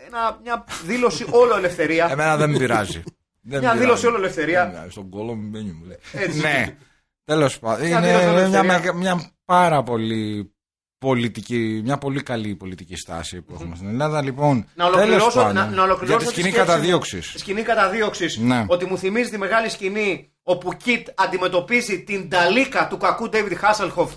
Speaker 1: ένα, μια δήλωση όλο ελευθερία
Speaker 2: Εμένα δεν
Speaker 1: [LAUGHS]
Speaker 2: με πειράζει. Ε, Δεν
Speaker 1: μια
Speaker 2: με
Speaker 1: δήλωση
Speaker 2: πειράζει.
Speaker 1: όλο ελευθερία
Speaker 2: Ναι, Στον κόλλο μου μπαίνει, μου λέει.
Speaker 1: Έτσι.
Speaker 2: Ναι. Τέλος πάντων. Είναι
Speaker 1: δήλωση
Speaker 2: είναι μια,
Speaker 1: ελευθερία.
Speaker 2: μεγα- μια πάρα πολύ πολιτική, μια πολύ καλή πολιτική στάση που έχουμε στην Ελλάδα. Λοιπόν,
Speaker 1: Να ολοκληρώσω-
Speaker 2: τέλος πάντων,
Speaker 1: να- να ολοκληρώσω
Speaker 2: για τη
Speaker 1: τη
Speaker 2: σκηνή
Speaker 1: σκέψη μου.
Speaker 2: καταδίωξης.
Speaker 1: σκηνή καταδίωξης.
Speaker 2: Ναι.
Speaker 1: Ότι μου θυμίζει τη μεγάλη σκηνή όπου Κιτ αντιμετωπίζει την Νταλίκα του κακού David Hasselhoff.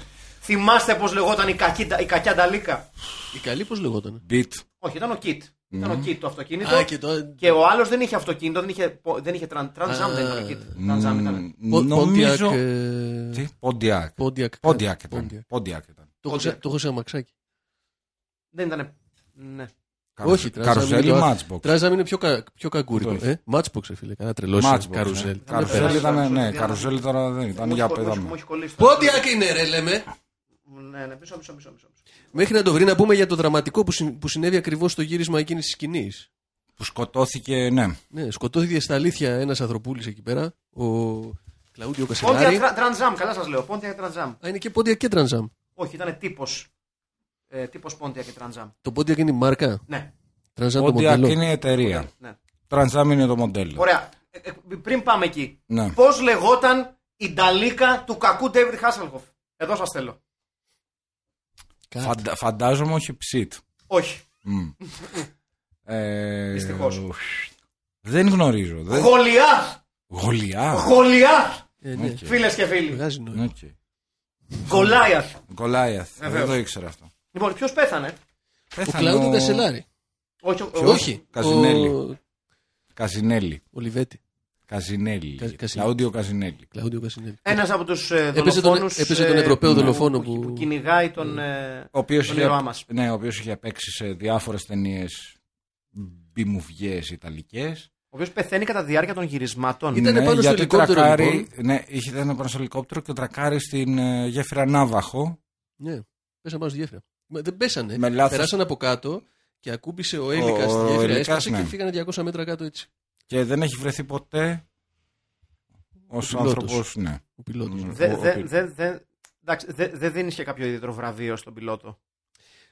Speaker 1: Θυμάστε πώς λεγόταν η, κακή, η κακιά Νταλίκα.
Speaker 3: Η καλή πώς λεγόταν.
Speaker 2: Beat.
Speaker 1: Όχι, ήταν ο Κιτ.
Speaker 2: Ναι.
Speaker 1: Ήταν ο Κιτ το αυτοκίνητο.
Speaker 2: Λοιπόν,
Speaker 3: Α, και το.
Speaker 1: Και ο άλλος δεν είχε αυτοκίνητο, δεν είχε, πο- δεν είχε τραν, τρανζάμ,
Speaker 3: Α,
Speaker 1: δεν ήταν ο
Speaker 2: Ε,
Speaker 1: Κιτ.
Speaker 2: ναι.
Speaker 1: Τρανζάμ ήταν.
Speaker 3: Πο-
Speaker 2: Νομίζω.
Speaker 3: Pontiac, ε,
Speaker 2: Τι, Πόντιακ.
Speaker 3: Pontiac.
Speaker 2: Πόντιακ
Speaker 3: Pontiac.
Speaker 2: ήταν. Πόντιακ ήταν.
Speaker 3: Το έχω σε-
Speaker 1: Pontiac.
Speaker 3: Το έχω σε αμαξάκι.
Speaker 1: Δεν ήταν. Ναι.
Speaker 3: Όχι, τραζάμι
Speaker 2: Καρουσέλι,
Speaker 3: είναι το-
Speaker 2: matchbox.
Speaker 3: Τράζαμ είναι πιο, κα, πιο καγκούρικο.
Speaker 2: Το
Speaker 3: Ε, μάτσποξ, φίλε. Κάνα τρελό.
Speaker 2: Matchbox,
Speaker 3: Καρουζέλ.
Speaker 2: ναι. Καρουζέλ
Speaker 1: Πέρασε.
Speaker 2: ήταν, ναι,
Speaker 1: Καρουζέλ.
Speaker 2: καρουζέλ ήταν, δεν ήταν
Speaker 1: Μου
Speaker 2: για
Speaker 1: έχει κο- μου έχει-
Speaker 2: παιδά
Speaker 1: Μου έχει κολλήσει. το-
Speaker 3: Πόντιακ είναι, ρε, λέμε.
Speaker 1: Ναι, ναι, μισό, μισό, μισό. μισό.
Speaker 3: Μέχρι να το βρει, να πούμε για το δραματικό που, συν- που συνέβη ακριβώς στο γύρισμα εκείνης της σκηνής.
Speaker 2: Που σκοτώθηκε, ναι.
Speaker 3: Ναι, σκοτώθηκε στα αλήθεια ένας ανθρωπούλης εκεί πέρα, ο
Speaker 1: Πόντια
Speaker 3: Κλαούντιο Κασελάρη.
Speaker 1: τρα- τρανζάμ, καλά σας λέω. Πόντια και τρανζάμ.
Speaker 3: Α, είναι και πόντια και τρανζάμ.
Speaker 1: Όχι, ήταν τύπος. Ε, τύπος πόντια και τρανζάμ.
Speaker 3: Το πόντια και είναι η μάρκα.
Speaker 1: Ναι.
Speaker 3: Τρανζάμ το
Speaker 2: Πόντιακ
Speaker 3: μοντέλο.
Speaker 2: είναι η εταιρεία.
Speaker 1: ναι.
Speaker 2: Τρανζάμ είναι το μοντέλο.
Speaker 1: Ωραία. Ε, ε, πριν πάμε εκεί,
Speaker 2: Ναι.
Speaker 1: πώς λεγόταν η νταλίκα του κακού David Hasselhoff. Εδώ σας θέλω.
Speaker 3: Κάτι.
Speaker 2: Φαντα- φαντάζομαι όχι ψιτ.
Speaker 1: Όχι.
Speaker 2: Μμ. Ε,
Speaker 1: Δυστυχώς.
Speaker 2: Δεν γνωρίζω. Δεν...
Speaker 1: Γολιάθ!
Speaker 2: Γολιά.
Speaker 1: Γολιάθ!
Speaker 3: Ε, ναι.
Speaker 2: Οκ.
Speaker 1: Φίλες και φίλοι.
Speaker 3: Βγάζει νόημα.
Speaker 2: Οκ.
Speaker 1: Γολιάθ.
Speaker 2: Γκολάιαθ. Δεν
Speaker 1: Βεβαίως.
Speaker 2: το ήξερα αυτό.
Speaker 1: Λοιπόν, ποιος πέθανε.
Speaker 3: Ο
Speaker 2: Πέθανε
Speaker 3: Κλαούντιο Κασελάρη.
Speaker 1: Όχι, ο-
Speaker 2: Ποιος?
Speaker 3: Όχι.
Speaker 2: Καζινέλη.
Speaker 3: Ο
Speaker 2: Καζινέλη.
Speaker 3: Ολιβέτη. Κα-
Speaker 2: Καζινέλη.
Speaker 3: Καζι-
Speaker 2: Κλαούντιο Καζινέλη.
Speaker 3: Κλαούντιο Κασινέλη.
Speaker 1: Ένας από τους ε,
Speaker 3: Έπαιζε τον-
Speaker 1: δολοφόνους,
Speaker 3: έπαιζε τον Ευρωπαίο
Speaker 1: που-
Speaker 3: δολοφόνο
Speaker 1: που,
Speaker 3: που- Ναι.
Speaker 1: κυνηγάει τον. ε,
Speaker 2: Ο οποίος
Speaker 1: τον ήρωά μας.
Speaker 2: ναι, ο οποίος είχε παίξει σε διάφορες ταινίες μπιμουβιές ιταλικές.
Speaker 1: ο οποίος πεθαίνει κατά τη διάρκεια των γυρισμάτων.
Speaker 3: Ήταν- Ήτανε
Speaker 2: ναι,
Speaker 3: πάνω στο
Speaker 2: γιατί
Speaker 3: ελικόπτερο,
Speaker 2: τρακάρει,
Speaker 3: λοιπόν.
Speaker 2: Ναι, είχε ήταν πάνω στο ελικόπτερο και τρακάρει στην ε, γέφυρα Ναύαχο.
Speaker 3: Ναι. Πέσανε πάνω στη γέφυρα. Μα δεν πέσανε.
Speaker 2: Με λάθος.
Speaker 3: Περάσανε από κάτω και ακούμπησε ο Έλικα
Speaker 2: Ο-
Speaker 3: στη
Speaker 2: ο
Speaker 3: γέφυρα.
Speaker 2: Έλικας,
Speaker 3: Έσκασε
Speaker 2: ναι.
Speaker 3: και φύγανε 200 μέτρα κάτω έτσι.
Speaker 2: Και δεν έχει βρεθεί ποτέ ως
Speaker 3: πιλότος.
Speaker 2: άνθρωπος. Ναι.
Speaker 3: Ο πιλότος.
Speaker 2: Μμμ.
Speaker 1: Δεν
Speaker 2: ο-
Speaker 1: δε,
Speaker 2: ο-
Speaker 1: δε, δε, εντάξει, δε, δεν δίνεις και κάποιο ιδιαίτερο βραβείο στον πιλότο.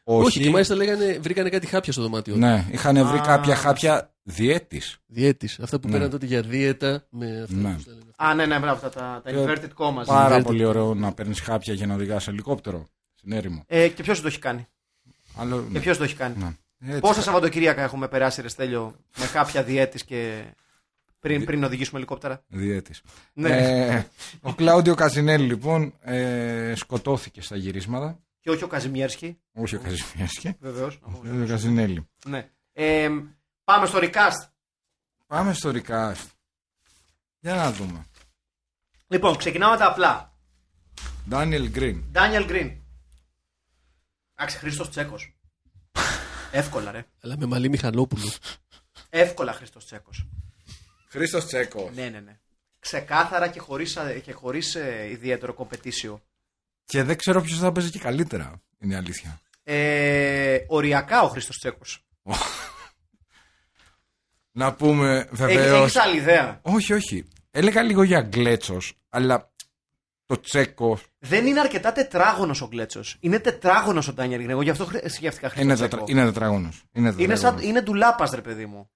Speaker 2: Όχι,
Speaker 3: Όχι. και μάλιστα λέγανε, βρήκανε κάτι χάπια στο δωμάτιο.
Speaker 2: Ναι, είχαν βρει
Speaker 1: Α.
Speaker 2: κάποια χάπια διέτης.
Speaker 3: Διέτης. Αυτά που
Speaker 2: Ναι.
Speaker 3: πέραν τότε για δίαιτα με αυτά
Speaker 2: Ναι.
Speaker 3: που τα λένε.
Speaker 1: Α, ναι, ναι, μπράβο, τα, τα, τα
Speaker 2: Και-
Speaker 1: inverted commas.
Speaker 2: Πάρα
Speaker 3: Διέτη.
Speaker 2: πολύ ωραίο να παίρνεις χάπια για να οδηγάς ελικόπτερο στην έρημο.
Speaker 1: Ε, και ποιος το έχει κάνει.
Speaker 2: Άλλο, ναι.
Speaker 1: Και ποιος το έχει κάνει.
Speaker 2: Ναι. Έτσι.
Speaker 1: Πόσα Σαββατοκύριακα έχουμε περάσει, Ρεστέλιο, με κάποια διέτης και πριν, πριν οδηγήσουμε ελικόπτερα.
Speaker 2: Διέτης.
Speaker 1: Ναι.
Speaker 2: Ε, ο Κλάουντιο Καζινέλη λοιπόν ε, σκοτώθηκε στα γυρίσματα.
Speaker 1: Και όχι ο Καζιμιέρσκι,
Speaker 2: Όχι ο Καζιμιάσκη.
Speaker 1: βεβαίω.
Speaker 2: Ο Καζινέλη.
Speaker 1: ναι. Ε, πάμε στο recast.
Speaker 2: Πάμε στο recast. Για να δούμε.
Speaker 1: Λοιπόν, ξεκινάμε με τα απλά.
Speaker 2: Daniel Green.
Speaker 1: Daniel Green. Εντάξει, Χρήστο Τσέκο. Εύκολα, ρε.
Speaker 3: Αλλά με μαλλί Μιχαλόπουλο.
Speaker 1: Εύκολα Χρήστος Τσέκος.
Speaker 2: Χρήστος Τσέκος.
Speaker 1: Ναι, ναι, ναι. Ξεκάθαρα και χωρίς και χωρίς, ε, ιδιαίτερο κομπετήσιο.
Speaker 2: Και δεν ξέρω ποιος θα παίζει και καλύτερα. Είναι η αλήθεια.
Speaker 1: Ε, οριακά ο Χρήστος Τσέκος.
Speaker 2: Να πούμε βεβαίω.
Speaker 1: Έχει άλλη ιδέα.
Speaker 2: Όχι, όχι. Έλεγα λίγο για γκλέτσος, αλλά το Τσέκο
Speaker 1: Δεν είναι αρκετά τετράγωνος ο Γκλέτσος. Είναι τετράγωνος ο Ντάνιελ Γκριν. Εγώ γι' αυτό χρ- σκέφτηκα Χρήστο
Speaker 2: είναι,
Speaker 1: Τσέκο.
Speaker 2: τετρα... είναι τετράγωνος. Είναι
Speaker 1: Είναι, σαν,
Speaker 2: τετράγωνος.
Speaker 1: είναι ντουλάπας, ρε παιδί μου.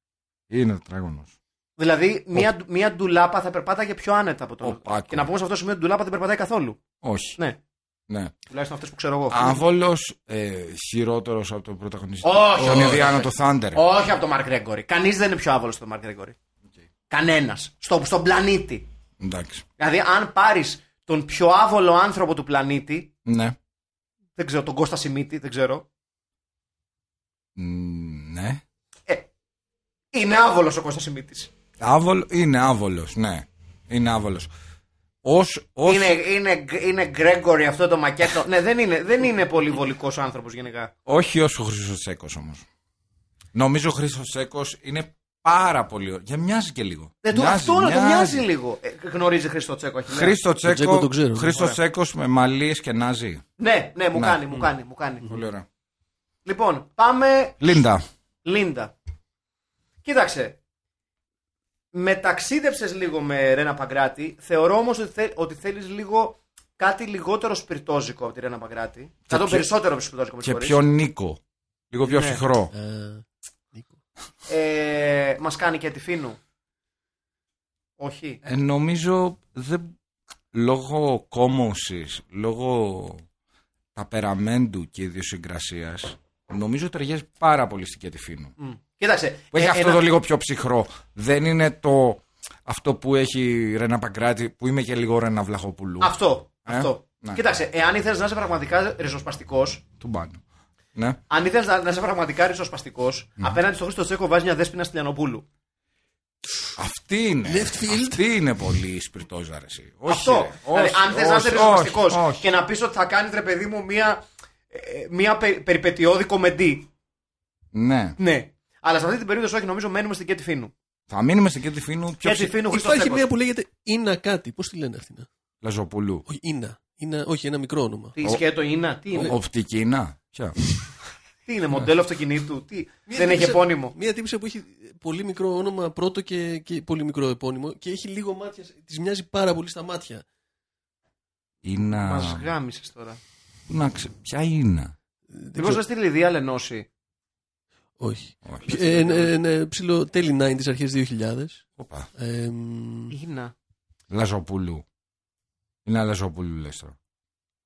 Speaker 2: Είναι τετράγωνος.
Speaker 1: Δηλαδή, μία, ντου- μία ντουλάπα θα περπάταγε πιο άνετα από
Speaker 2: Ο
Speaker 1: τον.
Speaker 2: Πάκο.
Speaker 1: Και να πούμε σε αυτό το σημείο ότι ντουλάπα δεν περπατάει καθόλου.
Speaker 2: Όχι.
Speaker 1: Ναι,
Speaker 2: Ναι.
Speaker 1: τουλάχιστον αυτές που ξέρω εγώ.
Speaker 2: Άβολος ε, χειρότερος από τον πρωταγωνιστή.
Speaker 1: Όχι,
Speaker 2: τον
Speaker 1: όχι.
Speaker 2: Ιδιάνο το Thunder.
Speaker 1: Όχι από τον Μαρκ Γκρέγκορη. Κανείς δεν είναι πιο άβολος από τον Μαρκ Γκρέγκορη. Κανένας. Στο, στον πλανήτη.
Speaker 2: Εντάξει.
Speaker 1: Δηλαδή, αν πάρεις τον πιο άβολο άνθρωπο του πλανήτη,
Speaker 2: Ναι.
Speaker 1: δεν ξέρω, τον Κώστα Σιμίτη, δεν ξέρω.
Speaker 2: Μ, Ναι.
Speaker 1: Ε, είναι άβολος ο Κώστας Σιμίτης.
Speaker 2: Άβολο, είναι άβολος, ναι. Είναι άβολος. Ως, ως,
Speaker 1: Είναι, είναι, είναι Γκρέγκορη αυτό το μακέτο. ναι, δεν είναι, δεν είναι πολύ βολικό άνθρωπος γενικά.
Speaker 2: Όχι όσο ο Χρήστο Τσέκο όμως. Νομίζω ο Χρήστο Τσέκο είναι πάρα πολύ ωραίο. Και μοιάζει και λίγο.
Speaker 1: Δεν Ναι, του,
Speaker 2: Μοιάζει,
Speaker 1: αυτό να το μοιάζει λίγο. Ε, γνωρίζει Χρήστο Τσέκο, έχει μια-
Speaker 2: Χρήστο
Speaker 3: Τσέκο
Speaker 2: Τσέκο,
Speaker 3: τον ξέρω, ναι.
Speaker 2: Χρήστο
Speaker 1: Ωραία.
Speaker 2: Τσέκος με μαλλί σκενάζει.
Speaker 1: Ναι, ναι, μου
Speaker 2: Ναι.
Speaker 1: κάνει, μου κάνει, μου κάνει.
Speaker 2: Πολύ ωραία.
Speaker 1: Λοιπόν, πάμε
Speaker 2: Λίντα.
Speaker 1: Λίντα. Κοίταξε. Μεταξίδεψες λίγο με Ρένα Παγκράτη. Θεωρώ όμως ότι, θε, ότι θέλεις λίγο κάτι λιγότερο σπιρτόζικο από τη Ρένα Παγκράτη. Θα το
Speaker 2: πιο-
Speaker 1: περισσότερο σπιρτόζικο με
Speaker 2: Και
Speaker 1: συγχωρείς.
Speaker 2: πιο Νίκο. Λίγο πιο
Speaker 1: Ναι.
Speaker 2: ψυχρό.
Speaker 3: Α, Νίκο.
Speaker 1: Ε, Μας κάνει και τη Φίνου. Όχι.
Speaker 2: Ε, νομίζω δεν... λόγω κόμωσης, λόγω ταπεραμέντου και ιδιοσυγκρασίας, νομίζω ταιριάζει πάρα πολύ στην Κετυφίνου.
Speaker 1: Μμ. Κοίταξε.
Speaker 2: Που έχει
Speaker 1: ε,
Speaker 2: αυτό
Speaker 1: ένα-
Speaker 2: το λίγο πιο ψυχρό. Δεν είναι το αυτό που έχει η Ρένα Παγκράτη, που είμαι και λίγο Ρένα Βλαχοπούλου.
Speaker 1: Αυτό.
Speaker 2: Ε,
Speaker 1: αυτό.
Speaker 2: ναι.
Speaker 1: Κοίταξε, εάν ήθελες να είσαι πραγματικά ριζοσπαστικός,
Speaker 2: Του μπάνου. Ναι.
Speaker 1: αν ήθελες να, να είσαι πραγματικά ριζοσπαστικός, απέναντι στον Χρήστο Τσέκο βάζει μια δέσπινα Στυλιανοπούλου.
Speaker 2: Αυτή είναι.
Speaker 3: Left field.
Speaker 2: Αυτή είναι πολύ σπιρτόζα, ρε, εσύ. Όχι,
Speaker 1: Αυτό.
Speaker 2: ρε.
Speaker 1: δηλαδή,
Speaker 2: Όχι,
Speaker 1: αν θες να
Speaker 2: όχι,
Speaker 1: είσαι ριζοσπαστικός
Speaker 2: όχι,
Speaker 1: και να πεις ότι θα κάνει ρε παιδί μου μία, ε, μία πε, περιπετειώδη κομμεντή.
Speaker 2: Ναι.
Speaker 1: Ναι. Αλλά σε αυτή την περίπτωση όχι, νομίζω μένουμε στην Κέτι Φίνου.
Speaker 2: Θα μείνουμε στην Κετυφίνου πιο
Speaker 1: Κέτι
Speaker 2: ψυ...
Speaker 1: Φίνου Χρήστο
Speaker 3: Υπάρχει
Speaker 1: Τσέκο.
Speaker 3: μια που λέγεται Ίνα κάτι. Πώς τη λένε αυτή. να?
Speaker 2: Λαζοπούλου.
Speaker 3: Όχι, Ίνα. Είναι, όχι, ένα μικρό όνομα.
Speaker 1: Τι σκέτο είναι, τι είναι.
Speaker 2: Οπτική, να. Ποια.
Speaker 1: Τι είναι, μοντέλο αυτοκινήτου, τι.
Speaker 3: Μία
Speaker 1: Δεν έχει
Speaker 3: τύπησα-
Speaker 1: επώνυμο.
Speaker 3: Μία τύπησα που έχει πολύ μικρό όνομα πρώτο και, και πολύ μικρό επώνυμο και έχει λίγο μάτια. Της μοιάζει πάρα πολύ στα μάτια.
Speaker 2: Είναι.
Speaker 1: Μας γάμισες τώρα.
Speaker 2: Να ξε... Ποια είναι.
Speaker 3: Δεν
Speaker 1: Μήπω
Speaker 3: ξέρω-
Speaker 1: να στείλει Λιδία Λενώση.
Speaker 3: Όχι.
Speaker 2: Όχι.
Speaker 3: Ε, ε, ε, ε, ψηλό τέλη 90s, αρχές 2000.
Speaker 2: Οπα.
Speaker 3: Ε, μ,
Speaker 1: Ήνα.
Speaker 2: Λαζοπούλου. Είναι Λαζοπούλου, λες τώρα.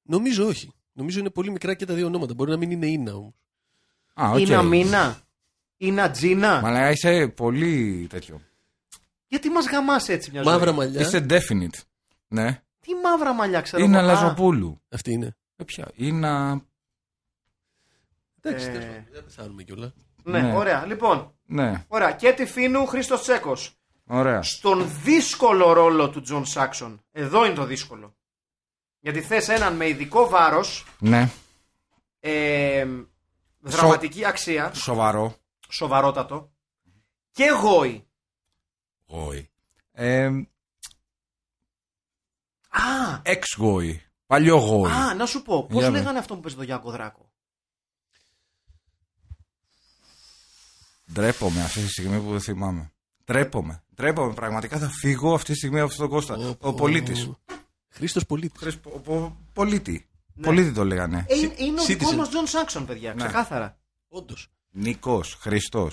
Speaker 3: νομίζω όχι. Νομίζω είναι πολύ μικρά και τα δύο ονόματα. Μπορεί να μην είναι Ίνα όμως.
Speaker 2: Α, οκ.
Speaker 1: Ήνα Μίνα. Ήνα Τζίνα.
Speaker 2: Μαλάκα, είσαι πολύ τέτοιο.
Speaker 1: Γιατί μας γαμάς έτσι μια ζωή.
Speaker 3: Μαύρα μαλλιά.
Speaker 2: Είσαι definite. Ναι.
Speaker 1: Τι μαύρα μαλλιά ξέρω
Speaker 2: Είναι
Speaker 1: εγώ. Α,
Speaker 2: Λαζοπούλου.
Speaker 3: Αυτή είναι.
Speaker 2: Ε, ποια. Είναι.
Speaker 3: Εντάξει,
Speaker 1: Ε.
Speaker 3: τέλος πάντων, δεν πεθάνουμε κιόλας.
Speaker 1: Ναι,
Speaker 2: Ναι.
Speaker 1: ωραία. Λοιπόν,
Speaker 2: Ναι,
Speaker 1: ωραία. Και τη Φίνου Χρήστος Τσέκος.
Speaker 2: ωραία.
Speaker 1: Στον δύσκολο ρόλο του Τζον Σάξον. Εδώ είναι το δύσκολο. Γιατί θες έναν με ειδικό βάρος,
Speaker 2: Ναι,
Speaker 1: ε, δραματική αξία,
Speaker 2: σοβαρό.
Speaker 1: σοβαρότατο και γόη.
Speaker 2: Γόη. Ε,
Speaker 1: Α,
Speaker 2: εξ γόη. Παλιό γόη.
Speaker 1: α, να σου πω, πώς
Speaker 2: Για με.
Speaker 1: λέγανε αυτό που παίζει το Γιάνκο Δράκο.
Speaker 2: Ντρέπομαι αυτή τη στιγμή που δεν θυμάμαι. Ντρέπομαι. Ντρέπομαι. Πραγματικά θα φύγω αυτή τη στιγμή από αυτόν τον Κώστα. Ο πολίτης.
Speaker 3: Χρήστος Πολίτης.
Speaker 2: Ο πολίτη.
Speaker 1: Ναι.
Speaker 2: Πολίτη το λέγανε.
Speaker 1: Ε, είναι- είναι ο δικό
Speaker 3: Citizen.
Speaker 1: μα Τζον Σάξον, παιδιά,
Speaker 2: Ναι.
Speaker 1: ξεκάθαρα.
Speaker 3: Όντω.
Speaker 2: Νικό. Χριστό.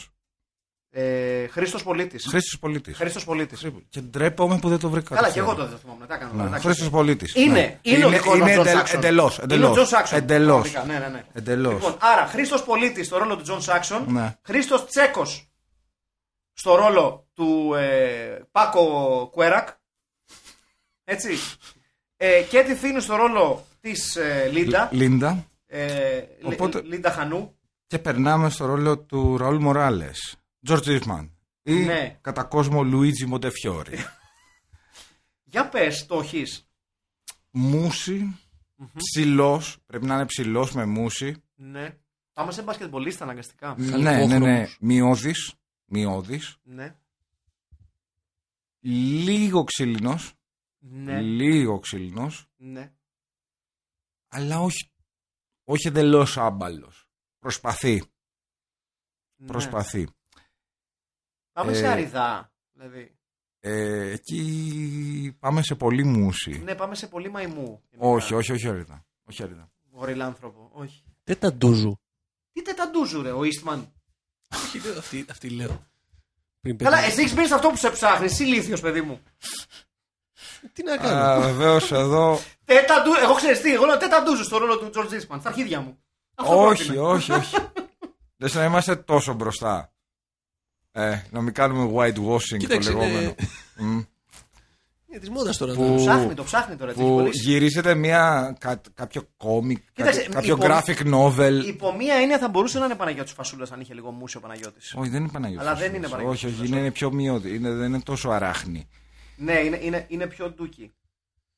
Speaker 1: Ε, Χρήστος Πολίτης.
Speaker 2: Χρήστος πολίτης.
Speaker 1: Χρήστος Πολίτης.
Speaker 2: Και ντρέπομαι που δεν το βρήκα. Ναι.
Speaker 1: Καλά, και εγώ το δεν θυμόμουν. Τα έκανα. εντάξει.
Speaker 2: Χρήστος πολίτης.
Speaker 1: Είναι, είναι, ο δικός μας Τζον Σάξον.
Speaker 2: εντελώς.
Speaker 1: Είναι ο Τζον
Speaker 2: Εντελώ.
Speaker 1: Σάξον.
Speaker 2: Εντελώς.
Speaker 1: πραγματικά, Ναι, ναι, ναι.
Speaker 2: Εντελώς.
Speaker 1: Λοιπόν, άρα Χρήστος Πολίτης στο ρόλο του Τζον Σάξον.
Speaker 2: Ναι.
Speaker 1: Χρήστος Τσέκος στο ρόλο του ε, Πάκο Κουέρακ. Έτσι. Ε, και τη Φίνου στο ρόλο της ε, Λίντα.
Speaker 2: Λίντα.
Speaker 1: Ε, Λι-
Speaker 2: Οπότε-
Speaker 1: Λίντα Χανού.
Speaker 2: Και περνάμε στο ρόλο του Ραούλ Μοράλε. Τζορτζ Ισμαν. Ή
Speaker 1: Ναι.
Speaker 2: κατά κόσμο Λουίτζι Μοντεφιόρι.
Speaker 1: Για πες το έχεις.
Speaker 2: Μούσι. Ψηλός. Πρέπει να είναι ψηλός με μουσι.
Speaker 1: Ναι. Πάμε σε μπασκετμπολίστα αναγκαστικά.
Speaker 2: Ναι, ναι, ναι.
Speaker 3: Χαλκόχρωμος.
Speaker 2: Μειώδης. Μειώδης.
Speaker 1: Ναι.
Speaker 2: Λίγο ξύλινος.
Speaker 1: Ναι.
Speaker 2: Λίγο ξύλινος.
Speaker 1: ναι.
Speaker 2: Αλλά όχι, όχι εντελώς άμπαλος. Προσπαθεί. Προσπαθεί.
Speaker 1: ναι. Πάμε
Speaker 2: Ε,
Speaker 1: σε αριδά. Δηλαδή.
Speaker 2: Ε, εκεί πάμε σε πολύ μουσι.
Speaker 1: Ναι, πάμε σε πολύ μαϊμού.
Speaker 2: Όχι, όχι, όχι, αρίδα. Όχι, αρίδα.
Speaker 1: Γοριλάνθρωπο. Όχι.
Speaker 3: Δεν τα ντούζου.
Speaker 1: Τι τεταντούζου, ρε, ο Eastman.
Speaker 3: Όχι, λέω, αυτή, αυτή λέω. Πριν
Speaker 1: Καλά,
Speaker 3: πέντε-
Speaker 1: εσύ έχεις μπει σε αυτό που σε ψάχνει. Εσύ ηλίθιος, παιδί μου.
Speaker 3: Τι να κάνω.
Speaker 2: Βεβαίως εδώ.
Speaker 1: Τεταντού... Εγώ ξέρει τι, εγώ λέω τεταντούζου στο ρόλο του George Eastman. Στα αρχίδια μου. Αυτό
Speaker 2: όχι,
Speaker 1: πρότεινα.
Speaker 2: όχι, όχι. Λες να είμαστε τόσο μπροστά. Ε, να μην κάνουμε white washing
Speaker 3: Κοίταξε,
Speaker 2: το λεγόμενο.
Speaker 3: είναι,
Speaker 2: Μμ.
Speaker 3: είναι τη μόδας τώρα.
Speaker 2: Που-
Speaker 3: να-
Speaker 1: Το ψάχνει, το ψάχνει τώρα. έτσι, έχει
Speaker 2: που
Speaker 1: κολλήσει.
Speaker 2: γυρίζεται μια, κα- κάποιο κόμικ,
Speaker 1: Κοίταξε, λοιπόν,
Speaker 2: κάποιο, κάποιο
Speaker 1: υπο-
Speaker 2: graphic novel.
Speaker 1: Υπό μία έννοια θα μπορούσε να είναι Παναγιώτης Φασούλας αν είχε λίγο μουσιο ο Παναγιώτης.
Speaker 2: Όχι, δεν είναι Παναγιώτης.
Speaker 1: Αλλά δεν είναι Παναγιώτης
Speaker 2: Όχι, όχι,
Speaker 1: Φασούλας.
Speaker 2: είναι, είναι πιο μειώδη. Είναι, δεν είναι τόσο αράχνη.
Speaker 1: Ναι, είναι, είναι, είναι πιο ντούκι.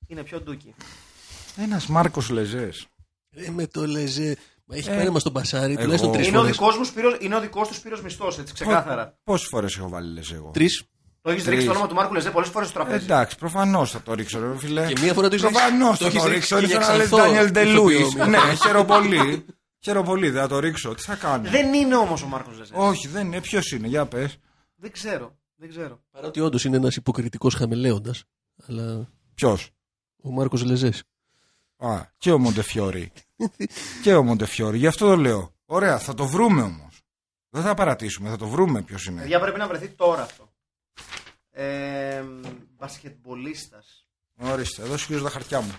Speaker 1: Είναι πιο ντούκι.
Speaker 2: Ένας Μάρκος Λεζές.
Speaker 3: Ρε με το λεζέ. Μα έχει
Speaker 2: Ε,
Speaker 3: πάει να μας τον μπασάρι
Speaker 2: εγώ-
Speaker 3: τουλάχιστον τρεις
Speaker 1: Είναι ο,
Speaker 3: φορές.
Speaker 1: δικός μου Σπύρος, είναι ο δικός του Σπύρος Μισθός, έτσι ξεκάθαρα.
Speaker 2: Πόσες φορές έχω βάλει Λεζέ εγώ.
Speaker 3: Τρεις.
Speaker 1: Το έχεις ρίξει το όνομα του Μάρκου Λεζέ πολλές φορές στο τραπέζι.
Speaker 2: Ε, Εντάξει, προφανώς θα το ρίξω, ρε φίλε.
Speaker 3: Και μία φορά το έχεις ρίξει-
Speaker 2: Προφανώς
Speaker 3: το
Speaker 2: θα
Speaker 3: έχεις
Speaker 2: το
Speaker 3: ρίξει
Speaker 2: ρίξω.
Speaker 3: και
Speaker 2: Είναι
Speaker 3: για
Speaker 2: σαν να λες
Speaker 3: ξανθό
Speaker 2: Ντάνιελ
Speaker 1: [LAUGHS]
Speaker 2: Ντελούι.
Speaker 3: ηθοποιό.
Speaker 2: Ναι, χαίρομαι πολύ. Χαίρομαι πολύ, δεν θα το ρίξω. Τι θα κάνω.
Speaker 1: Δεν είναι όμως ο Μάρκος Λεζές.
Speaker 2: Όχι, δεν είναι. Ποιος είναι, για πες.
Speaker 1: Δεν ξέρω. Δεν ξέρω.
Speaker 3: Παρότι όντως είναι ένας υποκριτικός χαμελέοντα. Αλλά
Speaker 2: Ποιος.
Speaker 3: ο Μάρκος Λεζές.
Speaker 2: Α, και ο Μοντεφιόρη. και ο Μοντεφιόρη, γι' αυτό το λέω. Ωραία, θα το βρούμε όμως. Δεν θα παρατήσουμε, θα το βρούμε ποιος είναι.
Speaker 1: Ναι. Παιδιά πρέπει να βρεθεί τώρα αυτό. Ε, Μπασκετμπολίστας.
Speaker 2: Ορίστε, εδώ σκίζω τα χαρτιά μου.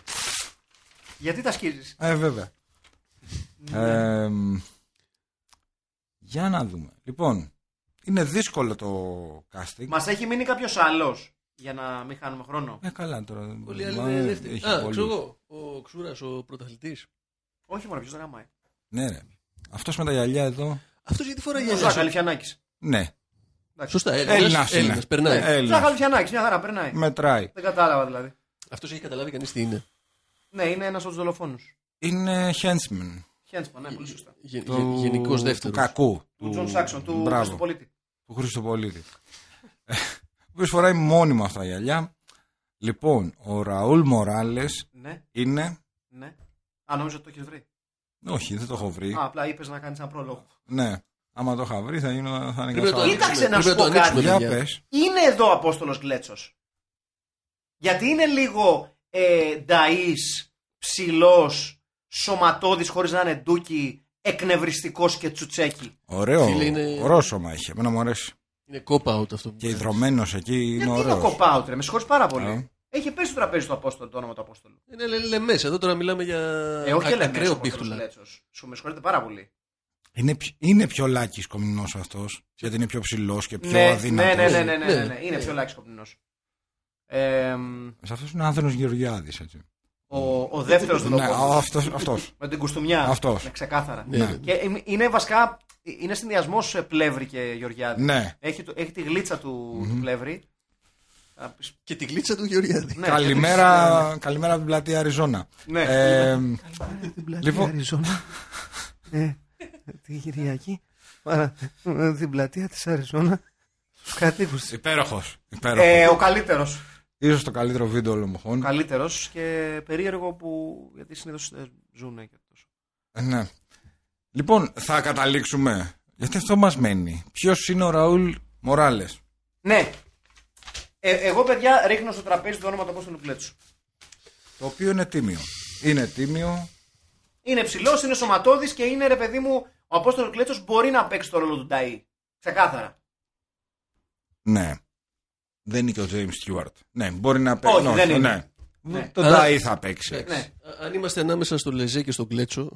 Speaker 1: Γιατί τα σκίζεις
Speaker 2: Ε, βέβαια. Ε, μ, για να δούμε. Λοιπόν, είναι δύσκολο το casting.
Speaker 1: Μας έχει μείνει κάποιος άλλος για να μην χάνουμε χρόνο.
Speaker 2: Ε, καλά τώρα. δεν
Speaker 3: Πολύ
Speaker 2: μπορούμε.
Speaker 3: άλλη είναι
Speaker 2: Ε,
Speaker 3: δεύτερη.
Speaker 2: έχει
Speaker 3: Α,
Speaker 2: πολύ.
Speaker 3: ξέρω εγώ. Ο Ξούρας, ο πρωταθλητής.
Speaker 1: Όχι μόνο ποιος δεν γαμάει.
Speaker 2: Ναι, ρε. Αυτός με τα γυαλιά εδώ.
Speaker 3: Αυτός γιατί φοράει
Speaker 1: Ο Ζάχα
Speaker 3: γυαλιά.
Speaker 1: Λουφιανάκης.
Speaker 2: Ναι,
Speaker 3: Σωστά,
Speaker 2: Έλληνας
Speaker 3: Έλληνας.
Speaker 2: είναι.
Speaker 3: Έλληνας, περνάει.
Speaker 2: Έλληνας.
Speaker 1: Ζάχα Λουφιανάκης, μια χαρά, περνάει.
Speaker 2: μετράει.
Speaker 1: Δεν κατάλαβα δηλαδή.
Speaker 3: Αυτός έχει καταλάβει κανείς τι είναι.
Speaker 1: Ναι, είναι ένας από τους δολοφόνους.
Speaker 2: Είναι henchman.
Speaker 1: Χέντσπα, ναι, πολύ σωστά.
Speaker 3: Γε-
Speaker 2: του-
Speaker 3: γε- Γενικό δεύτερο.
Speaker 2: Του κακού.
Speaker 1: Του Τζον Σάξον, του
Speaker 2: Μπράβο,
Speaker 1: Χρήστο Πολίτη.
Speaker 2: του Χρήστοπολίτη. Ε, Ο οποίος φοράει μόνιμα αυτά τα γυαλιά. Λοιπόν, ο Ραούλ Μοράλες
Speaker 1: Ναι.
Speaker 2: είναι
Speaker 1: Ναι. Α, νόμιζα ότι το έχεις βρει.
Speaker 2: Όχι, δεν το έχω βρει.
Speaker 1: Α, απλά είπες να κάνεις ένα πρόλογο.
Speaker 2: Ναι. Άμα το είχα βρει θα ήμουν. Θα είναι
Speaker 3: Πρέπει να το
Speaker 2: καθόλου.
Speaker 1: Κοίταξε
Speaker 3: ανοίξουμε.
Speaker 1: να
Speaker 3: Πρέπει
Speaker 1: σου πω
Speaker 3: το ανοίξουμε,
Speaker 2: Για
Speaker 3: παιδιά.
Speaker 2: πες.
Speaker 1: Είναι εδώ ο Απόστολος Γκλέτσο. Γιατί είναι λίγο ε, νταή, ψηλός, σωματώδης χωρίς να είναι ντούκι, εκνευριστικός και τσουτσέκι.
Speaker 2: Ωραίο.
Speaker 3: Φίλε, είναι-
Speaker 2: Ωραίο σώμα έχει. Εμένα μου αρέσει.
Speaker 3: Είναι cop out αυτό που
Speaker 2: Και
Speaker 3: κάνεις.
Speaker 2: υδρωμένος εκεί είναι
Speaker 1: Γιατί είναι ο
Speaker 2: ωραίο.
Speaker 1: κοπάουτ, ρε, με συγχωρείς πάρα πολύ.
Speaker 2: Ε.
Speaker 1: Έχει πέσει στο τραπέζι του Απόστολου το όνομα του Απόστολου.
Speaker 3: Είναι λε, λεμές. Εδώ τώρα μιλάμε για
Speaker 1: Ε, όχι
Speaker 3: ακ-
Speaker 1: λέμε.
Speaker 3: ακραίο πίχτουλα.
Speaker 1: Σου με συγχωρείτε πάρα πολύ.
Speaker 2: Είναι, πιο- είναι πιο λάκης κομινός αυτός. Γιατί είναι πιο ψηλός και πιο
Speaker 1: ναι, ναι,
Speaker 2: αδύνατος.
Speaker 1: ναι, ναι, ναι, ναι, ναι,
Speaker 3: Ναι.
Speaker 1: είναι πιο λάξι κοπνινός. Ε, μ,
Speaker 2: Σε αυτός είναι ο Άδωνος Γεωργιάδης. Έτσι.
Speaker 1: ο, ο δεύτερος
Speaker 2: Ναι,
Speaker 1: δουλοπόδης
Speaker 2: αυτός. Αυτός.
Speaker 1: με την κουστούμιά.
Speaker 2: Αυτός.
Speaker 1: Ναι, ξεκάθαρα.
Speaker 3: Ναι, ναι.
Speaker 1: Και ε, είναι βασικά είναι συνδυασμός πλεύρη και Γεωργιάδη.
Speaker 2: ναι.
Speaker 1: Έχει, το- έχει τη γλίτσα του, του πλεύρη. Α, πεις-
Speaker 3: Και την κλίτσα του Γεωργιάδη.
Speaker 1: ναι,
Speaker 2: Καλημέρα, καλημέρα από την πλατεία Αριζόνα.
Speaker 1: Ναι.
Speaker 2: Ε, λοιπόν,
Speaker 5: Αριζόνα. ε, την Κυριακή. Παρα, ε, την πλατεία της Αριζόνα. Στους κατοίκους της.
Speaker 2: υπέροχο. Υπέροχος.
Speaker 1: Ε, ο καλύτερος.
Speaker 2: Ίσως το καλύτερο βίντεο όλων των εποχών.
Speaker 1: Καλύτερος και περίεργο που. Γιατί συνήθως ζουν και τόσο.
Speaker 2: Ε, Ναι. Λοιπόν, θα καταλήξουμε. Γιατί αυτό μας μένει. Ποιος είναι ο Ραούλ Μοράλες.
Speaker 1: Ναι. Ε, εγώ, παιδιά, ρίχνω στο τραπέζι το όνομα του Απόστολου Κλέτσου.
Speaker 2: Το οποίο είναι τίμιο. Είναι τίμιο.
Speaker 1: Είναι ψηλός, είναι σωματώδης και είναι ρε παιδί μου. Ο Απόστολο Κλέτσος μπορεί να παίξει το ρόλο του Νταΐ. Ξεκάθαρα.
Speaker 2: Ναι. Δεν είναι και ο James Stewart. Ναι, μπορεί να παίξει.
Speaker 1: Όχι, δεν είναι.
Speaker 2: Ναι.
Speaker 1: Ναι.
Speaker 2: Το
Speaker 3: Αλλά-
Speaker 2: Ντάι θα παίξει.
Speaker 1: Ναι.
Speaker 3: Α- Αν είμαστε ανάμεσα στο Λεζέ και στον Κλέτσο,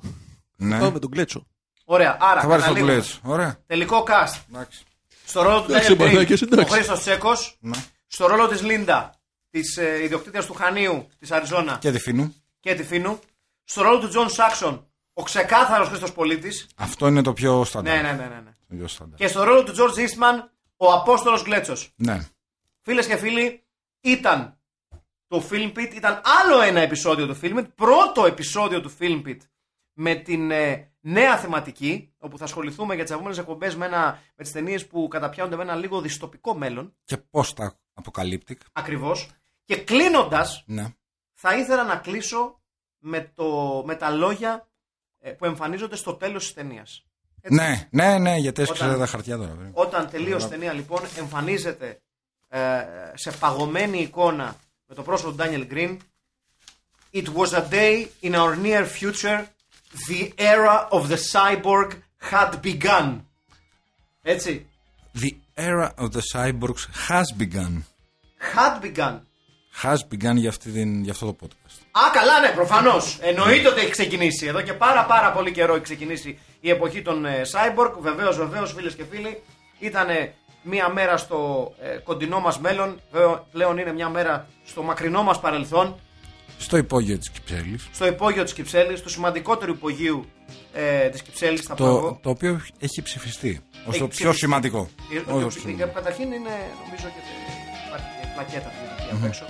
Speaker 2: Ναι.
Speaker 3: πάμε με τον Κλέτσο.
Speaker 1: Ωραία, άρα.
Speaker 2: Θα βάλεις τον
Speaker 1: καταλήγουμε.
Speaker 2: Κλέτς. Ωραία.
Speaker 1: Τελικό cast.
Speaker 2: Εντάξει.
Speaker 1: Στο ρόλο του
Speaker 3: Εντάξει,
Speaker 1: Daniel
Speaker 3: μαλάκες,
Speaker 1: Green, ο
Speaker 3: εντάξει.
Speaker 1: Χρήστος Τσέκος.
Speaker 2: Ναι.
Speaker 1: Στο ρόλο της Λίντα, της ε, ιδιοκτήτριας του Χανίου της Αριζόνα
Speaker 2: Και Δηφινού.
Speaker 1: και τη Φίνου. Στο ρόλο του Τζον Σάξον, ο ξεκάθαρος Χρήστος Πολίτης.
Speaker 2: Αυτό είναι το πιο στάνταρ.
Speaker 1: Ναι, ναι, ναι, ναι, ναι.
Speaker 2: Το πιο στάνταρ.
Speaker 1: Και στο ρόλο του Τζορτζ Ίστμαν, ο Απόστολος Γκλέτσος.
Speaker 2: Ναι.
Speaker 1: Φίλες και φίλοι, ήταν το Film Pit, ήταν άλλο ένα επεισόδιο του Film Pit, πρώτο επεισόδιο του Film Pit με την ε, νέα θεματική, όπου θα ασχοληθούμε για τις επόμενες εκπομπές με, ένα- με τις ταινίες που καταπιάνονται με ένα λίγο δυστοπικό μέλλον.
Speaker 2: Και πώς τα αποκαλύπτει.
Speaker 1: Ακριβώς. Και κλείνοντας,
Speaker 2: Ναι.
Speaker 1: θα ήθελα να κλείσω με, το, με τα λόγια ε, που εμφανίζονται στο τέλος της ταινίας.
Speaker 2: Ναι, ναι, ναι, γιατί έσπισα
Speaker 1: Όταν-
Speaker 2: τα χαρτιά τώρα. βέβαια.
Speaker 1: Όταν τελείωσε η ταινία, λοιπόν, εμφανίζεται ε, σε παγωμένη εικόνα με το πρόσωπο του Daniel Green. It was a day in our near future. The era of the cyborg had begun. Έτσι.
Speaker 2: The era of the cyborgs has begun.
Speaker 1: Had begun.
Speaker 2: Has begun για, αυτή την, για αυτό το podcast.
Speaker 1: Α, καλά, ναι, προφανώς. Εννοείται ότι έχει ξεκινήσει. Εδώ και πάρα πάρα πολύ καιρό έχει ξεκινήσει η εποχή των ε, Cyborg. Βεβαίως, βεβαίως, φίλες και φίλοι. Ήταν μία μέρα στο ε, κοντινό μας μέλλον. Βέβαια, Πλέον είναι μία μέρα στο μακρινό μας παρελθόν.
Speaker 2: Στο υπόγειο της Κυψέλης.
Speaker 1: Στο υπόγειο της Κυψέλης, του σημαντικότερο υπογείου ε, της Κυψέλης, θα πω
Speaker 2: Το,
Speaker 1: εγώ.
Speaker 2: το οποίο έχει ψηφιστεί. Ως
Speaker 1: Έχει
Speaker 2: το πιο
Speaker 1: ψηφιστεί.
Speaker 2: σημαντικό.
Speaker 1: Ε,
Speaker 2: Ως το
Speaker 1: το-
Speaker 2: πιο
Speaker 1: ε,
Speaker 2: σημαντικό.
Speaker 1: Καταρχήν είναι, νομίζω, και τε- υπάρχει και πλακέτα αυτή εκεί απ' έξω.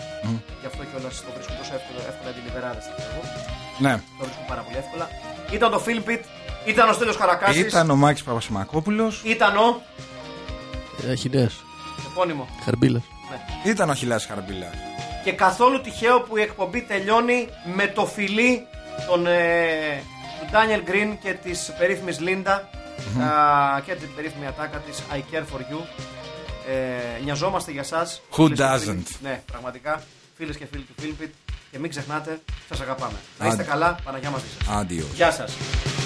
Speaker 1: Γι' αυτό κιόλας το βρίσκουν τόσο εύκολο, εύκολα την Ιβεράδα στην
Speaker 2: Ναι.
Speaker 1: Το βρίσκουν πάρα πολύ εύκολα. Ήταν το Φίλμπιτ, ήταν ο Στέλιος Καρακάσης,
Speaker 2: Ήταν ο Μάκης Παπασημακόπουλος,
Speaker 1: ήταν ο...
Speaker 3: Αχινέα.
Speaker 1: επώνυμο. ναι.
Speaker 3: Χαρμπίλα.
Speaker 2: ήταν ο Χιλάς Χαρμπίλας.
Speaker 1: Και καθόλου τυχαίο που η εκπομπή τελειώνει με το φιλί των, ε, του Daniel Green και της περίφημης Λίντα α, και την περίφημη ατάκα της I care for you. Ε, νοιαζόμαστε για σας.
Speaker 2: Who
Speaker 1: φίλες και
Speaker 2: doesn't?
Speaker 1: φίλοι. Ναι, πραγματικά. Φίλες και φίλοι του Φίλμπιτ. Και μην ξεχνάτε, σας αγαπάμε. Να
Speaker 2: Άντε.
Speaker 1: είστε καλά, Παναγιά μαζί σας.
Speaker 2: Adios.
Speaker 1: Γεια σας.